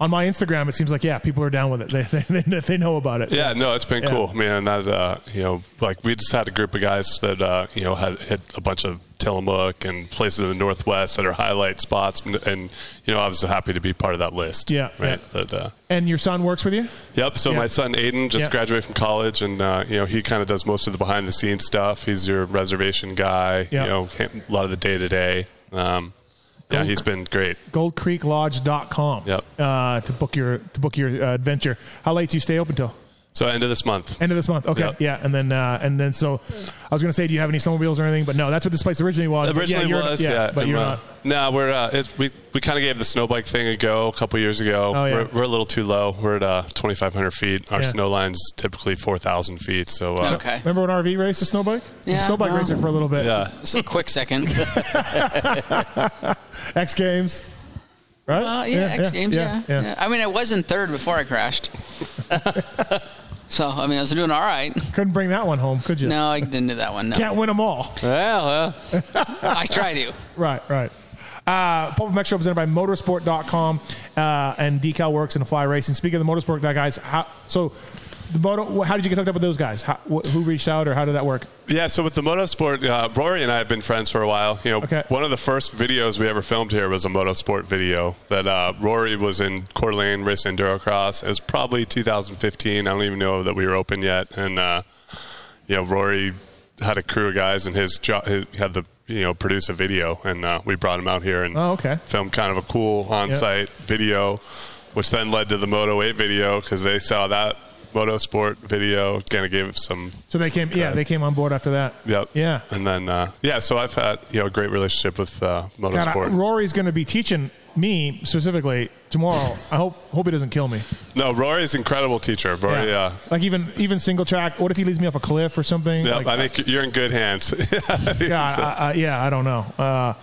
Speaker 3: on my Instagram, it seems like yeah, people are down with it. They they, they, they know about it.
Speaker 1: Yeah, no, it's been
Speaker 3: Yeah.
Speaker 1: cool, man. That uh, you know, like we just had a group of guys that uh, you know had hit a bunch of Tillamook and places in the Northwest that are highlight spots, and, and you know, I was happy to be part of that list.
Speaker 3: Yeah,
Speaker 1: right. That, uh,
Speaker 3: And your son works with you.
Speaker 1: Yep. So
Speaker 3: Yeah.
Speaker 1: my son Aiden just
Speaker 3: Yeah.
Speaker 1: graduated from college, and uh, you know he kind of does most of the behind the scenes stuff. He's your reservation guy.
Speaker 3: Yeah.
Speaker 1: You know, can't- a lot of the day to day. Yeah, he's been great.
Speaker 3: GoldCreekLodge.com
Speaker 1: Yep.
Speaker 3: uh, to book your to book your uh, adventure. How late do you stay open till?
Speaker 1: So end of this month.
Speaker 3: End of this month. Okay,
Speaker 1: Yep.
Speaker 3: yeah, and then uh, and then so I was going to say, do you have any snowmobiles or anything? But no, that's what this place originally was. But
Speaker 1: Originally
Speaker 3: yeah, you're,
Speaker 1: was,
Speaker 3: yeah,
Speaker 1: yeah.
Speaker 3: but
Speaker 1: and,
Speaker 3: you're
Speaker 1: uh,
Speaker 3: not.
Speaker 1: No, we're uh, it's, we we kind of gave the snow bike thing a go a couple years ago.
Speaker 3: Oh, yeah.
Speaker 1: we're, we're a little too low. We're at uh, 2,500 feet. Our
Speaker 3: Yeah.
Speaker 1: snow line's typically 4,000 feet. So uh,
Speaker 3: Remember when RV raced a snowbike?
Speaker 5: Yeah,
Speaker 3: Snowbike
Speaker 5: well.
Speaker 3: racer for a little bit.
Speaker 1: Yeah.
Speaker 5: It's a quick second.
Speaker 3: X Games, right?
Speaker 5: Uh, yeah, X Games. Yeah,
Speaker 3: yeah.
Speaker 5: yeah. I mean, I was in third before I crashed. so I mean, I was doing all right.
Speaker 3: Couldn't bring that one home, could you?
Speaker 5: No, I didn't do that one. No.
Speaker 3: Can't win them all.
Speaker 4: Well,
Speaker 5: I try to.
Speaker 3: Right, right. Uh, Pulp Mech Show presented by motorsport.com uh, and Decal Works and Fly Racing. Speaking of the motorsport guy, guys, how, so the moto, how did you get hooked up with those guys? How, wh- who reached out or how did that work?
Speaker 1: Yeah, so with the motorsport, uh, Rory and I have been friends for a while. You know, one of the first videos we ever filmed here was a motorsport video that uh, Rory was in Coeur d'Alene racing endurocross. It was probably 2015. I don't even know that we were open yet, and uh, you know, Rory had a crew of guys, and his job had the you know produce a video, and uh, we brought him out here and
Speaker 3: Oh, okay.
Speaker 1: filmed kind of a cool on-site video, which then led to the Moto 8 video because they saw that motorsport video, kind of gave some
Speaker 3: So they came, yeah, they came on board after that.
Speaker 1: Yep.
Speaker 3: Yeah.
Speaker 1: And then uh, yeah, so I've had you know a great relationship with uh,
Speaker 3: God, I-
Speaker 1: motorsport.
Speaker 3: Rory's going to be teaching me specifically tomorrow. I hope hope he doesn't kill me.
Speaker 1: no, Rory's an incredible teacher. Rory, uh, yeah.
Speaker 3: Like even even single track. What if he leads me off a cliff or something?
Speaker 1: Yep,
Speaker 3: Like,
Speaker 1: I think you're in good hands.
Speaker 3: God, I, I, yeah, I don't know. Uh,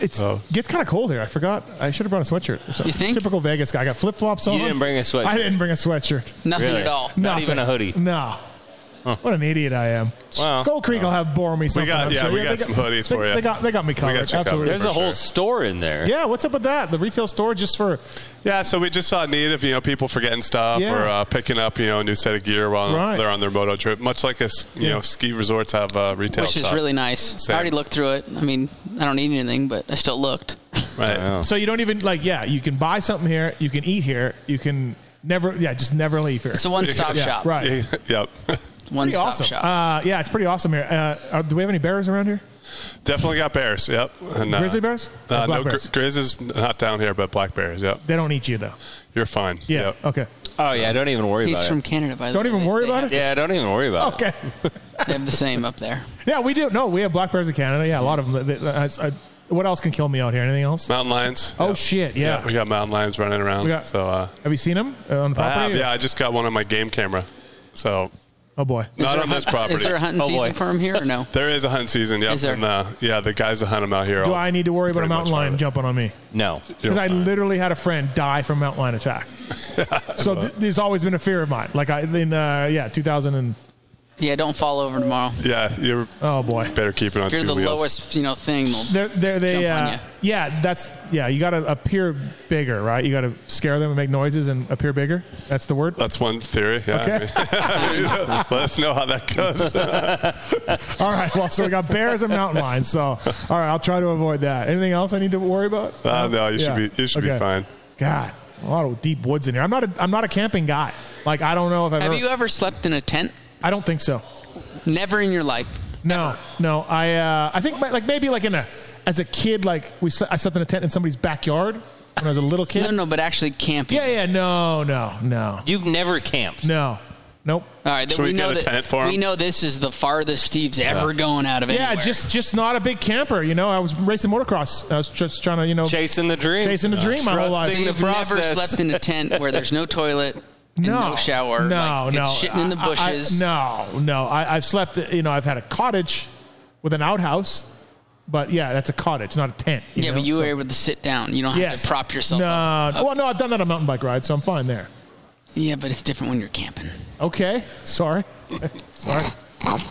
Speaker 3: it's
Speaker 4: Oh.
Speaker 3: gets kind of cold here. I forgot. I should have brought a sweatshirt. or something. Typical Vegas guy. I got flip flops
Speaker 4: You
Speaker 3: on.
Speaker 4: didn't bring a sweatshirt.
Speaker 3: I didn't bring a sweatshirt.
Speaker 4: Nothing Really? at all. Not
Speaker 3: Nothing.
Speaker 4: even a hoodie.
Speaker 3: No. What an idiot I am.
Speaker 4: Wow.
Speaker 3: Gold Creek will have bore me
Speaker 4: We
Speaker 3: something.
Speaker 4: got-
Speaker 3: I'm
Speaker 4: yeah,
Speaker 3: sure.
Speaker 4: we
Speaker 3: they
Speaker 4: got some hoodies
Speaker 3: they-
Speaker 4: for ya.
Speaker 3: They got, they got me
Speaker 4: We got
Speaker 3: covered.
Speaker 1: you covered
Speaker 3: Absolutely.
Speaker 1: There's for
Speaker 4: a whole store in there.
Speaker 3: Yeah, what's up with that? The retail store just for
Speaker 1: yeah, so we just saw a need of you know people forgetting stuff
Speaker 3: Yeah.
Speaker 1: or uh, picking up you know a new set of gear while
Speaker 3: Right.
Speaker 1: they're on their moto trip, much like a s- you
Speaker 5: Yeah.
Speaker 1: know ski resorts have uh, retail.
Speaker 5: Which is
Speaker 1: shop.
Speaker 5: really nice.
Speaker 1: Same.
Speaker 5: I already looked through it. I mean, I don't need anything, but I still looked.
Speaker 1: Right.
Speaker 3: So you don't even like yeah, you can buy something here, you can eat here, you can never yeah, just never leave here.
Speaker 5: It's a one-stop
Speaker 3: Yeah,
Speaker 5: shop.
Speaker 3: Right.
Speaker 1: yep.
Speaker 5: One
Speaker 3: Pretty
Speaker 5: stop
Speaker 3: awesome.
Speaker 5: shop.
Speaker 3: Uh, yeah, it's pretty awesome here. Uh, are, do we have any bears around here?
Speaker 1: Definitely got bears. Yep.
Speaker 3: Grizzly bears?
Speaker 1: Uh,
Speaker 3: Or black
Speaker 1: no, gri-
Speaker 3: bears?
Speaker 1: Grizz is not down here, but black bears. Yep.
Speaker 3: They don't eat you though.
Speaker 1: You're fine.
Speaker 3: Yeah.
Speaker 1: Yep.
Speaker 3: Okay.
Speaker 4: Oh yeah, don't even worry
Speaker 5: He's
Speaker 4: about
Speaker 5: from
Speaker 4: it.
Speaker 5: Canada, by the
Speaker 3: Don't
Speaker 5: way.
Speaker 3: even worry about it.
Speaker 4: Yeah, don't even worry about
Speaker 3: Okay.
Speaker 5: They have the same up there.
Speaker 3: Yeah, we do. No, we have black bears in Canada. Yeah, a lot of them. They- they- I- I- what else can kill me out here? Anything else?
Speaker 1: Mountain lions.
Speaker 3: Oh shit! Yeah.
Speaker 1: we got mountain lions running around.
Speaker 3: We got-
Speaker 1: so uh,
Speaker 3: Have you seen them on the
Speaker 1: I
Speaker 3: property?
Speaker 1: have. Yeah, I just got one on my game camera. So
Speaker 3: Oh boy.
Speaker 1: not on this property. Oh,
Speaker 5: Is there a
Speaker 4: Oh,
Speaker 5: hunting season for him here or no?
Speaker 1: There is a hunt season. Yeah.
Speaker 5: Is there?
Speaker 1: And, uh, yeah, the guys that hunt them out here.
Speaker 3: Do
Speaker 1: all-
Speaker 3: I need to worry about a
Speaker 1: pretty
Speaker 3: mountain
Speaker 1: much
Speaker 3: lion jumping on me?
Speaker 4: No.
Speaker 3: Because I literally had a friend die from mountain lion attack. so th- there's always been a fear of mine. Like I in uh, yeah 2000 and
Speaker 5: Yeah, don't fall over tomorrow.
Speaker 1: Yeah, you're.
Speaker 3: Oh boy.
Speaker 1: Better keep it on
Speaker 5: If you're
Speaker 1: two
Speaker 5: the
Speaker 1: wheels.
Speaker 5: lowest, you know, thing. they'll-
Speaker 3: they're, they're they
Speaker 5: Jump on
Speaker 3: uh, yeah that's yeah you got to appear bigger right you got to scare them and make noises and appear bigger. That's the word.
Speaker 1: That's one theory. Yeah. I mean- let us know how that goes.
Speaker 3: All right. Well, so we got bears and mountain lions. So, all right, I'll try to avoid that. Anything else I need to worry about?
Speaker 1: Uh, no, you should
Speaker 3: Yeah.
Speaker 1: be. You should
Speaker 3: Okay.
Speaker 1: be fine.
Speaker 3: God, a lot of deep woods in here. I'm not. A, I'm not a camping guy. Like I don't know if I've
Speaker 5: Have
Speaker 3: ever.
Speaker 5: you ever slept in a tent?
Speaker 3: I don't think so.
Speaker 5: Never in your life.
Speaker 3: No, no. I uh, I think my, like maybe like in a as a kid like we sle- I slept in a tent in somebody's backyard when I was a little kid.
Speaker 5: No, no, but actually camping.
Speaker 3: Yeah, yeah. No, no, no,
Speaker 4: You've never camped.
Speaker 3: no, nope.
Speaker 5: All right, then we, know that we know this is the farthest Steve's ever going out of it.
Speaker 3: Yeah, just just not a big camper. You know, I was racing motocross. I was just trying to you know
Speaker 4: Chasing the dream.
Speaker 3: chasing the dream my whole life.
Speaker 5: So you've never slept in a tent where there's no toilet, and no, shower.
Speaker 3: No,
Speaker 5: like,
Speaker 3: no,
Speaker 5: it's shitting in the
Speaker 3: I- I-
Speaker 5: bushes.
Speaker 3: no, no. I, I've slept. You know, I've had a cottage with an outhouse, but yeah, that's a cottage, not a tent. you
Speaker 5: yeah,
Speaker 3: know,
Speaker 5: but you
Speaker 3: so-
Speaker 5: were able to sit down. You don't have
Speaker 3: Yes.
Speaker 5: to prop yourself
Speaker 3: no,
Speaker 5: up.
Speaker 3: well, no, I've done that on mountain bike rides, so I'm fine there.
Speaker 5: Yeah, but it's different when you're camping.
Speaker 3: Okay, sorry, sorry.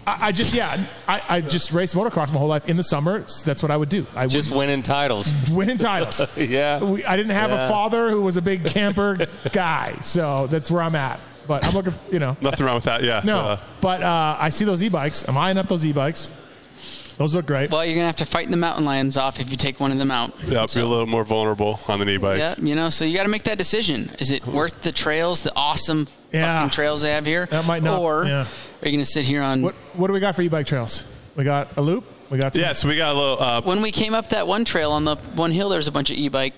Speaker 3: I, I just yeah, I, I just raced motocross my whole life. In the summer, s- that's what I would do. I
Speaker 4: Just winning titles.
Speaker 3: Winning titles.
Speaker 4: yeah.
Speaker 3: We, I didn't have
Speaker 4: Yeah.
Speaker 3: a father who was a big camper guy, so that's where I'm at. But I'm looking, you know.
Speaker 1: Nothing wrong with that. Yeah.
Speaker 3: No,
Speaker 1: Uh,
Speaker 3: but uh, I see those e-bikes. I'm eyeing up those e-bikes. Those look great.
Speaker 5: Well, you're gonna have to fight the mountain lions off if you take one of them out.
Speaker 1: yeah, be a little more vulnerable on the knee bike.
Speaker 5: Yeah, you know, so you got to make that decision. Is it worth the trails, the awesome fucking trails they have here? That might
Speaker 3: not-
Speaker 5: Or
Speaker 3: yeah.
Speaker 5: are you going to sit here on?
Speaker 3: What e-, What do we got for e-bike trails? We got a loop. We got some-
Speaker 1: Yeah, so we got a little. Uh,
Speaker 5: When we came up that one trail on the one hill, there's a bunch of e-bike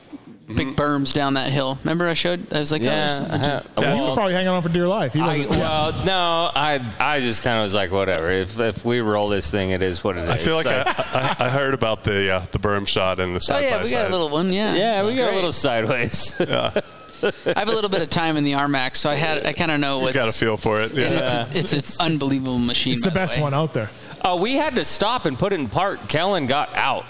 Speaker 1: Mm-hmm.
Speaker 5: big berms down that hill. Remember, I showed. I was like,
Speaker 4: Yeah,
Speaker 5: oh, there's a bunch of-
Speaker 4: I have.
Speaker 3: He was
Speaker 4: Well-
Speaker 3: probably hanging on for dear life. He
Speaker 4: I,
Speaker 3: wasn't.
Speaker 4: well, no, I I just kind of was like, whatever. If if we roll this thing, it is what it is.
Speaker 1: I feel like I, I, I heard about the uh, the berm shot and the
Speaker 5: Oh
Speaker 1: side
Speaker 5: yeah,
Speaker 1: by
Speaker 5: we
Speaker 1: side.
Speaker 5: got a little one. Yeah,
Speaker 4: Yeah, we
Speaker 5: It's
Speaker 4: got a
Speaker 5: great.
Speaker 4: little sideways.
Speaker 5: I have a little bit of time in the Armac, so I had I kind of know
Speaker 1: You
Speaker 5: what's.
Speaker 1: got a feel for it.
Speaker 5: and
Speaker 1: Yeah.
Speaker 5: it's, it's, an unbelievable machine.
Speaker 3: It's the best one out there.
Speaker 4: Uh, we had to stop and put it in park. Kellen got out,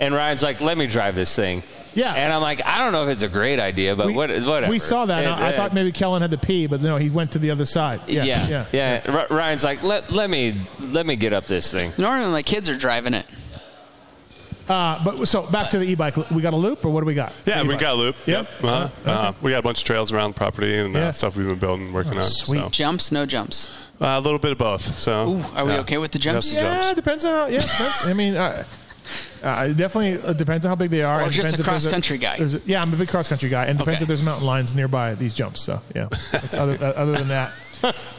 Speaker 4: and Ryan's like, "Let me drive this thing."
Speaker 3: Yeah.
Speaker 4: and I'm like, "I don't know if it's a great idea, but what, whatever."
Speaker 3: We saw that. and
Speaker 4: And,
Speaker 3: I, I
Speaker 4: uh,
Speaker 3: thought maybe Kellen had to pee, but no, he went to the other side.
Speaker 4: Yeah, yeah,
Speaker 3: yeah.
Speaker 4: R- Ryan's like, "Let let me let me get up this thing."
Speaker 5: Normally, my kids are driving it.
Speaker 3: Uh, but so back to the e-bike. We got a loop, or what do we got?
Speaker 1: Yeah, we
Speaker 3: E-bikes.
Speaker 1: got a loop.
Speaker 3: Yep.
Speaker 1: Uh-huh. Uh, we got a bunch of trails around the property and uh,
Speaker 5: Yeah.
Speaker 1: stuff we've been building, working
Speaker 3: Oh,
Speaker 1: on. So.
Speaker 5: Jumps, no jumps.
Speaker 1: Uh, a little bit of both. So,
Speaker 5: Ooh, are we
Speaker 1: yeah.
Speaker 5: okay with the
Speaker 1: We
Speaker 5: jumps?
Speaker 1: have some
Speaker 3: Yeah,
Speaker 1: jumps.
Speaker 3: it depends on how. Yeah, depends. I mean, uh, uh, it definitely uh, depends on how big they are.
Speaker 5: Or
Speaker 3: and
Speaker 5: just
Speaker 3: depends
Speaker 5: a
Speaker 3: if there's
Speaker 5: cross-country guy.
Speaker 3: there's a- yeah, I'm a big cross country guy, and depends
Speaker 5: Okay.
Speaker 3: if there's mountain lions nearby. These jumps. So yeah, That's other, uh, other than that.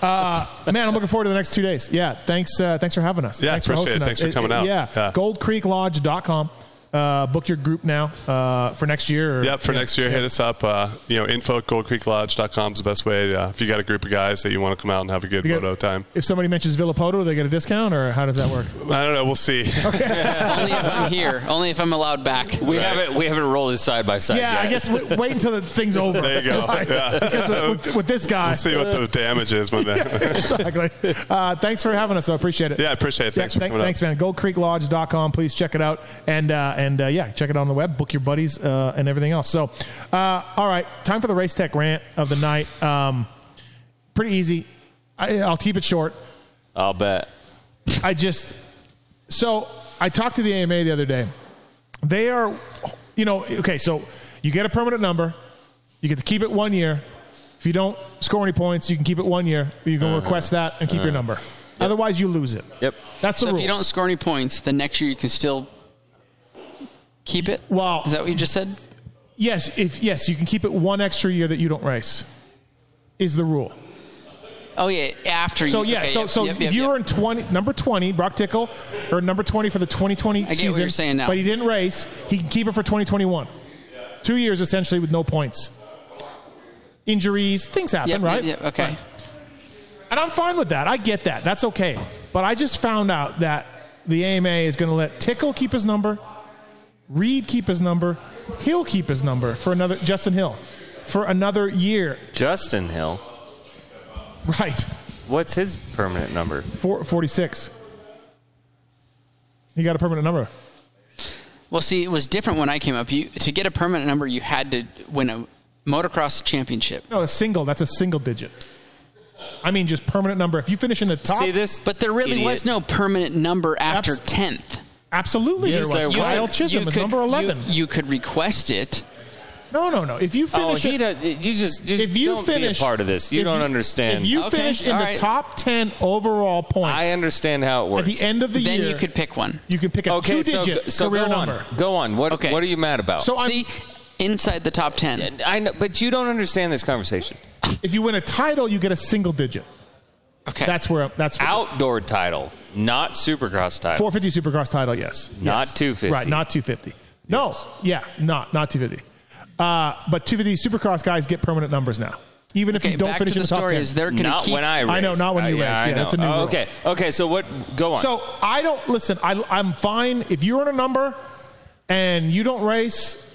Speaker 3: Uh, man, I'm looking forward to the next two days. Yeah, thanks. Uh, thanks for having us.
Speaker 1: Yeah,
Speaker 3: thanks for
Speaker 1: appreciate
Speaker 3: hosting
Speaker 1: it.
Speaker 3: us.
Speaker 1: Thanks for coming out.
Speaker 3: Yeah,
Speaker 1: Yeah.
Speaker 3: GoldCreekLodge.com. Uh, book your group now uh, for next year. Or,
Speaker 1: Yep, for
Speaker 3: yeah.
Speaker 1: next year, hit us up. Uh, you know, info at goldcreeklodge.com is the best way. Uh, if you got a group of guys that you want to come out and have a good
Speaker 3: You got-
Speaker 1: moto time.
Speaker 3: If somebody mentions Villapoto, they get a discount, or how does that work?
Speaker 1: I don't know. We'll see.
Speaker 5: Only if I'm here. Only if I'm allowed back.
Speaker 4: We haven't we haven't rolled this side by side.
Speaker 3: yeah,
Speaker 4: yet.
Speaker 3: I guess w- wait until the thing's over.
Speaker 1: There you go.
Speaker 3: Like,
Speaker 1: Yeah.
Speaker 3: because with, with, with this guy,
Speaker 1: We'll see what the damage is when they.
Speaker 3: exactly. Uh, thanks for having us. I appreciate it.
Speaker 1: Yeah, I appreciate it. Thanks for
Speaker 3: Yeah, thank-
Speaker 1: coming
Speaker 3: thanks,
Speaker 1: up.
Speaker 3: man. GoldCreekLodge.com. Please check it out. And uh, and uh, yeah, check it out on the web. Book your buddies uh, and everything else. So, uh, all right, time for the race tech rant of the night. Um, pretty easy. I, I'll keep it short.
Speaker 4: I'll bet.
Speaker 3: I just so I talked to the AMA the other day. They are, you know, okay. So you get a permanent number, you get to keep it one year. If you don't score any points, you can keep it one year. You can request that and keep your
Speaker 5: Uh-huh.
Speaker 3: number. Otherwise, you lose it.
Speaker 4: Yep.
Speaker 3: That's the
Speaker 5: so if you
Speaker 3: rules.
Speaker 5: don't score any points, the next year you can still keep it.
Speaker 3: Wow.
Speaker 5: Is that what you just said?
Speaker 3: Yes, if yes, you can keep it one extra year that you don't race. Is the rule.
Speaker 5: Oh yeah, after
Speaker 3: So
Speaker 5: you.
Speaker 3: yeah,
Speaker 5: okay,
Speaker 3: so
Speaker 5: yep,
Speaker 3: so
Speaker 5: yep,
Speaker 3: if
Speaker 5: yep,
Speaker 3: you
Speaker 5: yep.
Speaker 3: were in twenty number twenty, Brock Tickle, or number twenty for the twenty twenty
Speaker 5: I
Speaker 3: season.
Speaker 5: get what you're saying now.
Speaker 3: But he didn't race. He can keep it for twenty twenty one. Two years essentially with no points. Injuries, things happen,
Speaker 5: Yep,
Speaker 3: right?
Speaker 5: yep, yep, okay.
Speaker 3: Right. And I'm fine with that. I get that. That's okay. But I just found out that the AMA is going to let Tickle keep his number, Reed keep his number, Hill keep his number for another Justin Hill for another year.
Speaker 4: Justin Hill,
Speaker 3: Right.
Speaker 4: what's his permanent number?
Speaker 3: Four, 46. You got a permanent number.
Speaker 5: Well, see, it was different when I came up. You to get a permanent number, you had to win a motocross championship.
Speaker 3: No, a single. That's a single digit. I mean, just permanent number. If you finish in the top,
Speaker 5: but there really was no permanent number after tenth.
Speaker 3: absolutely there was. Kyle Chisholm is number eleven.
Speaker 5: You, you could request it.
Speaker 3: no, no, no. If you
Speaker 4: Oh,
Speaker 3: finish,
Speaker 4: he
Speaker 3: it-
Speaker 4: does, you just, just
Speaker 3: if you
Speaker 4: don't
Speaker 3: finish
Speaker 4: be a part of this. You
Speaker 3: if
Speaker 4: don't understand.
Speaker 3: If you finish in the top ten overall points,
Speaker 4: I understand how it
Speaker 3: At
Speaker 4: works.
Speaker 3: the end of the year,
Speaker 5: pick one.
Speaker 3: You could pick a
Speaker 4: Okay, so,
Speaker 3: two-digit
Speaker 4: so
Speaker 3: career
Speaker 4: go on.
Speaker 3: number.
Speaker 4: Go on. What, what are you mad about?
Speaker 3: So I'm-
Speaker 5: See, inside the top ten.
Speaker 4: I know, but you don't understand this conversation.
Speaker 3: If you win a title, you get a single digit.
Speaker 5: Okay,
Speaker 3: that's where that's where,
Speaker 4: Outdoor title, not Supercross title.
Speaker 3: 450 Supercross title, yes.
Speaker 4: Not
Speaker 3: Yes.
Speaker 4: 250.
Speaker 3: Right, not 250. No, yeah, not not 250. Uh, but 250 Supercross guys get permanent numbers now, even if
Speaker 5: Okay,
Speaker 3: you don't
Speaker 5: back
Speaker 3: finish
Speaker 5: to
Speaker 3: in
Speaker 5: the
Speaker 3: the top
Speaker 5: story
Speaker 3: 10.
Speaker 5: is they're gonna
Speaker 4: Not
Speaker 5: keep-
Speaker 4: when I race.
Speaker 3: I know, not when you
Speaker 4: Uh, yeah,
Speaker 3: race.
Speaker 4: I
Speaker 3: Yeah,
Speaker 4: know.
Speaker 3: that's a new
Speaker 4: Oh,
Speaker 3: rule.
Speaker 4: Okay, okay. So what? Go on.
Speaker 3: So I don't listen. I, I'm fine if you're in a number and you don't race.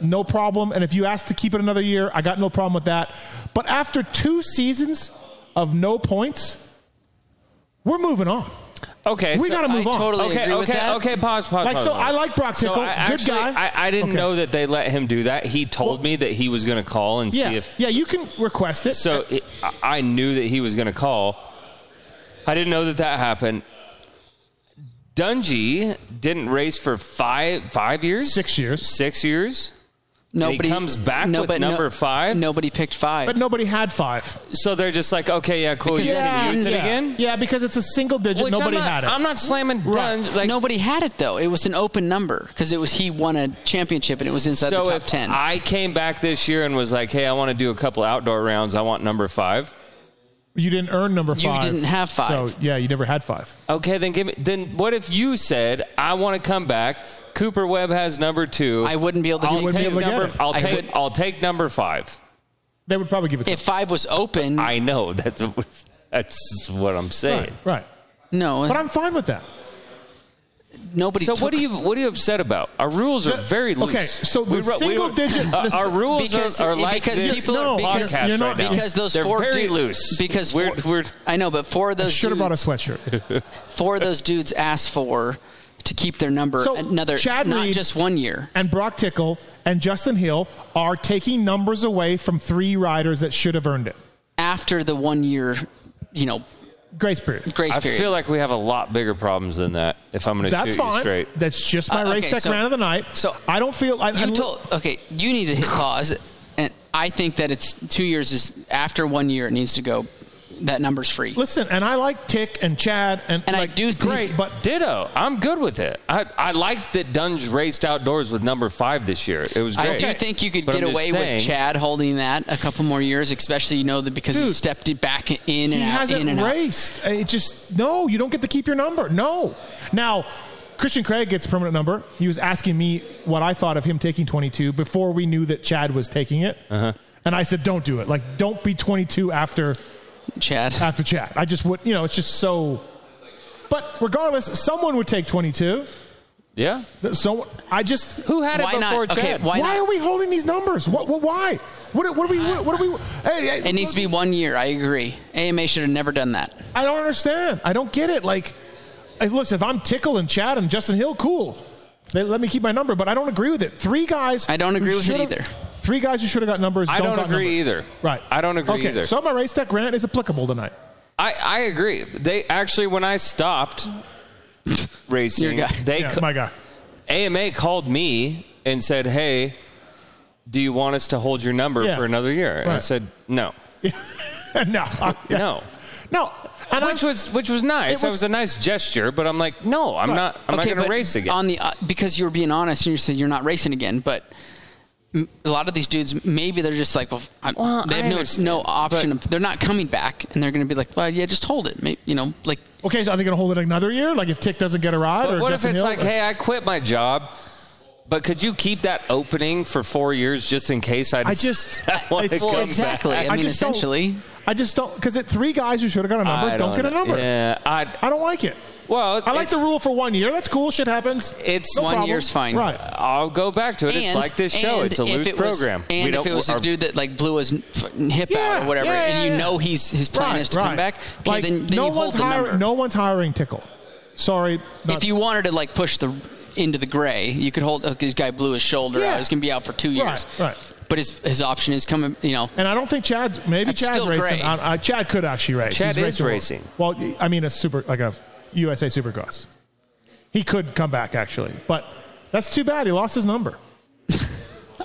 Speaker 3: No problem. And if you ask to keep it another year, I got no problem with that. But after two seasons of no points, we're moving on.
Speaker 4: Okay,
Speaker 3: we
Speaker 4: so-
Speaker 3: got to move
Speaker 4: I
Speaker 3: on.
Speaker 4: totally Okay, agree with okay, that. okay, pause, pause,
Speaker 3: Like
Speaker 4: pause,
Speaker 3: so,
Speaker 4: pause.
Speaker 3: I like Brock
Speaker 4: So
Speaker 3: Tickle,
Speaker 4: I
Speaker 3: good
Speaker 4: actually-
Speaker 3: guy.
Speaker 4: I, I didn't
Speaker 3: Okay.
Speaker 4: know that they let him do that. He told me that he was going to call and
Speaker 3: yeah,
Speaker 4: see if.
Speaker 3: yeah, you can request it.
Speaker 4: So it, I- I knew that he was going to call, I didn't know that that happened. Dungy didn't race for five five years, six
Speaker 3: years,
Speaker 4: six years. And
Speaker 5: Nobody-
Speaker 4: he comes back
Speaker 5: no,
Speaker 4: with
Speaker 5: but no-
Speaker 4: number five.
Speaker 5: Nobody picked five,
Speaker 3: but nobody had five.
Speaker 4: So they're just like, okay, yeah, cool. you
Speaker 3: yeah,
Speaker 4: can use it
Speaker 3: yeah.
Speaker 4: again.
Speaker 3: Yeah, because it's a single digit.
Speaker 4: Which I'm
Speaker 3: nobody
Speaker 4: not-
Speaker 3: had it.
Speaker 4: I'm not slamming Dungy. Like,
Speaker 5: Nobody had it though. It was an open number because it was he won a championship and it was inside
Speaker 4: so
Speaker 5: the top
Speaker 4: if
Speaker 5: ten.
Speaker 4: I came back this year and was like, hey, I want to do a couple outdoor rounds. I want number five.
Speaker 3: You didn't earn number
Speaker 4: You
Speaker 3: five.
Speaker 4: didn't have five.
Speaker 3: So yeah, you never had five.
Speaker 4: Okay, then give me. Then what if you said I want to come back? Cooper Webb has number two. I
Speaker 5: wouldn't be able to
Speaker 4: I'll
Speaker 5: get it.
Speaker 4: take
Speaker 5: You wouldn't be able
Speaker 4: number.
Speaker 5: to get it.
Speaker 4: I'll
Speaker 5: I
Speaker 4: take.
Speaker 5: would-
Speaker 4: I'll take number five.
Speaker 3: They would probably give it.
Speaker 5: if five was open,
Speaker 4: I know that's that's what I'm saying.
Speaker 3: Right.
Speaker 5: No,
Speaker 3: but I'm fine with that.
Speaker 5: Nobody.
Speaker 4: So what
Speaker 5: took-
Speaker 4: are you what are you upset about? Our rules are
Speaker 3: The-
Speaker 4: very loose.
Speaker 3: okay, so the
Speaker 4: We wrote- we
Speaker 3: single
Speaker 4: wrote-
Speaker 3: digit-
Speaker 4: uh,
Speaker 3: the-
Speaker 4: our rules
Speaker 5: because,
Speaker 4: are, are like
Speaker 5: because
Speaker 4: this
Speaker 5: people are because,
Speaker 4: podcast right now.
Speaker 5: because those
Speaker 4: They're
Speaker 5: four
Speaker 4: very
Speaker 5: du-
Speaker 4: loose.
Speaker 5: because
Speaker 4: we're,
Speaker 5: four,
Speaker 4: we're
Speaker 5: I know, but four of those
Speaker 3: Should have brought a
Speaker 5: dudes-
Speaker 3: sweatshirt.
Speaker 5: four of those dudes asked for to keep their number
Speaker 3: So,
Speaker 5: another
Speaker 3: Chad
Speaker 5: not
Speaker 3: Reed-
Speaker 5: just one year.
Speaker 3: and Brock Tickle and Justin Hill are taking numbers away from three riders that should have earned it.
Speaker 5: after the one year, you know,
Speaker 3: grace period.
Speaker 5: Grace
Speaker 4: I
Speaker 5: period.
Speaker 4: feel like we have a lot bigger problems than that. If I'm going to
Speaker 3: That's
Speaker 4: shoot
Speaker 3: fine.
Speaker 4: you straight,
Speaker 3: That's just my
Speaker 5: Uh, okay,
Speaker 3: race tech
Speaker 5: so-
Speaker 3: round of the night. So I don't feel. I,
Speaker 5: you told okay, you need to hit pause, and I think that it's two years is after one year it needs to go. That number's free.
Speaker 3: Listen, and I like Tick and Chad and, and I do great, but
Speaker 4: ditto. I'm good with it. I, I liked that Dunge raced outdoors with number five this year. It was
Speaker 5: I
Speaker 4: great.
Speaker 5: do think you could
Speaker 4: But
Speaker 5: get
Speaker 4: I'm just
Speaker 5: away
Speaker 4: saying-
Speaker 5: with Chad holding that a couple more years, especially you know that because he
Speaker 3: Dude,
Speaker 5: stepped it back in and
Speaker 3: he
Speaker 5: out, in
Speaker 3: hasn't
Speaker 5: and out.
Speaker 3: raced. Uh, It just no. You don't get to keep your number. No. Now, Christian Craig gets a permanent number. He was asking me what I thought of him taking 22 before we knew that Chad was taking it,
Speaker 4: Uh-huh.
Speaker 3: and I said, "Don't do it. Like, don't be 22 after
Speaker 5: Chad.
Speaker 3: After Chad, I just would. You know, it's just so. But regardless, someone would take 22.
Speaker 4: Yeah.
Speaker 3: So I just
Speaker 4: who had it Why not? before Okay, Chad?
Speaker 3: why
Speaker 4: why not?
Speaker 3: are we holding these numbers? What? what why? What, what are we? What are we? Hey, hey,
Speaker 5: It needs to be one year. I agree. AMA should have never done that.
Speaker 3: I don't understand. I don't get it. Like, it looks if I'm Tickle and Chad and Justin Hill, cool. They let me keep my number, but I don't agree with it. Three guys. I don't
Speaker 5: agree with it either.
Speaker 3: Three guys who should have got numbers.
Speaker 4: I
Speaker 3: don't,
Speaker 4: don't
Speaker 3: got
Speaker 4: agree
Speaker 3: numbers.
Speaker 4: either.
Speaker 3: Right.
Speaker 4: I don't agree
Speaker 3: okay,
Speaker 4: either.
Speaker 3: So my race tech grant is applicable tonight.
Speaker 4: I, I agree. They actually, when I stopped racing,
Speaker 3: Your guy.
Speaker 4: they
Speaker 3: Yeah, my guy.
Speaker 4: AMA called me and said, "Hey, do you want us to hold your number
Speaker 3: Yeah.
Speaker 4: for another year?" And I
Speaker 3: Right.
Speaker 4: said, "No,
Speaker 3: no, I- yeah.
Speaker 4: no."
Speaker 3: No, and
Speaker 4: which was which was nice.
Speaker 5: It
Speaker 4: It was,
Speaker 5: was-
Speaker 4: a nice gesture, but I'm like, no, I'm not. I'm
Speaker 5: Okay,
Speaker 4: not going
Speaker 5: but
Speaker 4: to race again.
Speaker 5: On the uh, because you were being honest and you said you're not racing again, but m- a lot of these dudes maybe they're just like well, I'm, they
Speaker 4: I
Speaker 5: have
Speaker 4: understand,
Speaker 5: no no option. Of, they're not coming back, and they're going to be like, well, yeah, just hold it. Maybe, you know, like
Speaker 3: Okay, so are they going to hold it another year? Like if Tick doesn't get a ride,
Speaker 4: But
Speaker 3: or
Speaker 4: what if
Speaker 3: Justin
Speaker 4: it's
Speaker 3: Hill,
Speaker 4: like, hey, I quit my job, but could you keep that opening for four years just in case I,
Speaker 3: I just
Speaker 4: want to
Speaker 3: it's-
Speaker 4: come back?
Speaker 3: just don't- I just don't because it three guys who should have got a number
Speaker 4: I
Speaker 3: don't, get a
Speaker 4: know.
Speaker 3: number.
Speaker 4: Yeah, I,
Speaker 3: I don't like it.
Speaker 4: Well,
Speaker 3: I like the rule for one year. That's cool. Shit happens.
Speaker 4: It's
Speaker 3: No
Speaker 4: one
Speaker 3: problem.
Speaker 4: year's fine.
Speaker 3: Right.
Speaker 5: Uh,
Speaker 4: I'll go back to it. it's
Speaker 5: and-
Speaker 4: like this show.
Speaker 5: and
Speaker 4: It's a
Speaker 5: if
Speaker 4: loose
Speaker 5: it was-
Speaker 4: program.
Speaker 5: And if it was
Speaker 4: our-
Speaker 5: a dude that like blew his n- f- hip out
Speaker 3: Yeah,
Speaker 5: or whatever,
Speaker 3: yeah,
Speaker 5: and you
Speaker 3: yeah,
Speaker 5: know
Speaker 3: yeah.
Speaker 5: he's his plan
Speaker 3: Right,
Speaker 5: is to
Speaker 3: right.
Speaker 5: come back, okay,
Speaker 3: Like,
Speaker 5: then, then
Speaker 3: no
Speaker 5: you hold
Speaker 3: one's
Speaker 5: the
Speaker 3: hiring.
Speaker 5: number.
Speaker 3: No one's hiring Tickle. Sorry.
Speaker 5: if you wanted to like push the into the gray, you could hold. Okay, this guy blew his shoulder
Speaker 3: Yeah.
Speaker 5: out. He's gonna be out for two
Speaker 3: Right,
Speaker 5: years.
Speaker 3: right.
Speaker 5: But his his option is coming. You know,
Speaker 3: And I don't think Chad's maybe
Speaker 5: That's
Speaker 3: Chad's
Speaker 5: still
Speaker 3: racing.
Speaker 5: great.
Speaker 3: I- I- Chad could actually race.
Speaker 4: Chad
Speaker 3: He's
Speaker 4: is racing.
Speaker 3: Well, I mean, a super like a USA Supercross. He could come back actually, but that's too bad. He lost his number.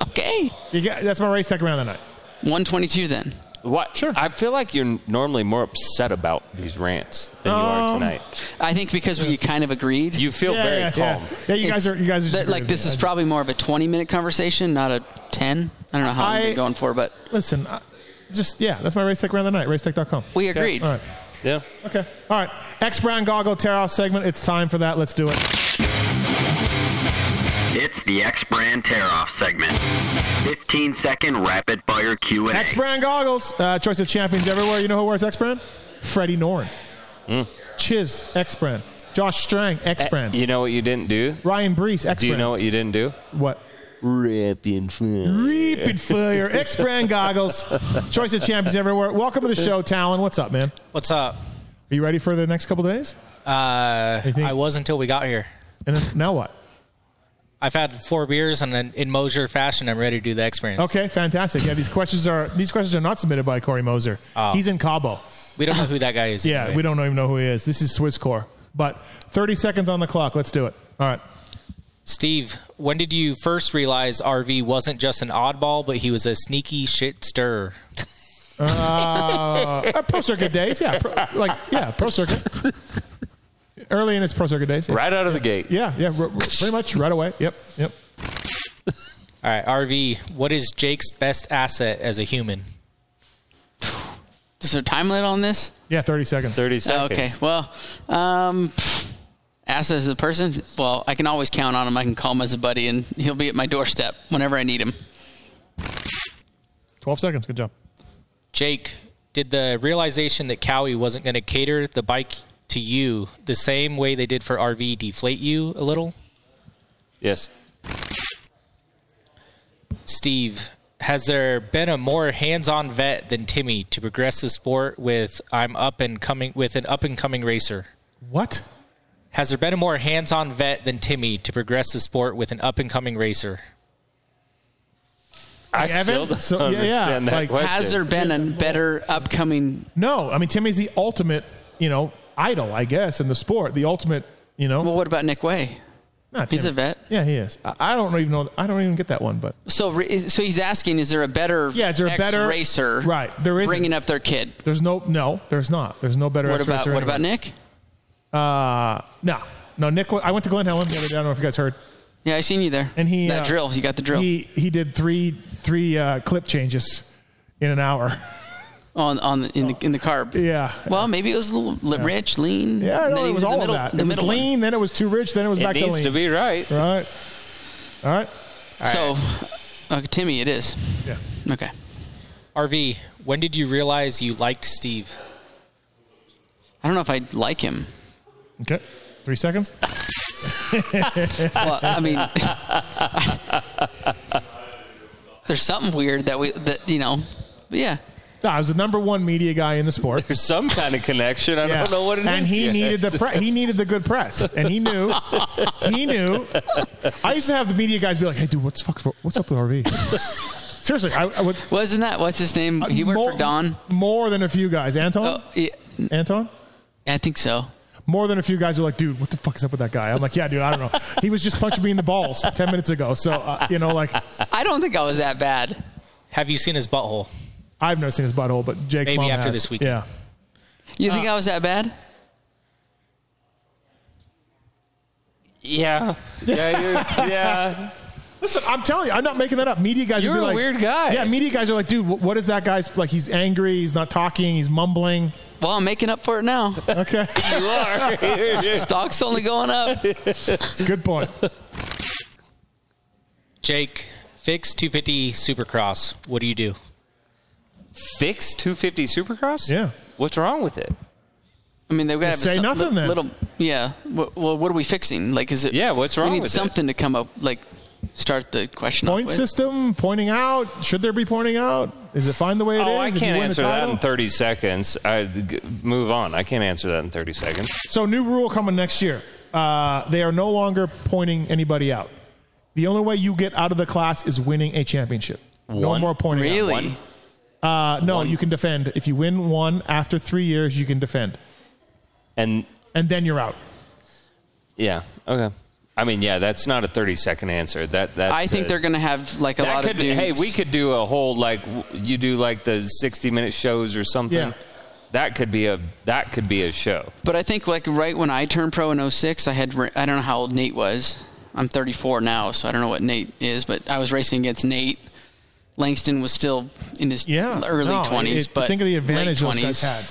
Speaker 5: okay.
Speaker 3: You get, that's my race tech round of the night.
Speaker 5: one twenty two then.
Speaker 4: what? Sure. I feel like you're normally more upset about these rants than you are
Speaker 5: Um,
Speaker 4: tonight.
Speaker 5: I think because we kind of agreed.
Speaker 4: You feel
Speaker 3: Yeah, very yeah, yeah. calm. Yeah, you guys are- you guys are just
Speaker 5: that- like
Speaker 3: agreeing
Speaker 5: this
Speaker 3: with
Speaker 5: is
Speaker 3: me.
Speaker 5: probably more of a twenty minute conversation, not a ten. I don't know how long
Speaker 3: I-
Speaker 5: they're going for, but
Speaker 3: Listen, I, just yeah, that's my race tech round of the night. Racetech.com.
Speaker 5: we
Speaker 3: Okay.
Speaker 5: agreed.
Speaker 3: All right.
Speaker 4: Yeah.
Speaker 3: Okay. All right. X Brown Goggle tear off segment. It's time for that. Let's do it.
Speaker 6: It's the X Brand Tear Off segment. 15 second rapid fire Q&A.
Speaker 3: X Brand goggles. Uh, choice of champions everywhere. You know who wears X Brand? Freddie Noren. Chiz, X Brand. Josh Strang, X Brand.
Speaker 4: Eh, You know what you didn't do?
Speaker 3: Ryan Brees, X Brand.
Speaker 4: Do you know what you didn't do?
Speaker 3: What?
Speaker 4: Rapid fire.
Speaker 3: Rapid fire. X Brand goggles. Choice of champions everywhere. Welcome to the show, Talon. What's up, man?
Speaker 22: What's up?
Speaker 3: Are you ready for the next couple days?
Speaker 22: Uh, I was until we got here.
Speaker 3: And then, now what?
Speaker 22: I've had four beers, and then in Mosier fashion, I'm ready to do the experience.
Speaker 3: Okay, fantastic. Yeah, these questions are these questions are not submitted by Corey Moser.
Speaker 22: Oh.
Speaker 3: He's in Cabo.
Speaker 22: We don't know who that guy is.
Speaker 3: Yeah,
Speaker 22: anyway.
Speaker 3: we don't even know who he is. This is Swisscore. But 30 seconds on the clock. Let's do it. All right.
Speaker 22: Steve, when did you first realize RV wasn't just an oddball, but he was a sneaky shit stirrer?
Speaker 3: Uh, uh, pro circuit days. Yeah. Pro, like, yeah, pro circuit. Early in his pro circuit days. yeah.
Speaker 4: Right out of the gate.
Speaker 3: Yeah, yeah, r- r- pretty much right away. Yep, yep.
Speaker 22: All right, RV, what is Jake's best asset as a human?
Speaker 5: Is there a time limit on this?
Speaker 3: Yeah, 30 seconds.
Speaker 4: 30
Speaker 5: Oh, okay. Well, um, as as a person, well, I can always count on him. I can call him as a buddy, and he'll be at my doorstep whenever I need him.
Speaker 3: 12 seconds. Good job.
Speaker 22: Jake, did the realization that Cowie wasn't going to cater the bike to you the same way they did for RV deflate you a little?
Speaker 4: Yes.
Speaker 22: Steve, has there been a more hands-on vet than Timmy to progress the sport with I'm up and coming with an up and coming racer?
Speaker 3: What?
Speaker 22: Has there been a more hands-on vet than Timmy to progress the sport with an up and coming racer?
Speaker 4: I
Speaker 3: still don't So- yeah, yeah, understand that like- question.
Speaker 5: has there been a better upcoming?
Speaker 3: No, I mean, Timmy's the ultimate, you know, idol, I guess, in the sport. The ultimate, you know. Well,
Speaker 5: what about Nick Way?
Speaker 3: Not
Speaker 5: He's
Speaker 3: Timmy.
Speaker 5: a vet.
Speaker 3: Yeah, he is. I, I don't even know. I don't even get that one, but.
Speaker 5: So, re- so he's asking, is there a better?
Speaker 3: Yeah, is there a better
Speaker 5: racer?
Speaker 3: Right, there isn't.
Speaker 5: bringing up their kid.
Speaker 3: There's no, no, there's not. There's no better.
Speaker 5: What
Speaker 3: X
Speaker 5: about-
Speaker 3: racer
Speaker 5: what about
Speaker 3: anywhere.
Speaker 5: Nick?
Speaker 3: Uh, no, no. Nick, I went to Glen Helen the other day. I don't know if you guys heard.
Speaker 5: Yeah, I seen you there.
Speaker 3: And he uh,
Speaker 5: That drill, you got the drill.
Speaker 3: He he did three three uh, clip changes in an hour.
Speaker 5: on on the, in the in the carb.
Speaker 3: Oh. Yeah.
Speaker 5: Well, maybe it was a little li-
Speaker 3: Yeah.
Speaker 5: rich, lean.
Speaker 3: Yeah,
Speaker 5: and
Speaker 3: no,
Speaker 5: then he
Speaker 3: it was
Speaker 5: in the
Speaker 3: all
Speaker 5: middle-
Speaker 3: of that.
Speaker 5: The
Speaker 3: It was
Speaker 5: middle one.
Speaker 3: lean, then it was too rich, then it was
Speaker 5: It
Speaker 3: back to lean.
Speaker 5: needs to be
Speaker 4: right.
Speaker 3: Right. All right.
Speaker 5: So, uh, Timmy, it is.
Speaker 3: Yeah.
Speaker 5: Okay.
Speaker 22: RV, when did you realize you liked Steve?
Speaker 5: I don't know if I'd like him.
Speaker 3: Okay. Three seconds.
Speaker 5: well, I mean, there's something weird that we that you know, but yeah.
Speaker 3: No, I was the number one media guy in the sport.
Speaker 4: There's some kind of connection. I
Speaker 3: Yeah.
Speaker 4: don't know what it is.
Speaker 3: and he
Speaker 4: yet.
Speaker 3: needed the pre- he needed the good press, and he knew he knew. I used to have the media guys be like, "Hey, dude, what's fuck, what's up with RV?" Seriously, I, I would.
Speaker 5: Wasn't that Uh, what's his name? He worked
Speaker 3: more,
Speaker 5: for Don.
Speaker 3: More than a few guys, Anton. Anton.
Speaker 5: I think so.
Speaker 3: More than a few guys were like, "Dude, what the fuck is up with that guy?" I'm like, "Yeah, dude, I don't know. He was just punching me in the balls ten minutes ago." So uh, you know, like,
Speaker 5: I don't think I was that bad.
Speaker 22: Have you seen his butthole?
Speaker 3: I've never seen his butthole, but Jake's
Speaker 22: Maybe
Speaker 3: mom
Speaker 22: after
Speaker 3: has.
Speaker 22: this weekend.
Speaker 3: Yeah.
Speaker 5: You think I was that bad?
Speaker 4: Yeah. Yeah. You're, yeah.
Speaker 3: Listen, I'm telling you, I'm not making that up. Media guys, would
Speaker 4: You're
Speaker 3: be
Speaker 4: a
Speaker 3: like,
Speaker 4: weird guy.
Speaker 3: Yeah, media guys are like, dude, wh- what is that guy's like? He's angry. He's not talking. He's mumbling.
Speaker 5: Well, I'm making up for it now.
Speaker 3: Okay.
Speaker 5: you are. Stock's only going up.
Speaker 3: It's a good point.
Speaker 22: Jake, fix 250 Supercross. What do you do?
Speaker 4: Fix 250 Supercross?
Speaker 3: Yeah.
Speaker 4: What's wrong with it?
Speaker 5: I mean, they've got to have
Speaker 4: Just say
Speaker 5: some-
Speaker 4: nothing
Speaker 5: li-
Speaker 4: then.
Speaker 5: Little, yeah. Wh- Well, what are we fixing? Like, is it?
Speaker 4: Yeah, what's wrong
Speaker 5: We need
Speaker 4: with it?
Speaker 5: something to come up. Like, start the question.
Speaker 3: Point
Speaker 5: off with.
Speaker 3: system, pointing out. Should there be pointing out? Is it fine the way it is?
Speaker 4: Oh, I
Speaker 3: If you
Speaker 4: can't
Speaker 3: win the
Speaker 4: answer that
Speaker 3: title?
Speaker 4: in 30 seconds. I g- move on. I can't answer that in 30 seconds.
Speaker 3: So, new rule coming next year. Uh, they are no longer pointing anybody out. The only way you get out of the class is winning a championship. No
Speaker 4: One?
Speaker 3: more pointing out.
Speaker 4: Really? One?
Speaker 3: Uh, no, you can defend. If you win one after three years, you can defend.
Speaker 4: And
Speaker 3: and then you're out.
Speaker 4: Yeah. Okay. I mean, yeah, that's not a 30 second answer. That that's
Speaker 5: I think
Speaker 4: a-
Speaker 5: they're going to have like a
Speaker 4: that
Speaker 5: lot
Speaker 4: could,
Speaker 5: of dudes.
Speaker 4: Hey, we could do a whole like w- you do like the 60 minute shows or something.
Speaker 5: Yeah.
Speaker 4: That could be a that could be a show.
Speaker 5: But I think like right when I turned pro in 06, I had ra- I don't know how old Nate was. I'm 34 now, so I don't know what Nate is, but I was racing against Nate. Langston was still in his early
Speaker 3: No,
Speaker 5: 20s,
Speaker 3: it-
Speaker 5: but
Speaker 3: think of the
Speaker 5: late
Speaker 3: advantage those
Speaker 5: 20s.
Speaker 3: guys had.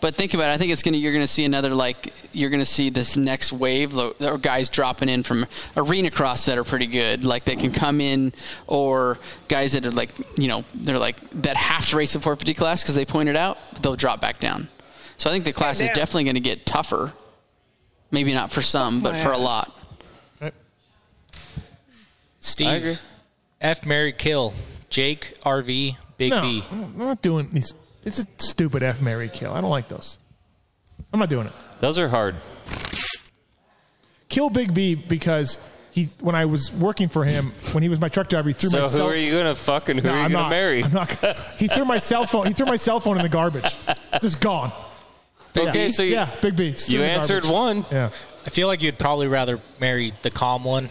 Speaker 5: But think about it. I think it's gonna. You're gonna see another like. You're gonna see this next wave lo- of guys dropping in from arena cross that are pretty good. Like they can come in, or guys that are like you know they're like that have to race the 450 class because they pointed out they'll drop back down. So I think the class is definitely gonna get tougher. Maybe not for some, but for a lot.
Speaker 22: Steve, F Mary Kill, Jake, RV, Big
Speaker 3: no,
Speaker 22: B.
Speaker 3: I'm not doing these. It's a stupid F Mary kill. I don't like those. I'm not doing it.
Speaker 4: Those are hard.
Speaker 3: Kill Big B because He when I was working for him, when he was my truck driver, he threw
Speaker 4: so
Speaker 3: my
Speaker 4: who
Speaker 3: cell-
Speaker 4: are you gonna fuck and who
Speaker 3: No,
Speaker 4: are you
Speaker 3: I'm
Speaker 4: gonna
Speaker 3: not.
Speaker 4: marry?
Speaker 3: I'm not gonna- he threw my cell phone. He threw my cell phone in the garbage. Just gone.
Speaker 7: Okay,
Speaker 3: yeah.
Speaker 7: so you-
Speaker 3: yeah, big beats. Threw it in the garbage.
Speaker 7: one.
Speaker 3: Yeah.
Speaker 7: I feel like you'd probably rather marry the calm one.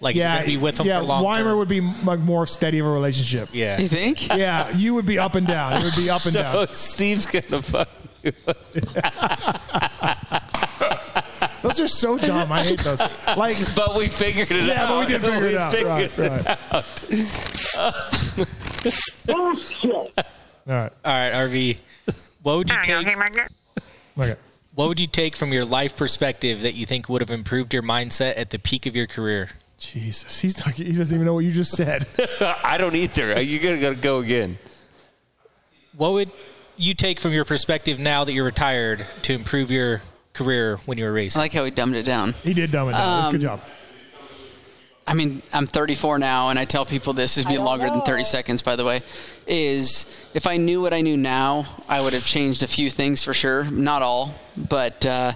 Speaker 7: Like you're
Speaker 3: yeah,
Speaker 7: gonna be with him
Speaker 3: yeah,
Speaker 7: for long.
Speaker 3: Weimer would be like more steady of a relationship.
Speaker 7: Yeah. You think?
Speaker 3: Yeah, you would be up and down. It would be up and
Speaker 4: so
Speaker 3: down.
Speaker 4: Steve's gonna fuck you.
Speaker 3: Those are so dumb. Um, I hate those. Like,
Speaker 4: but we figured it
Speaker 3: Yeah,
Speaker 4: out.
Speaker 3: but we did figure it out.
Speaker 4: figured
Speaker 3: Right,
Speaker 4: it
Speaker 7: All
Speaker 3: right.
Speaker 7: All right, RV. What would you take?
Speaker 3: Okay.
Speaker 7: What would you take from your life perspective that you think would have improved your mindset at the peak of your career?
Speaker 3: Jesus, he's not, he doesn't even know what you just said.
Speaker 4: out. I don't either. You're gonna gotta go again.
Speaker 7: What would you take from your perspective now that you're retired to improve your career when you were racing?
Speaker 5: I like how he dumbed it down.
Speaker 3: He did dumb it down. uh,
Speaker 5: Um,
Speaker 3: Good job.
Speaker 5: I mean, I'm 34 now, and I tell people this is be longer than 30 seconds. By the way, is if I knew what I knew now, I would have changed a few things for sure. Not all, but uh,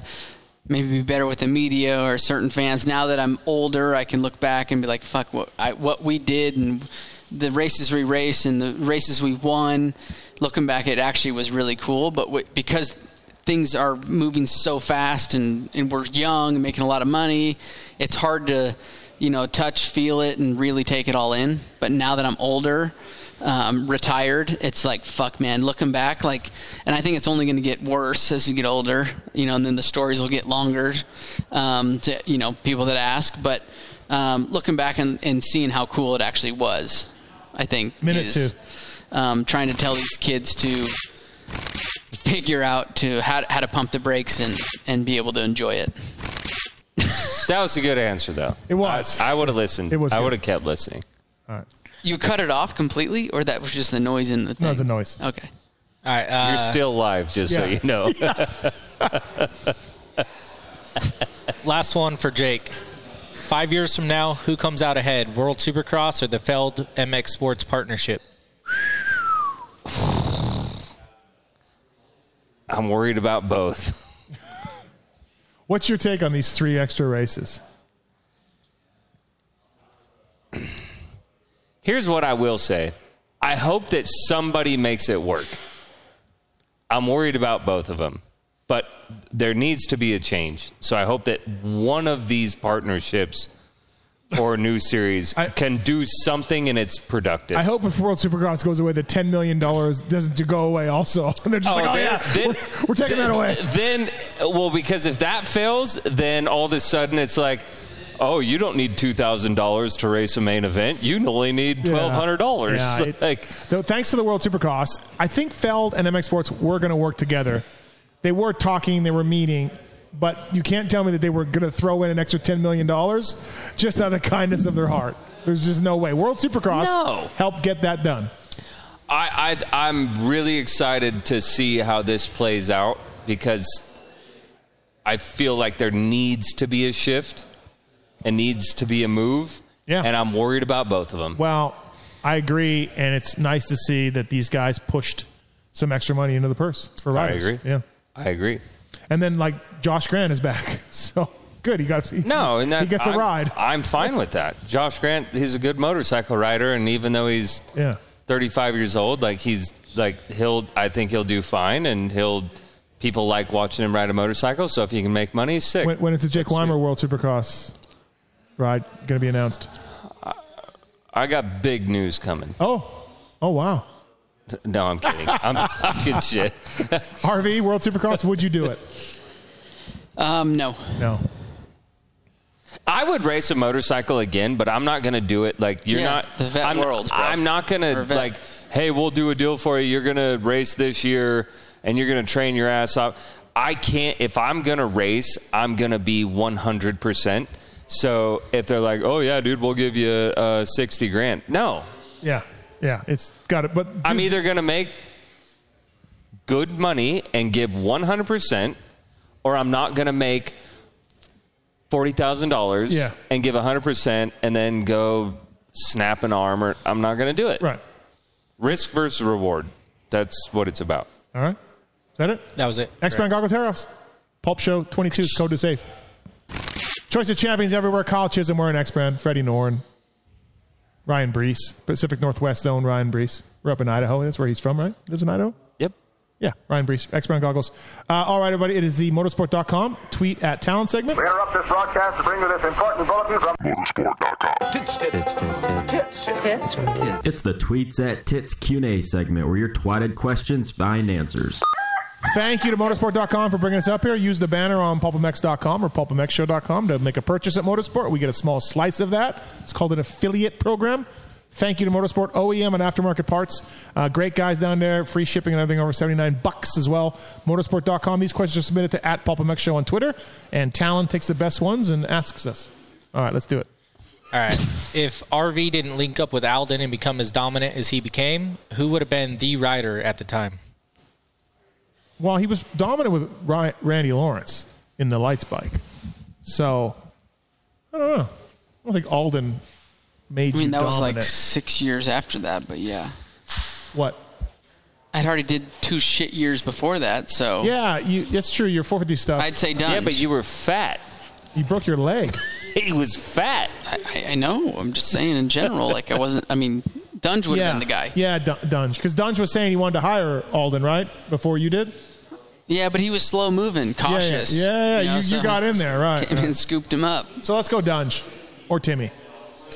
Speaker 5: maybe be better with the media or certain fans. Now that I'm older, I can look back and be like, "Fuck what I, what we did and the races we raced and the races we won." Looking back, it actually was really cool. But w- because things are moving so fast and, and we're young and making a lot of money it's hard to you know touch feel it and really take it all in but now that i'm older um, retired it's like fuck man looking back like and i think it's only going to get worse as you get older you know and then the stories will get longer um, to you know people that ask but um, looking back and, and seeing how cool it actually was i think
Speaker 3: Minute
Speaker 5: is,
Speaker 3: two.
Speaker 5: um, trying to tell these kids to figure out to how, how to pump the brakes and, and be able to enjoy it.
Speaker 4: That was a good answer though.
Speaker 3: It was.
Speaker 4: I, would have listened.
Speaker 5: It was
Speaker 4: I
Speaker 5: good.
Speaker 4: would have kept listening.
Speaker 5: You cut it off completely, or that was just the noise in the thing?
Speaker 4: it's a
Speaker 3: noise.
Speaker 5: Okay.
Speaker 7: All right. Uh,
Speaker 4: You're still live, just so
Speaker 7: yeah.
Speaker 4: you know.
Speaker 7: Last one for Jake. Five years from now, who comes out ahead, World Supercross or the failed MX Sports partnership?
Speaker 4: I'm worried about both.
Speaker 3: What's your take on these three extra races?
Speaker 4: Here's what I will say. I hope that somebody makes it work. I'm worried about both of them, but there needs to be a change. So I hope that one of these partnerships or new series can do something and it's productive.
Speaker 3: I hope if World Supercross goes away, the ten million dollars doesn't to go away. Also, and they're just like, oh
Speaker 4: then-
Speaker 3: yeah,
Speaker 4: then-
Speaker 3: we're, we're taking
Speaker 4: then-
Speaker 3: that away.
Speaker 4: Then, well, because if that fails, then all of a sudden it's like, oh, you don't need two thousand dollars to race a main event. You only need
Speaker 3: Yeah.
Speaker 4: twelve hundred dollars.
Speaker 3: Yeah, it-
Speaker 4: like,
Speaker 3: though, thanks to the World Supercross, I think Feld and MX Sports were going to work together. They were talking, they were meeting, but you can't tell me that they were going to throw in an extra ten million dollars just out of the kindness of their heart. There's just no way. World Supercross
Speaker 4: No.
Speaker 3: helped get that done.
Speaker 4: I, I, I'm really excited to see how this plays out because I feel like there needs to be a shift and needs to be a move.
Speaker 3: Yeah.
Speaker 4: And I'm worried about both of them.
Speaker 3: Well, I agree, and it's nice to see that these guys pushed some extra money into the purse for
Speaker 4: I
Speaker 3: riders.
Speaker 4: agree.
Speaker 3: Yeah,
Speaker 4: I agree.
Speaker 3: and then like Josh Grant is back, so good. He got he,
Speaker 4: No, and that,
Speaker 3: he gets a
Speaker 4: I'm,
Speaker 3: ride.
Speaker 4: I'm fine with that. Josh Grant, he's a good motorcycle rider, and even though he's
Speaker 3: Yeah.
Speaker 4: 35 years old, like he's like he'll, I think he'll do fine, and he'll people like watching him ride a motorcycle. So if he can make money, he's sick.
Speaker 3: When, when is the Jake Weimer World Supercross ride going to be announced?
Speaker 4: I got big news coming.
Speaker 3: Oh, oh wow!
Speaker 4: No, I'm kidding. I'm talking shit.
Speaker 3: RV World Supercross, would you do it?
Speaker 5: Um, no.
Speaker 3: No.
Speaker 4: I would race a motorcycle again, but I'm not going to do it. Like you're
Speaker 5: Yeah,
Speaker 4: not
Speaker 5: the vet
Speaker 4: I'm,
Speaker 5: world, bro.
Speaker 4: I'm not going
Speaker 5: Or
Speaker 4: to
Speaker 5: vet.
Speaker 4: like. Hey, we'll do a deal for you. You're going to race this year, and you're going to train your ass off. I can't. If I'm going to race, I'm going to be 100. percent So if they're like, "Oh yeah, dude, we'll give you uh, 60 grand," no,
Speaker 3: Yeah, yeah, it's got it. But
Speaker 4: I'm either going to make good money and give 100%, or I'm not going to make $40,000
Speaker 3: Yeah.
Speaker 4: and give 100% and then go snap an arm, or I'm not going to do it.
Speaker 3: Right.
Speaker 4: Risk versus reward. That's what it's about.
Speaker 3: all right, is that it?
Speaker 7: That was it.
Speaker 3: X Men Goggle Tear Offs, Pulp Show 22 is code to save. Choice of champions everywhere. Kyle Chisholm, we're an X brand. Freddie Norn, Ryan Brees, Pacific Northwest Zone. Ryan Brees. We're up in Idaho. That's where he's from, right? Lives in Idaho.
Speaker 4: Yep.
Speaker 3: Yeah, Ryan Brees, X brand goggles. Uh, all right, everybody. It is the motorsport.com tweet at talent segment.
Speaker 8: We interrupt this broadcast to bring you this important bulletin from motorsport.com. Tits, tits, tits, tits,
Speaker 22: It's the Tweets at Tits Q&A segment where your twatted questions find answers.
Speaker 3: Thank you to motorsport.com for bringing us up here. Use the banner on pulpmx.com or pulpmxshow.com to make a purchase at Motorsport. We get a small slice of that. It's called an affiliate program. Thank you to Motorsport OEM and aftermarket parts. Uh, great guys down there. Free shipping and everything over 79 bucks as well. Motorsport.com. These questions are submitted to at pulpmx show on Twitter. And Talon takes the best ones and asks us. All right, let's do it.
Speaker 7: All right. If RV didn't link up with Alden and become as dominant as he became, who would have been the rider at the time?
Speaker 3: Well, he was dominant with Ry- Randy Lawrence in the lights bike. So, I don't know. I don't think Alden made
Speaker 5: I mean,
Speaker 3: you
Speaker 5: that was like
Speaker 3: dominant.
Speaker 5: six years after that, but yeah.
Speaker 3: What?
Speaker 5: I'd already did two shit years before that, so
Speaker 3: Yeah, you, that's true. Your 450 stuff.
Speaker 5: oh. I'd say done.
Speaker 3: Yeah, but
Speaker 5: you
Speaker 4: were fat.
Speaker 3: You broke your leg.
Speaker 4: he was fat.
Speaker 5: I, I- I know. I'm just saying in general. Like I wasn't. I mean, Dunge would have been the guy.
Speaker 3: Yeah, Dun- Dunge. Because Dunge was saying he wanted to hire Alden, right? Before you did?
Speaker 5: Yeah, but he was slow moving,
Speaker 3: Yeah, yeah.
Speaker 5: cautious.
Speaker 3: Yeah, yeah, you-
Speaker 5: know,
Speaker 3: you
Speaker 5: so-
Speaker 3: got in there, right,
Speaker 5: Came
Speaker 3: right.
Speaker 5: and scooped him up.
Speaker 3: So let's go Dunge or Timmy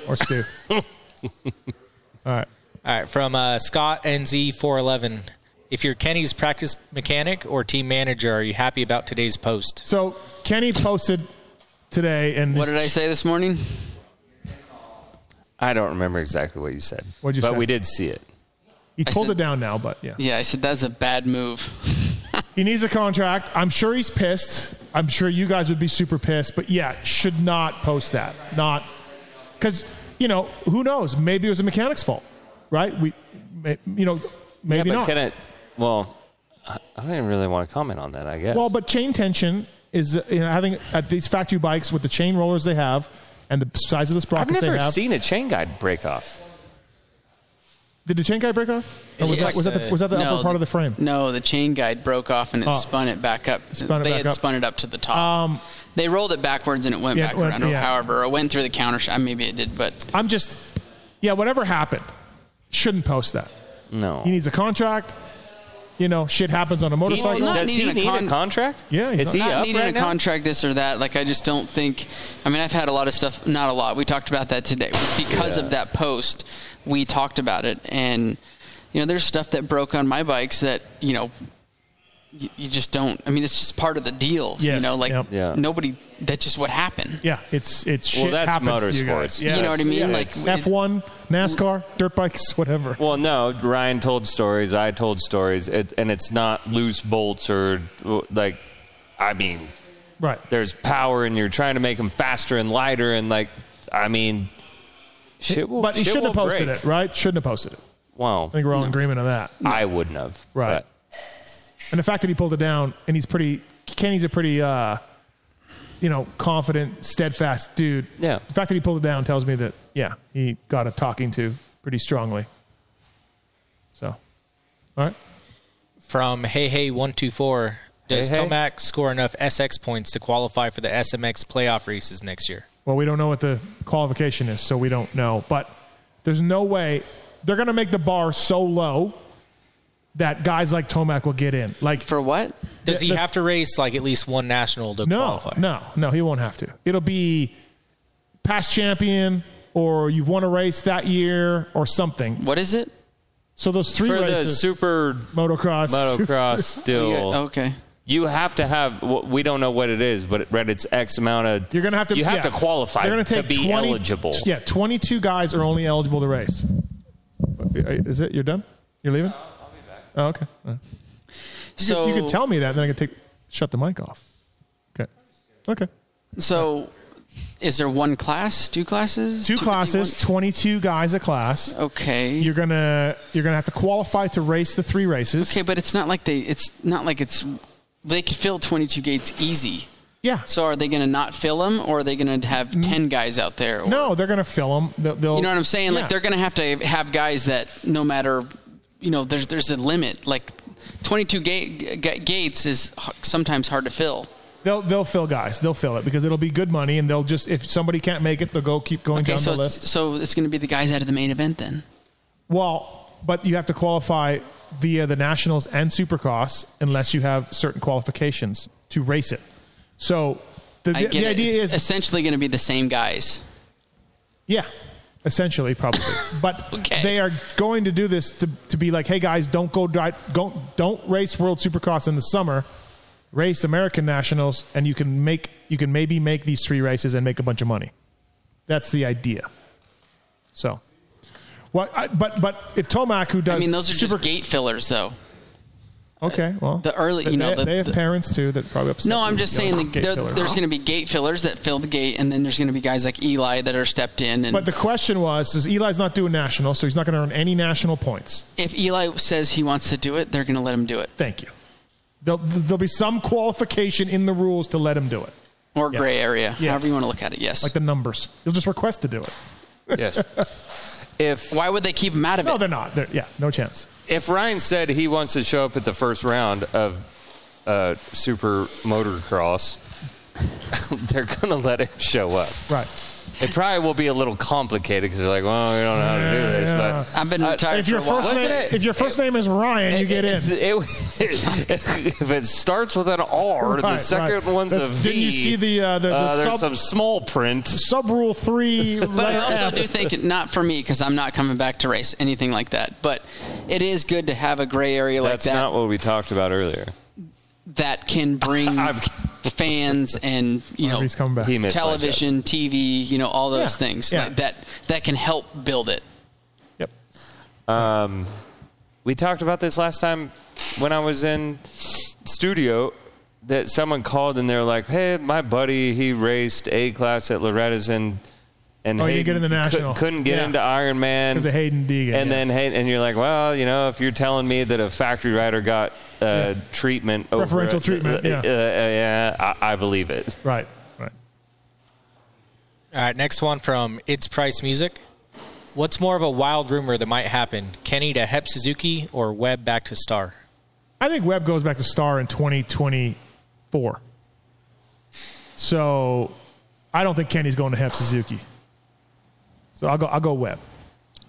Speaker 3: or Stu. All right.
Speaker 7: All right. From uh, Scott NZ411. If you're Kenny's practice mechanic or team manager, are you happy about today's post?
Speaker 3: So Kenny posted today, and
Speaker 5: What did I say this morning?
Speaker 4: I don't remember exactly what you said.
Speaker 3: What'd you
Speaker 4: but
Speaker 3: say?
Speaker 4: we did see it.
Speaker 3: He
Speaker 5: I
Speaker 3: pulled
Speaker 5: said-
Speaker 3: it down now, but yeah.
Speaker 5: Yeah, I said that's a bad move.
Speaker 3: He needs a contract. I'm sure he's pissed. I'm sure you guys would be super pissed, but yeah, should not post that. Not because you know who knows. Maybe it was a mechanic's fault, right? We, may, you know, maybe
Speaker 4: yeah, but
Speaker 3: not.
Speaker 4: Can it, well, I I didn't really want to comment on that, I guess.
Speaker 3: Well, but chain tension is uh, you know, having at these factory bikes with the chain rollers they have and the size of the
Speaker 4: I've
Speaker 3: sprockets
Speaker 4: never
Speaker 3: they have.
Speaker 4: seen a chain guide break off.
Speaker 3: Did the chain guy break off? Or Oh, was,
Speaker 5: Yes.
Speaker 3: that, was that the, was that the
Speaker 5: No,
Speaker 3: upper part of the frame?
Speaker 5: No, the chain guide broke off and it
Speaker 3: Oh.
Speaker 5: spun it back up.
Speaker 3: Spun it
Speaker 5: they
Speaker 3: back
Speaker 5: had
Speaker 3: up. Um,
Speaker 5: spun it up to the top. they rolled it backwards and it went
Speaker 3: Yeah, it
Speaker 5: back
Speaker 3: went-
Speaker 5: around. or
Speaker 3: yeah.
Speaker 5: However, it went through the counter. sh- Maybe it did, but
Speaker 3: I'm just, yeah, whatever happened, shouldn't post that.
Speaker 4: No.
Speaker 3: He needs a contract. You know, shit happens on a motorcycle.
Speaker 4: does he need a contract?
Speaker 3: Yeah, he's
Speaker 5: is
Speaker 3: not-
Speaker 5: not
Speaker 3: up
Speaker 5: needing
Speaker 3: right
Speaker 5: a
Speaker 3: now?
Speaker 5: contract this or that. Like I just don't think. I mean, I've had a lot of stuff. Not a lot. We talked about that today because
Speaker 4: Yeah.
Speaker 5: of that post. We talked about it, and you know, there's stuff that broke on my bikes that you know. You you just don't. I mean, it's just part of the deal. You
Speaker 3: Yes,
Speaker 5: know, like
Speaker 3: yep. Yeah.
Speaker 5: nobody. That's just what happened.
Speaker 3: Yeah, it's it's
Speaker 5: Well,
Speaker 3: shit
Speaker 5: that's
Speaker 3: happens to you guys.
Speaker 4: motorsports.
Speaker 3: Yeah,
Speaker 4: You know what I
Speaker 3: it's-
Speaker 4: mean?
Speaker 3: yeah,
Speaker 4: Like,
Speaker 3: it's F1, NASCAR, dirt bikes, whatever.
Speaker 4: Well, no. Ryan told stories. I told stories, it, and it's not loose bolts or like. I mean,
Speaker 3: right?
Speaker 4: There's power, and you're trying to make them faster and lighter, and like, I mean, shit will.
Speaker 3: but he
Speaker 4: shit
Speaker 3: shouldn't have
Speaker 4: will
Speaker 3: posted
Speaker 4: break.
Speaker 3: it, right? Shouldn't have posted it.
Speaker 4: Well,
Speaker 3: I think we're all in agreement on that.
Speaker 4: I wouldn't have.
Speaker 3: Right. And the fact that he pulled it down, and he's pretty. Kenny's a pretty, uh, you know, confident, steadfast dude.
Speaker 4: Yeah.
Speaker 3: The fact that he pulled it down tells me that yeah, he got a talking to pretty strongly. So, all right.
Speaker 7: From Hey Hey One Two Four. Does
Speaker 3: Hey Hey?
Speaker 7: Tomac score enough SX points to qualify for the SMX playoff races next year?
Speaker 3: Well, we don't know what the qualification is, so we don't know. But there's no way they're going to make the bar so low that guys like Tomac will get in. Like
Speaker 5: for what?
Speaker 7: Does he have to race like at least one national to
Speaker 3: No,
Speaker 7: qualify?
Speaker 3: no, no. He won't have to. It'll be past champion, or you've won a race that year, or something.
Speaker 5: What is it?
Speaker 3: So those three
Speaker 4: For the
Speaker 3: races:
Speaker 4: super
Speaker 3: motocross,
Speaker 4: motocross still.
Speaker 5: okay.
Speaker 4: You have to have. w- We don't know what it is, but Red, it's X amount of. You're
Speaker 3: gonna have to-
Speaker 4: You have
Speaker 3: yeah.
Speaker 4: to qualify
Speaker 3: They're gonna
Speaker 4: to
Speaker 3: take
Speaker 4: be
Speaker 3: 20
Speaker 4: eligible.
Speaker 3: Yeah, 22 guys are only eligible to race. Uh, Is it? You're done? You're leaving? I'll be back. Oh, okay. All right. You
Speaker 5: So-
Speaker 3: could, you could tell me that, and then I could take shut the mic off. Okay. Okay.
Speaker 5: So, is there one class? Two classes?
Speaker 3: Two classes, 22 guys a class.
Speaker 5: Okay.
Speaker 3: You're gonna you're gonna have to qualify to race the three races.
Speaker 5: Okay, but it's not like they. It's not like it's. They could fill 22 gates easy.
Speaker 3: Yeah. Mm.
Speaker 5: So are they going to not fill them, or are they going to have 10 guys out there? Or,
Speaker 3: No, they're gonna fill them. They'll, they'll-
Speaker 5: you know what I'm saying?
Speaker 3: Yeah.
Speaker 5: Like they're going to have to have guys that no matter, you know, there's there's a limit. Like 22 ga- ga- gates is h- sometimes hard to fill.
Speaker 3: They'll they'll fill guys. They'll fill it because it'll be good money, and they'll just if somebody can't make it, they'll go keep going
Speaker 5: Okay,
Speaker 3: down
Speaker 5: so
Speaker 3: the list.
Speaker 5: it's, so it's going to be the guys out of the main event then.
Speaker 3: Well, but you have to qualify via the nationals and supercross unless you have certain qualifications to race it. So the,
Speaker 5: I
Speaker 3: the,
Speaker 5: get it.
Speaker 3: idea
Speaker 5: It's
Speaker 3: is
Speaker 5: essentially going to be the same guys.
Speaker 3: Yeah, essentially, probably. but they are going to do this to, to be like, hey guys, don't go dri- don't don't race World Supercross in the summer. Race American Nationals, and you can make you can maybe make these three races and make a bunch of money. That's the idea. So, what? I, but but if Tomac who does
Speaker 5: I mean, those are just gate fillers, though.
Speaker 3: okay, well
Speaker 5: the early- you
Speaker 3: they,
Speaker 5: know, the-
Speaker 3: they have
Speaker 5: the-
Speaker 3: parents too that probably upset.
Speaker 5: No, I'm
Speaker 3: you
Speaker 5: just
Speaker 3: with
Speaker 5: saying the,
Speaker 3: gate
Speaker 5: there,
Speaker 3: fillers.
Speaker 5: there's going to be gate fillers that fill the gate, and then there's going to be guys like Eli that are stepped in. And
Speaker 3: But the question was, is Eli's not doing national, so he's not going to earn any national points.
Speaker 5: if Eli says he wants to do it, they're going to let him do it.
Speaker 3: Thank you. There'll, there'll be some qualification in the rules to let him do it.
Speaker 5: Or gray area, however you want to look at it. Yes.
Speaker 3: Like the numbers. You'll just request to do it.
Speaker 4: Yes. If
Speaker 5: why would they keep him out of
Speaker 3: no, it? No, they're not. They're, yeah, no chance.
Speaker 4: if Ryan said he wants to show up at the first round of uh, Super Motorcross, they're going to let him show up.
Speaker 3: Right.
Speaker 4: It probably will be a little complicated because they're like, well, we don't know how to do this.
Speaker 3: Yeah.
Speaker 4: But Uh,
Speaker 3: if your first name, if your first name is Ryan, you get in.
Speaker 4: if it starts with an R, the
Speaker 3: Right,
Speaker 4: second
Speaker 3: right.
Speaker 4: one's a
Speaker 3: That's-
Speaker 4: V.
Speaker 3: Didn't you see the uh, the, the
Speaker 4: uh, there's
Speaker 3: sub,
Speaker 4: some small print?
Speaker 3: sub rule three?
Speaker 5: But I
Speaker 3: letter
Speaker 5: also
Speaker 3: F?
Speaker 5: do think, it- not for me, because I'm not coming back to race anything like that. But it is good to have a gray area like
Speaker 4: That's
Speaker 5: that
Speaker 4: not what we talked about earlier.
Speaker 5: that can bring fans and you know
Speaker 3: coming back. He missed my
Speaker 5: television, TV, you know all those
Speaker 4: Yeah,
Speaker 5: things
Speaker 4: yeah.
Speaker 5: like that that can help build it.
Speaker 4: Um, we talked about this last time when I was in studio that someone called and they're like, "Hey, my buddy, he raced A class at Loretta's and and
Speaker 3: Oh, he
Speaker 4: Hayden
Speaker 3: didn't get in the national.
Speaker 4: Could, not get
Speaker 3: Yeah.
Speaker 4: into Iron Man
Speaker 3: 'Cause of Hayden Deegan,
Speaker 4: And
Speaker 3: yeah.
Speaker 4: then Hayden, and you're like, "Well, you know, if you're telling me that a factory rider got uh, treatment, over
Speaker 3: Preferential
Speaker 4: it,
Speaker 3: treatment,
Speaker 4: uh,
Speaker 3: yeah.
Speaker 4: uh, yeah, I, I believe it."
Speaker 3: Right. Right.
Speaker 7: All right, next one from It's Price Music. What's more of a wild rumor that might happen? Kenny to Hep Suzuki or Webb back to Star?
Speaker 3: I think Webb goes back to star in 2024. So I don't think Kenny's going to Hep Suzuki. So I'll go. I'll go Webb.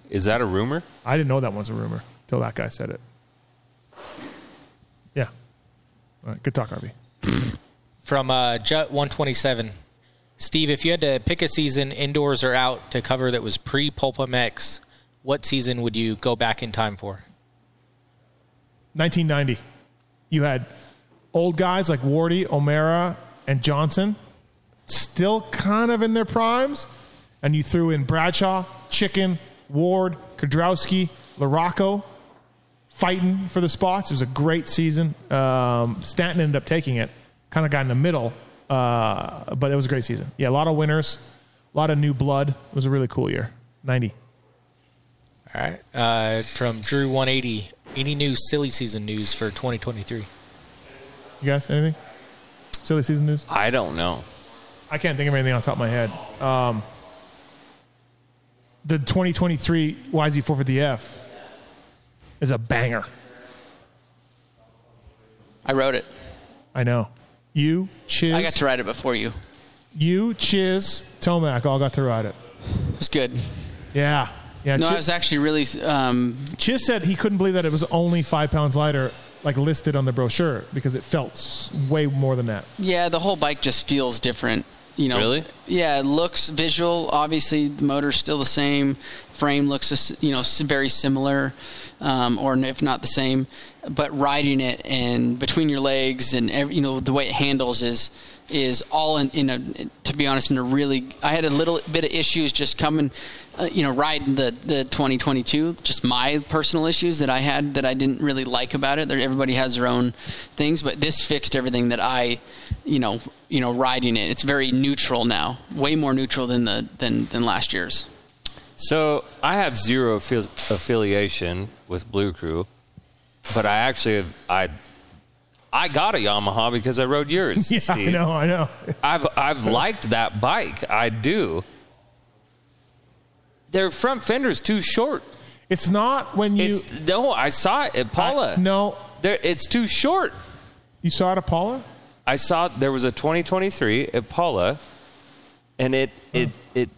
Speaker 4: Is that a rumor?
Speaker 3: I didn't know that was a rumor until that guy said it. Yeah. All right, good talk, Arby.
Speaker 7: From uh, Jut 127. Steve, if you had to pick a season, indoors or out, to cover that was pre Pulpamex, what season would you go back in time for?
Speaker 3: 1990. You had old guys like Wardy, O'Mara, and Johnson, still kind of in their primes, and you threw in Bradshaw, Chicken, Ward, Kodrowski, Larocco, fighting for the spots. It was a great season. Um, Stanton ended up taking it, kind of got in the middle, uh, but it was a great season. Yeah, a lot of winners, a lot of new blood. It was a really cool year. 90.
Speaker 7: All right. Uh, from Drew 180. Any new silly season news for 2023?
Speaker 3: You guys, anything? Silly season news?
Speaker 4: I don't know.
Speaker 3: I can't think of anything on top of my head. Um, the 2023 YZ450F is a banger.
Speaker 5: I wrote it.
Speaker 3: I know. You, Chiz,
Speaker 5: I got to ride it before you.
Speaker 3: you, Chiz, Tomac all got to ride it.
Speaker 5: It was good.
Speaker 3: Yeah, yeah.
Speaker 5: no,
Speaker 3: Chiz,
Speaker 5: I was actually really. Um,
Speaker 3: Chiz said he couldn't believe that it was only five pounds lighter, like listed on the brochure, because it felt s- way more than that.
Speaker 5: yeah, the whole bike just feels different. You know.
Speaker 3: Really?
Speaker 5: Yeah, it looks visual. Obviously, the motor's still the same. Frame looks, as- you know, s- very similar, um, or if not the same. But riding it and between your legs and every, you know the way it handles is is all in, in a. To be honest, in a really, I had a little bit of issues just coming, uh, you know, riding the the 2022. Just my personal issues that I had that I didn't really like about it. There, everybody has their own things, but this fixed everything that I, you know, you know, riding it. It's very neutral now, way more neutral than the than than last year's.
Speaker 4: So I have zero affi- affiliation with Blue Crew, but I actually have, I I got a Yamaha because I rode yours.
Speaker 3: Yeah, I
Speaker 4: Steve.
Speaker 3: know, I know.
Speaker 4: I've I've liked that bike. I do. Their front fender's too short.
Speaker 3: It's not when you.
Speaker 4: no, I saw it at Paula.
Speaker 3: no,
Speaker 4: They're- it's too short.
Speaker 3: You saw it at Paula?
Speaker 4: I saw there was a 2023 Impala, and it it it.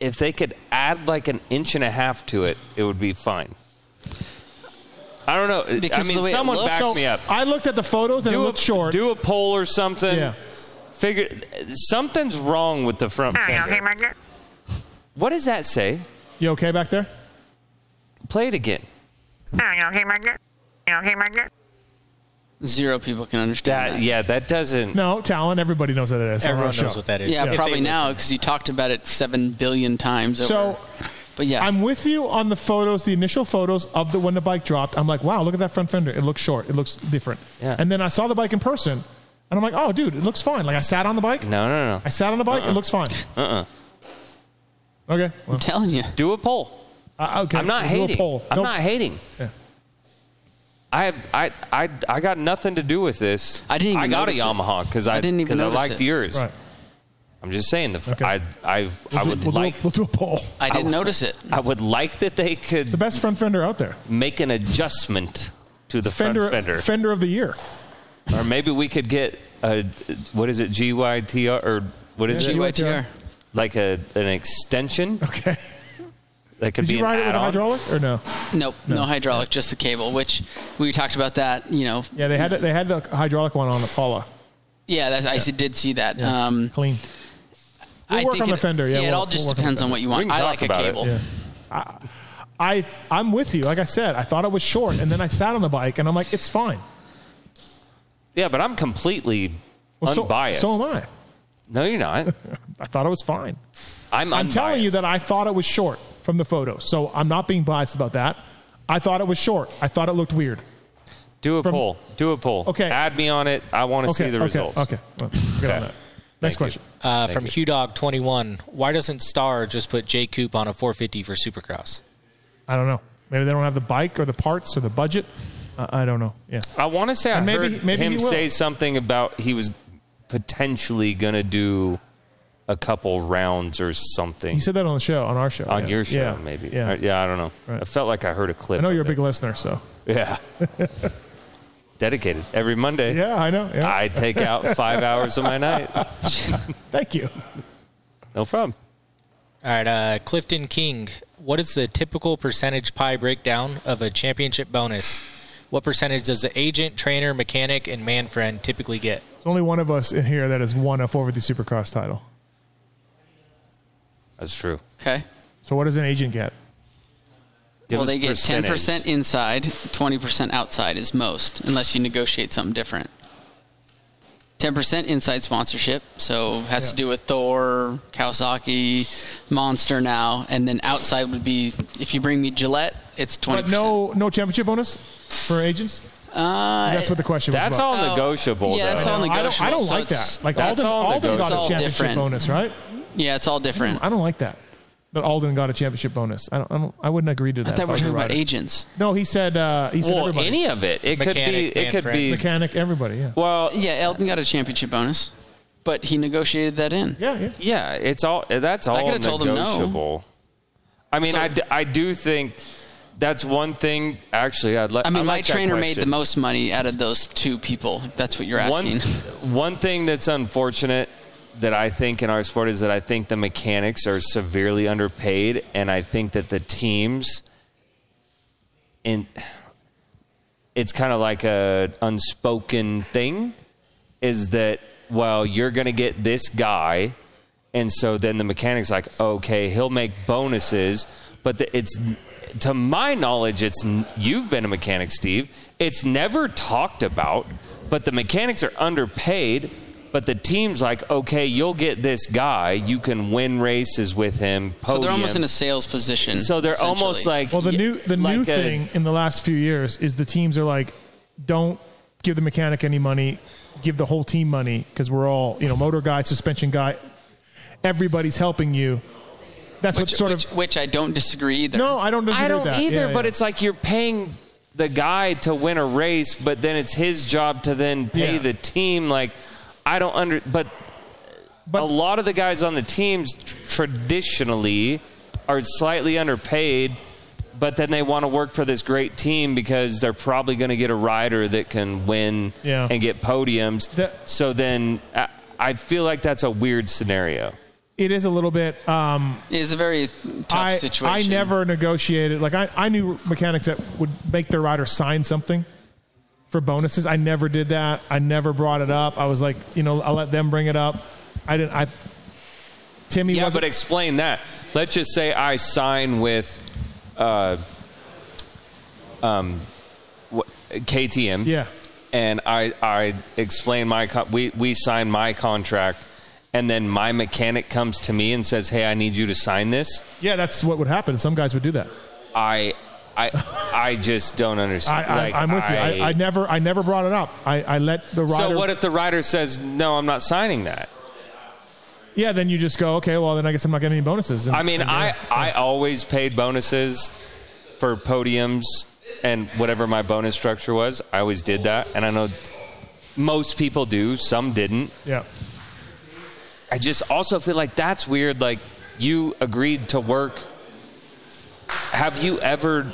Speaker 4: If they could add like an inch and a half to it, it would be fine. I don't know. I
Speaker 3: Because
Speaker 4: mean,
Speaker 3: the way it
Speaker 4: someone
Speaker 3: looks-
Speaker 4: back
Speaker 3: So,
Speaker 4: me up.
Speaker 3: I looked at the photos and it
Speaker 4: do a
Speaker 3: looked short.
Speaker 4: do a poll or something.
Speaker 3: Yeah.
Speaker 4: Figure something's wrong with the front fender. What does that say?
Speaker 3: You okay back there?
Speaker 4: Play it again.
Speaker 5: Zero people can understand.
Speaker 4: That, Yeah, that doesn't.
Speaker 3: No, Talon. Everybody knows what that is.
Speaker 5: Everyone
Speaker 3: Everyone
Speaker 5: knows what that is. Yeah, probably now because you talked about it seven billion times. Over.
Speaker 3: So,
Speaker 5: but yeah,
Speaker 3: I'm with you on the photos, the initial photos of the when the bike dropped. I'm like, wow, look at that front fender. It looks short. It looks different.
Speaker 4: Yeah.
Speaker 3: And then I saw the bike in person, and I'm like, oh, dude, it looks fine. Like I sat on the bike.
Speaker 4: No, no, no.
Speaker 3: I sat on the bike. It looks fine.
Speaker 4: Uh uh
Speaker 3: Okay.
Speaker 5: Uh-uh. I'm telling you.
Speaker 4: Do a poll.
Speaker 3: Uh, okay.
Speaker 4: I'm not
Speaker 3: Do a
Speaker 4: hating.
Speaker 3: poll.
Speaker 4: I'm
Speaker 3: Nope.
Speaker 4: not hating.
Speaker 3: Yeah.
Speaker 4: I, I I I got nothing to do with this. I
Speaker 5: didn't even
Speaker 4: I got a
Speaker 5: notice it.
Speaker 4: Yamaha because
Speaker 5: I
Speaker 4: I,
Speaker 5: didn't even
Speaker 4: because I
Speaker 5: notice
Speaker 4: liked
Speaker 5: it.
Speaker 4: yours.
Speaker 5: Right.
Speaker 4: I'm just saying the f I I I I
Speaker 3: We'll do- we'll
Speaker 4: would
Speaker 3: do a-
Speaker 4: like
Speaker 3: we'll do a poll.
Speaker 5: I didn't notice it.
Speaker 4: I would like that they could
Speaker 3: The best front fender out there.
Speaker 4: make an adjustment to the
Speaker 3: Fender,
Speaker 4: front fender,
Speaker 3: fender of the year.
Speaker 4: or maybe we could get a what is it GYTR or what is
Speaker 3: Yeah,
Speaker 4: it
Speaker 3: GYTR.
Speaker 4: like a an extension.
Speaker 3: Okay.
Speaker 4: That could
Speaker 3: Did you
Speaker 4: be an
Speaker 3: ride it with a
Speaker 4: add-on.
Speaker 3: hydraulic or no?
Speaker 5: Nope, no, hydraulic, just the cable. Which we talked about that. You know,
Speaker 3: Yeah, they had they had the hydraulic one on the Paula.
Speaker 5: yeah, that, I did see that.
Speaker 3: Yeah.
Speaker 5: Um,
Speaker 3: Clean. We'll
Speaker 5: I
Speaker 3: work
Speaker 5: think
Speaker 3: on
Speaker 5: it,
Speaker 3: the fender. Yeah,
Speaker 5: it
Speaker 3: we'll-
Speaker 5: all just
Speaker 3: we'll work on the
Speaker 5: depends on
Speaker 3: fender.
Speaker 5: what you want. I like a cable.
Speaker 3: Yeah. I, I I'm with you. Like I said, I thought it was short, and then I sat on the bike, and I'm like, it's fine.
Speaker 4: Yeah, but I'm completely
Speaker 3: Well, so-
Speaker 4: unbiased.
Speaker 3: So, am I.
Speaker 4: No, you're not.
Speaker 3: I thought it was fine.
Speaker 4: I'm
Speaker 3: I'm
Speaker 4: unbiased.
Speaker 3: telling you that I thought it was short from the photo, so I'm not being biased about that. I thought it was short. I thought it looked weird.
Speaker 4: Do a poll. Do a poll.
Speaker 3: Okay.
Speaker 4: Add me on it. I want to
Speaker 3: okay,
Speaker 4: see the
Speaker 3: okay,
Speaker 4: results.
Speaker 3: Okay. Well, good on that. Next question.
Speaker 7: Uh, from Hugh Dog 21, why doesn't Star just put J Coop on a 450 for Supercross?
Speaker 3: I don't know. Maybe they don't have the bike or the parts or the budget. Uh, I don't know. Yeah.
Speaker 4: I want to say I
Speaker 3: And maybe-
Speaker 4: heard
Speaker 3: maybe he
Speaker 4: him
Speaker 3: will.
Speaker 4: say something about he was potentially going to do a couple rounds or something
Speaker 3: You said that on the show, on our show,
Speaker 4: on
Speaker 3: yeah.
Speaker 4: your show,
Speaker 3: Yeah,
Speaker 4: maybe.
Speaker 3: Yeah.
Speaker 4: Uh, yeah, I don't know. I felt like I heard a clip.
Speaker 3: I know
Speaker 4: of
Speaker 3: you're a
Speaker 4: it.
Speaker 3: big listener, so
Speaker 4: Yeah. Dedicated every Monday.
Speaker 3: Yeah, I know. Yeah.
Speaker 4: I take out five hours of my night.
Speaker 3: Thank you.
Speaker 4: No problem.
Speaker 7: All right, uh, Clifton King, what is the typical percentage pie breakdown of a championship bonus? What percentage does the agent, trainer, mechanic, and man friend typically get?
Speaker 3: There's only one of us in here that has won a 450 Supercross title.
Speaker 4: That's true.
Speaker 5: Okay.
Speaker 3: So what does an agent get?
Speaker 5: well, they get ten percent inside, twenty percent outside is most, unless you negotiate something different. Ten percent inside sponsorship, so has to do with Thor, Kawasaki, Monster now, and then outside would be if you bring me Gillette, it's twenty.
Speaker 3: But no, no championship bonus for agents.
Speaker 5: Uh,
Speaker 3: that's what the question was.
Speaker 4: That's
Speaker 3: about. Oh,
Speaker 4: all negotiable.
Speaker 5: yeah,
Speaker 4: though.
Speaker 5: it's all
Speaker 3: I don't,
Speaker 5: negotiable.
Speaker 3: I don't
Speaker 5: so
Speaker 3: like
Speaker 5: it's-
Speaker 3: that. Like Alden, Alden got
Speaker 5: It's
Speaker 3: a
Speaker 5: all
Speaker 3: championship
Speaker 5: different.
Speaker 3: bonus, right?
Speaker 5: Yeah, it's all different.
Speaker 3: I don't like that. That Alden got a championship bonus. I don't. I, don't, I wouldn't agree to that.
Speaker 5: thought we
Speaker 3: if
Speaker 5: were
Speaker 3: was a
Speaker 5: talking about
Speaker 3: rider.
Speaker 5: agents.
Speaker 3: No, he said. Uh, he said
Speaker 4: Well,
Speaker 3: everybody.
Speaker 4: any of it. It could
Speaker 5: Mechanic,
Speaker 4: be. It
Speaker 5: man,
Speaker 4: could
Speaker 5: friend.
Speaker 4: be.
Speaker 3: mechanic. Everybody. Yeah.
Speaker 4: Well,
Speaker 5: yeah, Elton got a championship bonus, but he negotiated that in.
Speaker 3: Yeah, yeah.
Speaker 4: Yeah, it's all that's all
Speaker 5: I could've told him no.
Speaker 4: negotiable. I mean,
Speaker 5: So-
Speaker 4: I, d- I do think that's one thing. Actually, I'd like.
Speaker 5: I mean,
Speaker 4: I
Speaker 5: my
Speaker 4: like that
Speaker 5: trainer made
Speaker 4: question.
Speaker 5: the most money out of those two people. if That's what you're asking.
Speaker 4: One, one thing that's unfortunate that I think in our sport is that I think the mechanics are severely underpaid, and I think that the teams, in it's kind of like a unspoken thing, is that well you're going to get this guy, and so then the mechanics like okay he'll make bonuses, but the, it's to my knowledge it's n- you've been a mechanic Steve it's never talked about, but the mechanics are underpaid. But the team's like, okay, you'll get this guy. You can win races with him.
Speaker 5: So they're almost
Speaker 4: podiums."
Speaker 5: in a sales position.
Speaker 4: So they're almost like
Speaker 3: Well, the new the
Speaker 4: like
Speaker 3: new
Speaker 5: uh,
Speaker 4: a-
Speaker 3: thing in the last few years is the teams are like, don't give the mechanic any money, give the whole team money because we're all you know motor guy, suspension guy, everybody's helping you. That's
Speaker 5: which,
Speaker 3: what sort
Speaker 5: which, which I don't disagree either.
Speaker 3: No, I don't disagree
Speaker 4: I don't
Speaker 3: with that.
Speaker 4: either,
Speaker 3: Yeah,
Speaker 4: but
Speaker 3: yeah.
Speaker 4: it's like you're paying the guy to win a race, but then it's his job to then pay
Speaker 3: Yeah.
Speaker 4: the team. Like, I don't under, but, a lot of the guys on the teams tr- traditionally are slightly underpaid but then they want to work for this great team because they're probably going to get a rider that can win
Speaker 3: Yeah.
Speaker 4: and get podiums. so then I, I feel like that's a weird scenario.
Speaker 3: It is a little bit. Um,
Speaker 5: It's a very tough
Speaker 3: I,
Speaker 5: situation.
Speaker 3: I never negotiated. Like I, I knew mechanics that would make their rider sign something for bonuses. I never did that. I never brought it up. I was like, you know, I let them bring it up. I didn't. I Timmy
Speaker 4: yeah,
Speaker 3: wasn't.
Speaker 4: but explain that. Let's just say I sign with, uh, um, what, KTM.
Speaker 3: Yeah.
Speaker 4: And I I explain my con- we we sign my contract, and then my mechanic comes to me and says, "Hey, I need you to sign this."
Speaker 3: yeah, that's what would happen. Some guys would do that.
Speaker 4: I I I just don't
Speaker 3: I,
Speaker 4: understand.
Speaker 3: I,
Speaker 4: Like,
Speaker 3: I'm with you. I, I never, I never brought it up. I, I let the rider.
Speaker 4: so what if the rider says, "No, I'm not signing that."
Speaker 3: yeah, then you just go. Okay, well then I guess I'm not getting any bonuses. And-
Speaker 4: I mean,
Speaker 3: and-
Speaker 4: I, I always paid bonuses for podiums and whatever my bonus structure was. I always did that. And I know most people do, some didn't.
Speaker 3: yeah.
Speaker 4: I just also feel like that's weird. Like, you agreed to work. Have you ever.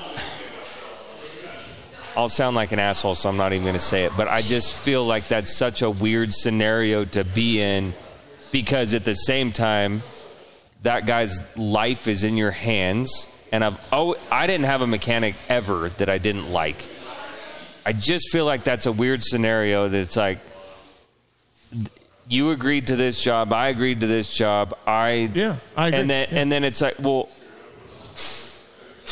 Speaker 4: I'll sound like an asshole, so I'm not even going to say it, but I just feel like that's such a weird scenario to be in because at the same time, that guy's life is in your hands. And I've oh, I didn't have a mechanic ever that I didn't like. I just feel like that's a weird scenario that's like, you agreed to this job, I agreed to this job, I
Speaker 3: yeah, I agree.
Speaker 4: and then and then it's like, well,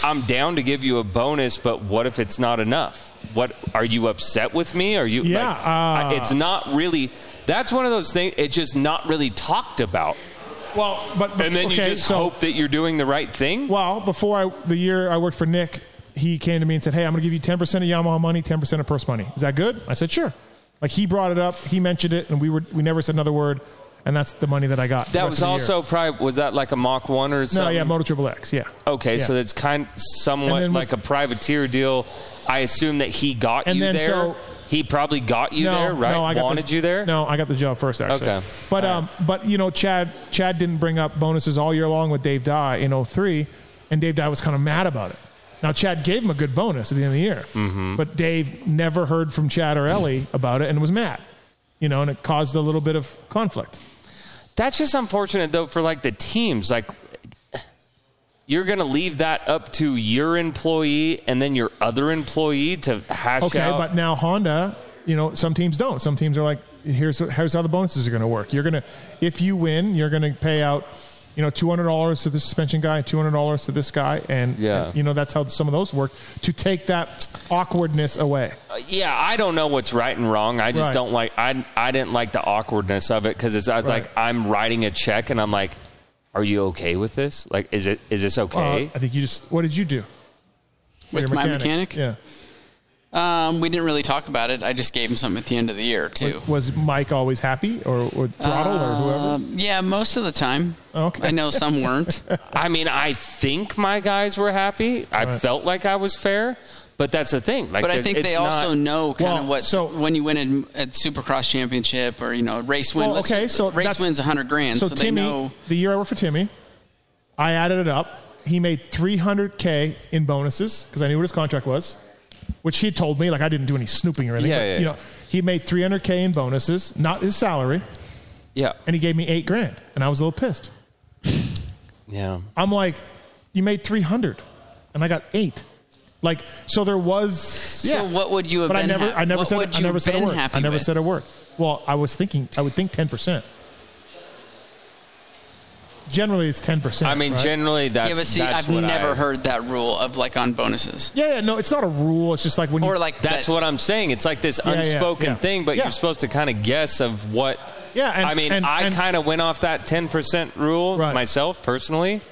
Speaker 4: I'm down to give you a bonus, but what if it's not enough? What are you upset with me? Are you?
Speaker 3: Yeah,
Speaker 4: like,
Speaker 3: uh,
Speaker 4: I- it's not really. That's one of those things. It's just not really talked about.
Speaker 3: Well, but
Speaker 4: and then you
Speaker 3: okay,
Speaker 4: just
Speaker 3: so-
Speaker 4: hope that you're doing the right thing.
Speaker 3: Well, before I, the year I worked for Nick, he came to me and said, "Hey, I'm going to give you 10% of Yamaha money, 10% of purse money. Is that good?" I said, "Sure." Like he brought it up, he mentioned it, and we were we never said another word, and that's the money that I got. the
Speaker 4: That
Speaker 3: rest
Speaker 4: was
Speaker 3: of the year.
Speaker 4: also probably was that like a Mach one or
Speaker 3: no,
Speaker 4: something?
Speaker 3: yeah, Moto Triple X, yeah.
Speaker 4: Okay,
Speaker 3: Yeah.
Speaker 4: so that's kind
Speaker 3: And
Speaker 4: somewhat
Speaker 3: then
Speaker 4: like a privateer deal. I assume that he got
Speaker 3: And
Speaker 4: you
Speaker 3: then
Speaker 4: there.
Speaker 3: so-
Speaker 4: he probably got you
Speaker 3: no,
Speaker 4: there, right?
Speaker 3: No, I got
Speaker 4: Wanted
Speaker 3: the,
Speaker 4: you there.
Speaker 3: No, I got the job first, actually.
Speaker 4: Okay.
Speaker 3: But um, but you know, Chad Chad didn't bring up bonuses all year long with Dave Dye in 03, and Dave Dye was kind of mad about it. Now Chad gave him a good bonus at the end of the year,
Speaker 8: Mhm.
Speaker 3: but Dave never heard from Chad or Ellie about it and was mad, you know, and it caused a little bit of conflict.
Speaker 4: That's just unfortunate though for like the teams. Like you're gonna leave that up to your employee and then your other employee to hash
Speaker 3: okay,
Speaker 4: out.
Speaker 3: but now Honda, you know, some teams don't. Some teams are like, here's here's how the bonuses are going to work. You're gonna if you win, you're gonna pay out, you know, two hundred dollars to the suspension guy, two hundred dollars to this guy, and,
Speaker 4: Yeah.
Speaker 3: and, you know that's how some of those work to take that awkwardness away.
Speaker 4: Uh, yeah, I don't know what's right and wrong. I just
Speaker 3: Right.
Speaker 4: don't like. I I didn't like the awkwardness of it because it's I was
Speaker 3: Right.
Speaker 4: like I'm writing a check and I'm like, are you okay with this? Like, is it is this okay?
Speaker 3: Uh, I think you just what did you do?
Speaker 5: With
Speaker 3: Your
Speaker 5: my mechanic?
Speaker 3: Yeah.
Speaker 5: Um, we didn't really talk about it. I just gave him something at the end of the year too.
Speaker 3: Was Mike always happy or, or throttle or
Speaker 5: Uh,
Speaker 3: whoever?
Speaker 5: yeah, most of the time.
Speaker 3: Okay.
Speaker 5: I know some weren't.
Speaker 4: I mean, I think my guys were happy. I felt like I was fair, but that's the thing. Like,
Speaker 5: but I
Speaker 4: it-
Speaker 5: think they
Speaker 4: it's
Speaker 5: also
Speaker 4: not-
Speaker 5: know kind of what when you win a, a Supercross championship or you know race win.
Speaker 3: Well,
Speaker 5: let's-
Speaker 3: okay, so
Speaker 5: race
Speaker 3: that's-
Speaker 5: wins hundred grand, so,
Speaker 3: Timmy,
Speaker 5: they know.
Speaker 3: the year I worked for Timmy, I added it up. He made 300k in bonuses because I knew what his contract was, which he told me like I didn't do any snooping or anything.
Speaker 4: Yeah,
Speaker 3: but,
Speaker 4: yeah,
Speaker 3: you
Speaker 4: yeah.
Speaker 3: know, he made 300k in bonuses, not his salary,
Speaker 4: Yeah,
Speaker 3: and he gave me eight grand, and I was a little pissed.
Speaker 4: yeah.
Speaker 3: I'm like, you made 300, and I got eight. Like, so there was.
Speaker 5: So what would you have
Speaker 3: But I
Speaker 5: been
Speaker 3: never,
Speaker 5: hap-
Speaker 3: I never
Speaker 5: what
Speaker 3: said,
Speaker 5: would
Speaker 3: I
Speaker 5: you
Speaker 3: never said a
Speaker 5: been
Speaker 3: word.
Speaker 5: happy
Speaker 3: I never
Speaker 5: with?
Speaker 3: said a word. Well, I was thinking, I would think 10%. Generally, it's 10%.
Speaker 4: I mean,
Speaker 3: right?
Speaker 4: generally that's
Speaker 5: yeah, but see,
Speaker 4: that's
Speaker 5: I've
Speaker 4: what
Speaker 5: never
Speaker 4: I-
Speaker 5: heard that rule of like on bonuses.
Speaker 3: Yeah, yeah, no, it's not a rule. It's just like when you
Speaker 5: Or like
Speaker 4: That's
Speaker 5: that-
Speaker 4: what I'm saying. It's like this
Speaker 3: Yeah, yeah,
Speaker 4: unspoken
Speaker 3: yeah.
Speaker 4: thing, but
Speaker 3: Yeah.
Speaker 4: you're supposed to kind of guess of what.
Speaker 3: Yeah, and-
Speaker 4: I mean,
Speaker 3: and-
Speaker 4: I
Speaker 3: and-
Speaker 4: kind of went off that 10% rule myself personally,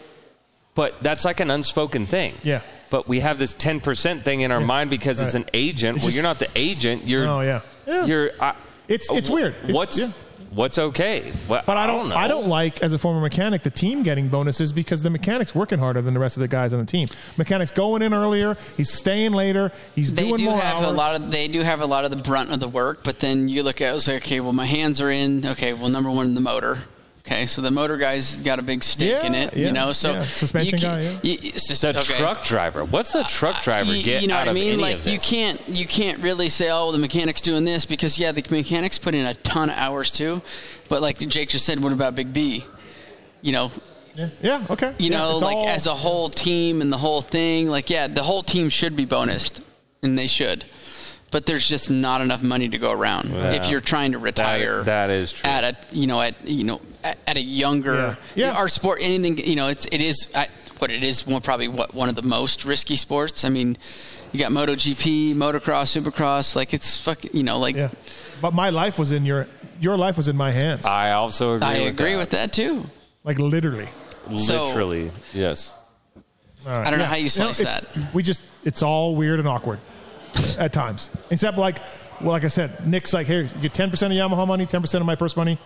Speaker 4: but that's like an unspoken thing.
Speaker 3: Yeah.
Speaker 4: But we have this 10% thing in our mind because it's
Speaker 3: right.
Speaker 4: an agent.
Speaker 3: It
Speaker 4: well,
Speaker 3: just-
Speaker 4: you're not the agent. You're.
Speaker 3: Oh, yeah. Yeah.
Speaker 4: You're. I,
Speaker 3: It's- it's
Speaker 4: wh-
Speaker 3: weird. It's-
Speaker 4: What's
Speaker 3: yeah.
Speaker 4: what's okay?
Speaker 3: But I don't,
Speaker 4: know.
Speaker 3: I don't like as a former mechanic the team getting bonuses because the mechanic's working harder than the rest of the guys on the team. Mechanic's going in earlier, he's staying later, he's
Speaker 5: They
Speaker 3: doing
Speaker 5: do
Speaker 3: more
Speaker 5: have
Speaker 3: hours.
Speaker 5: a lot of they do have a lot of the brunt of the work, but then you look at it, it's like okay, well my hands are in. Okay, well number one the motor Okay, so the motor guy's got a big stake in it, you know. So
Speaker 3: suspension
Speaker 5: you can-
Speaker 3: guy. Yeah.
Speaker 5: you- it's just-
Speaker 4: The
Speaker 5: okay. Uh,
Speaker 4: truck driver. What's the truck driver
Speaker 5: you,
Speaker 4: get
Speaker 5: you know
Speaker 4: out
Speaker 5: what I mean?
Speaker 4: of any
Speaker 5: like
Speaker 4: of
Speaker 5: you
Speaker 4: this?
Speaker 5: can't you can't really say oh the mechanic's doing this because yeah the mechanics put in a ton of hours too, but like Jake just said, what about Big B? You know,
Speaker 3: Yeah. Okay.
Speaker 5: you
Speaker 3: Yeah,
Speaker 5: know
Speaker 3: it's
Speaker 5: like
Speaker 3: all-
Speaker 5: as a whole team and the whole thing, like yeah the whole team should be bonused and they should, but there's just not enough money to go around
Speaker 4: Wow.
Speaker 5: if you're trying to retire.
Speaker 4: that is true.
Speaker 5: At a you know at you know at, at a younger
Speaker 4: Yeah. Yeah.
Speaker 5: our sport anything you know it's it is I, what it is one, probably what one of the most risky sports. I mean, you got MotoGP, motocross, supercross, like it's fucking you know like
Speaker 3: Yeah. But my life was in your your life was in my hands.
Speaker 4: I also agree.
Speaker 5: I
Speaker 4: with
Speaker 5: agree
Speaker 4: that.
Speaker 5: with that too.
Speaker 3: Like literally. So-
Speaker 4: Literally, yes.
Speaker 3: All right.
Speaker 5: I don't know how you
Speaker 3: know,
Speaker 5: slice
Speaker 3: it's- We just it's all weird and awkward at times. Except like well, like I said, Nick's like, here, you get ten percent of Yamaha money, ten percent of my purse money.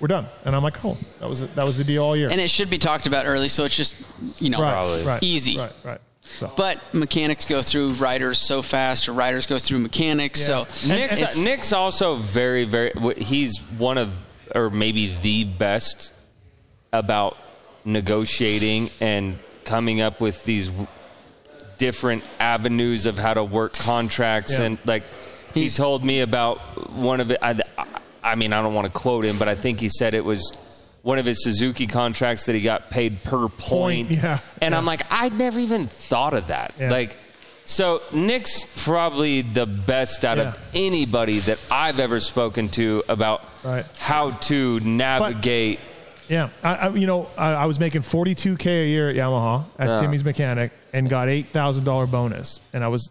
Speaker 3: We're done. And I'm like, oh, that was it. that was the deal all year.
Speaker 5: And it should be talked about early, so it's just you know
Speaker 3: Right, Probably. right,
Speaker 5: easy.
Speaker 3: right, right.
Speaker 5: But mechanics go through riders so fast, or riders go through mechanics. So
Speaker 4: Nick's,
Speaker 5: it's-
Speaker 4: Nick's also very, very. wh- He's one of, or maybe the best, about negotiating and coming up with these w- different avenues of how to work contracts.
Speaker 13: Yeah.
Speaker 4: And like, he told me about one of it. I, I mean, I don't want to quote him, but I think he said it was one of his Suzuki contracts that he got paid per point.
Speaker 3: Yeah.
Speaker 4: And I'm like, I'd never even thought of that.
Speaker 3: Yeah.
Speaker 4: Like, so Nick's probably the best out
Speaker 3: Yeah.
Speaker 4: of anybody that I've ever spoken to about
Speaker 3: Right.
Speaker 4: how to navigate.
Speaker 3: Yeah, I, I you know I, I was making forty two k a year at Yamaha as
Speaker 4: Yeah.
Speaker 3: Timmy's mechanic and got eight thousand dollar bonus, and I was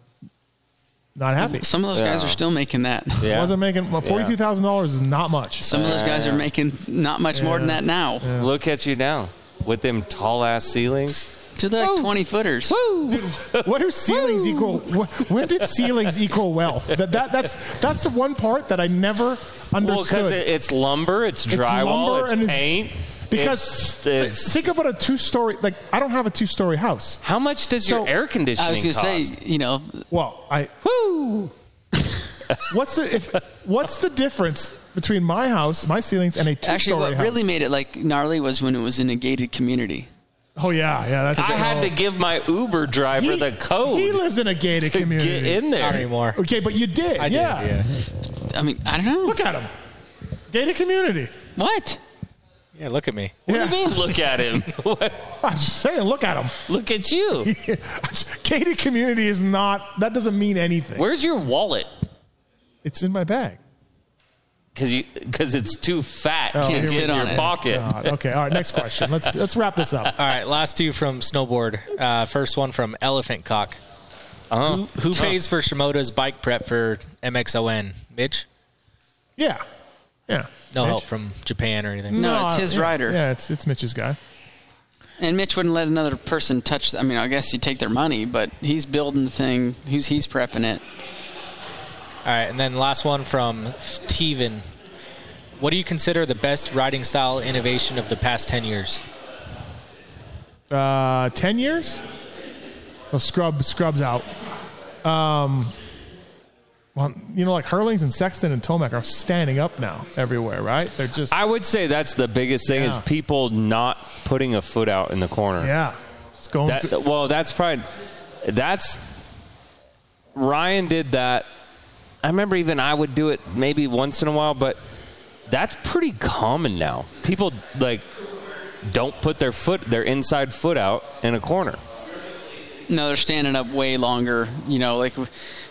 Speaker 3: not happy.
Speaker 5: Some of those guys are still making that.
Speaker 3: I wasn't making well, forty two thousand dollars is not much.
Speaker 5: Some of those guys are making not much more than
Speaker 3: Yeah.
Speaker 5: that now.
Speaker 4: Look at you now with them tall ass ceilings.
Speaker 5: To the twenty footers.
Speaker 3: Dude, what do ceilings equal? wh- When did ceilings equal wealth? That, that that's that's the one part that I never
Speaker 4: Well,
Speaker 3: understood.
Speaker 4: because it, it's lumber, it's
Speaker 3: It's
Speaker 4: drywall,
Speaker 3: lumber
Speaker 4: it's,
Speaker 3: and it's-
Speaker 4: paint.
Speaker 3: because
Speaker 4: it's, it's-
Speaker 3: think about a two story like I don't have a two story house.
Speaker 4: How much does your air conditioning I was gonna say, cost?
Speaker 5: you know.
Speaker 3: Well, I
Speaker 4: woo.
Speaker 3: what's the if what's the difference between my house, my ceilings, and a two
Speaker 5: Actually,
Speaker 3: story
Speaker 5: what
Speaker 3: house?
Speaker 5: really made it like gnarly was when it was in a gated community.
Speaker 3: Oh yeah, yeah. That's
Speaker 4: I had to give my Uber driver
Speaker 3: He-
Speaker 4: the code.
Speaker 3: He lives in a gated
Speaker 4: to
Speaker 3: community.
Speaker 4: Get in there
Speaker 3: Okay, but you did.
Speaker 4: I did,
Speaker 3: yeah.
Speaker 5: I mean, I don't know.
Speaker 3: Look at him. Gated community.
Speaker 5: What?
Speaker 7: Yeah, look at me.
Speaker 4: What do you mean? Look at him. What?
Speaker 3: I'm just saying, look at him.
Speaker 4: Look at you.
Speaker 3: gated community is not. That doesn't mean anything.
Speaker 4: Where's your wallet?
Speaker 3: It's in my bag.
Speaker 4: Because you because it's too fat
Speaker 3: Oh,
Speaker 4: to
Speaker 3: here
Speaker 4: get
Speaker 3: we
Speaker 4: in
Speaker 3: go.
Speaker 4: your pocket.
Speaker 3: God. Okay. All right. Next question. Let's let's wrap this up.
Speaker 7: All right, last two from snowboard. Uh, first one from Elephant Cock.
Speaker 4: Uh-huh.
Speaker 7: Who, who pays for Shimoda's bike prep for MXON? Mitch?
Speaker 3: Yeah. Yeah.
Speaker 7: No
Speaker 3: Mitch?
Speaker 7: help from Japan or anything.
Speaker 5: No, it's his
Speaker 3: yeah,
Speaker 5: rider.
Speaker 3: Yeah, it's it's Mitch's guy.
Speaker 5: And Mitch wouldn't let another person touch. th- I mean, I guess he'd take their money, but he's building the thing. He's he's prepping it.
Speaker 7: All right, and then last one from Steven. What do you consider the best riding style innovation of the past 10 years?
Speaker 3: Uh, ten years. So scrub scrubs out. Um. Well, you know, like Hurlings and Sexton and Tomac are standing up now everywhere, right? They're just
Speaker 4: I would say that's the biggest thing
Speaker 3: Yeah.
Speaker 4: is people not putting a foot out in the corner.
Speaker 3: yeah, it's going.
Speaker 4: That- well, that's probably that's Ryan did that. I remember even I would do it maybe once in a while, but that's pretty common now. People like don't put their foot their inside foot out in a corner.
Speaker 5: No, they're standing up way longer. You know, like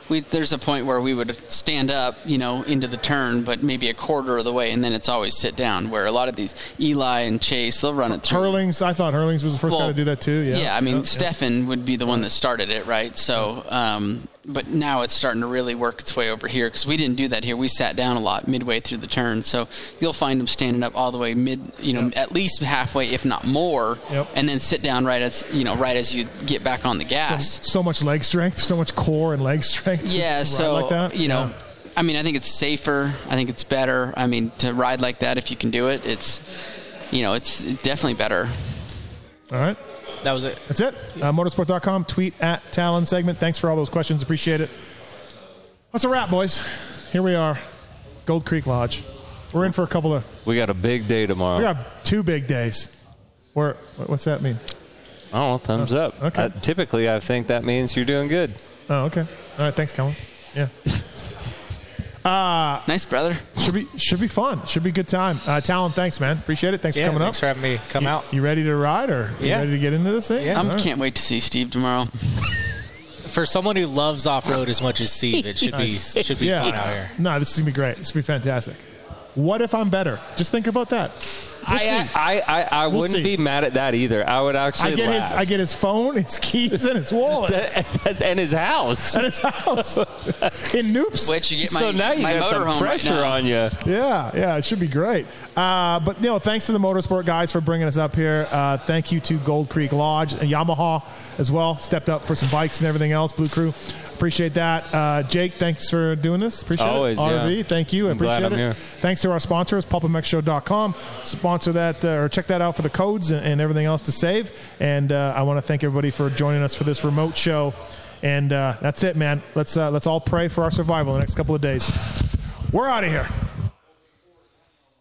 Speaker 5: we there's a point where we would stand up, you know, into the turn, but maybe a quarter of the way, and then it's always sit down. Where a lot of these Eli and Chase, they'll run it through.
Speaker 3: Hurlings, I thought Hurlings was the first guy to do that too. Yeah,
Speaker 5: I mean,
Speaker 3: Yeah.
Speaker 5: Stefan would be the one that started it, right? So, um, but now it's starting to really work its way over here because we didn't do that here. We sat down a lot midway through the turn, so you'll find them standing up all the way mid, you know, at least halfway, if not more,
Speaker 3: Yep.
Speaker 5: and then sit down right as you know, right as you get back on the gas.
Speaker 3: so much leg strength, so much core and leg strength. to- to
Speaker 5: Yeah,
Speaker 3: ride
Speaker 5: so
Speaker 3: like that.
Speaker 5: you know, I mean, I think it's safer. I think it's better. I mean, to ride like that if you can do it, it's you know, it's definitely better.
Speaker 3: All right.
Speaker 7: That was it.
Speaker 3: That's it. Uh, motorsport.com, tweet at Talon segment. Thanks for all those questions. Appreciate it. That's a wrap, boys. Here we are, Gold Creek Lodge. We're in for a couple of.
Speaker 4: We got a big day tomorrow.
Speaker 3: We got two big days. Where? What's that mean?
Speaker 4: Oh, thumbs up.
Speaker 3: okay.
Speaker 4: Uh, typically, I think that means you're doing good.
Speaker 3: Oh, okay. All right. Thanks, Colin. Yeah. Uh,
Speaker 5: nice, brother.
Speaker 3: Should be should be fun. Should be a good time. Uh, Talon, thanks, man. Appreciate it. Thanks
Speaker 7: Yeah,
Speaker 3: for coming
Speaker 7: thanks
Speaker 3: up.
Speaker 7: for having me come
Speaker 3: you,
Speaker 7: out.
Speaker 3: You ready to ride or you
Speaker 7: Yeah.
Speaker 3: ready to get into this thing?
Speaker 7: Yeah.
Speaker 5: I
Speaker 3: All right.
Speaker 5: can't wait to see Steve tomorrow.
Speaker 7: For someone who loves off road as much as Steve, it should be
Speaker 3: Nice.
Speaker 7: should be
Speaker 3: yeah.
Speaker 7: fun out here.
Speaker 3: No, this is gonna be great. This will be fantastic. What if I'm better? Just think about that. We'll see.
Speaker 4: I, I, I, I
Speaker 3: We'll
Speaker 4: wouldn't
Speaker 3: see.
Speaker 4: be mad at that either. I would actually
Speaker 3: I get
Speaker 4: laugh.
Speaker 3: his I get his phone, his keys, and his wallet.
Speaker 4: and his house.
Speaker 3: And his house. In noops.
Speaker 5: Which you get my,
Speaker 4: so now you
Speaker 5: my
Speaker 4: got
Speaker 5: motorhome
Speaker 4: some pressure
Speaker 5: right now.
Speaker 4: on you.
Speaker 3: Yeah, yeah, it should be great. Uh, but you know, thanks to the motorsport guys for bringing us up here. Uh, thank you to Gold Creek Lodge and Yamaha as well. Stepped up for some bikes and everything else. Blue Crew, appreciate that. Uh, Jake, thanks for doing this. Appreciate
Speaker 4: Always,
Speaker 3: it.
Speaker 4: yeah.
Speaker 3: RV, thank you. I
Speaker 4: I'm glad
Speaker 3: appreciate
Speaker 4: I'm
Speaker 3: it.
Speaker 4: here.
Speaker 3: Thanks to our sponsors, pulpamexshow.com. Sponsor that uh, or check that out for the codes and, and everything else to save. And uh, I want to thank everybody for joining us for this remote show. And uh, that's it, man. Let's uh, let's all pray for our survival in the next couple of days. We're out of here.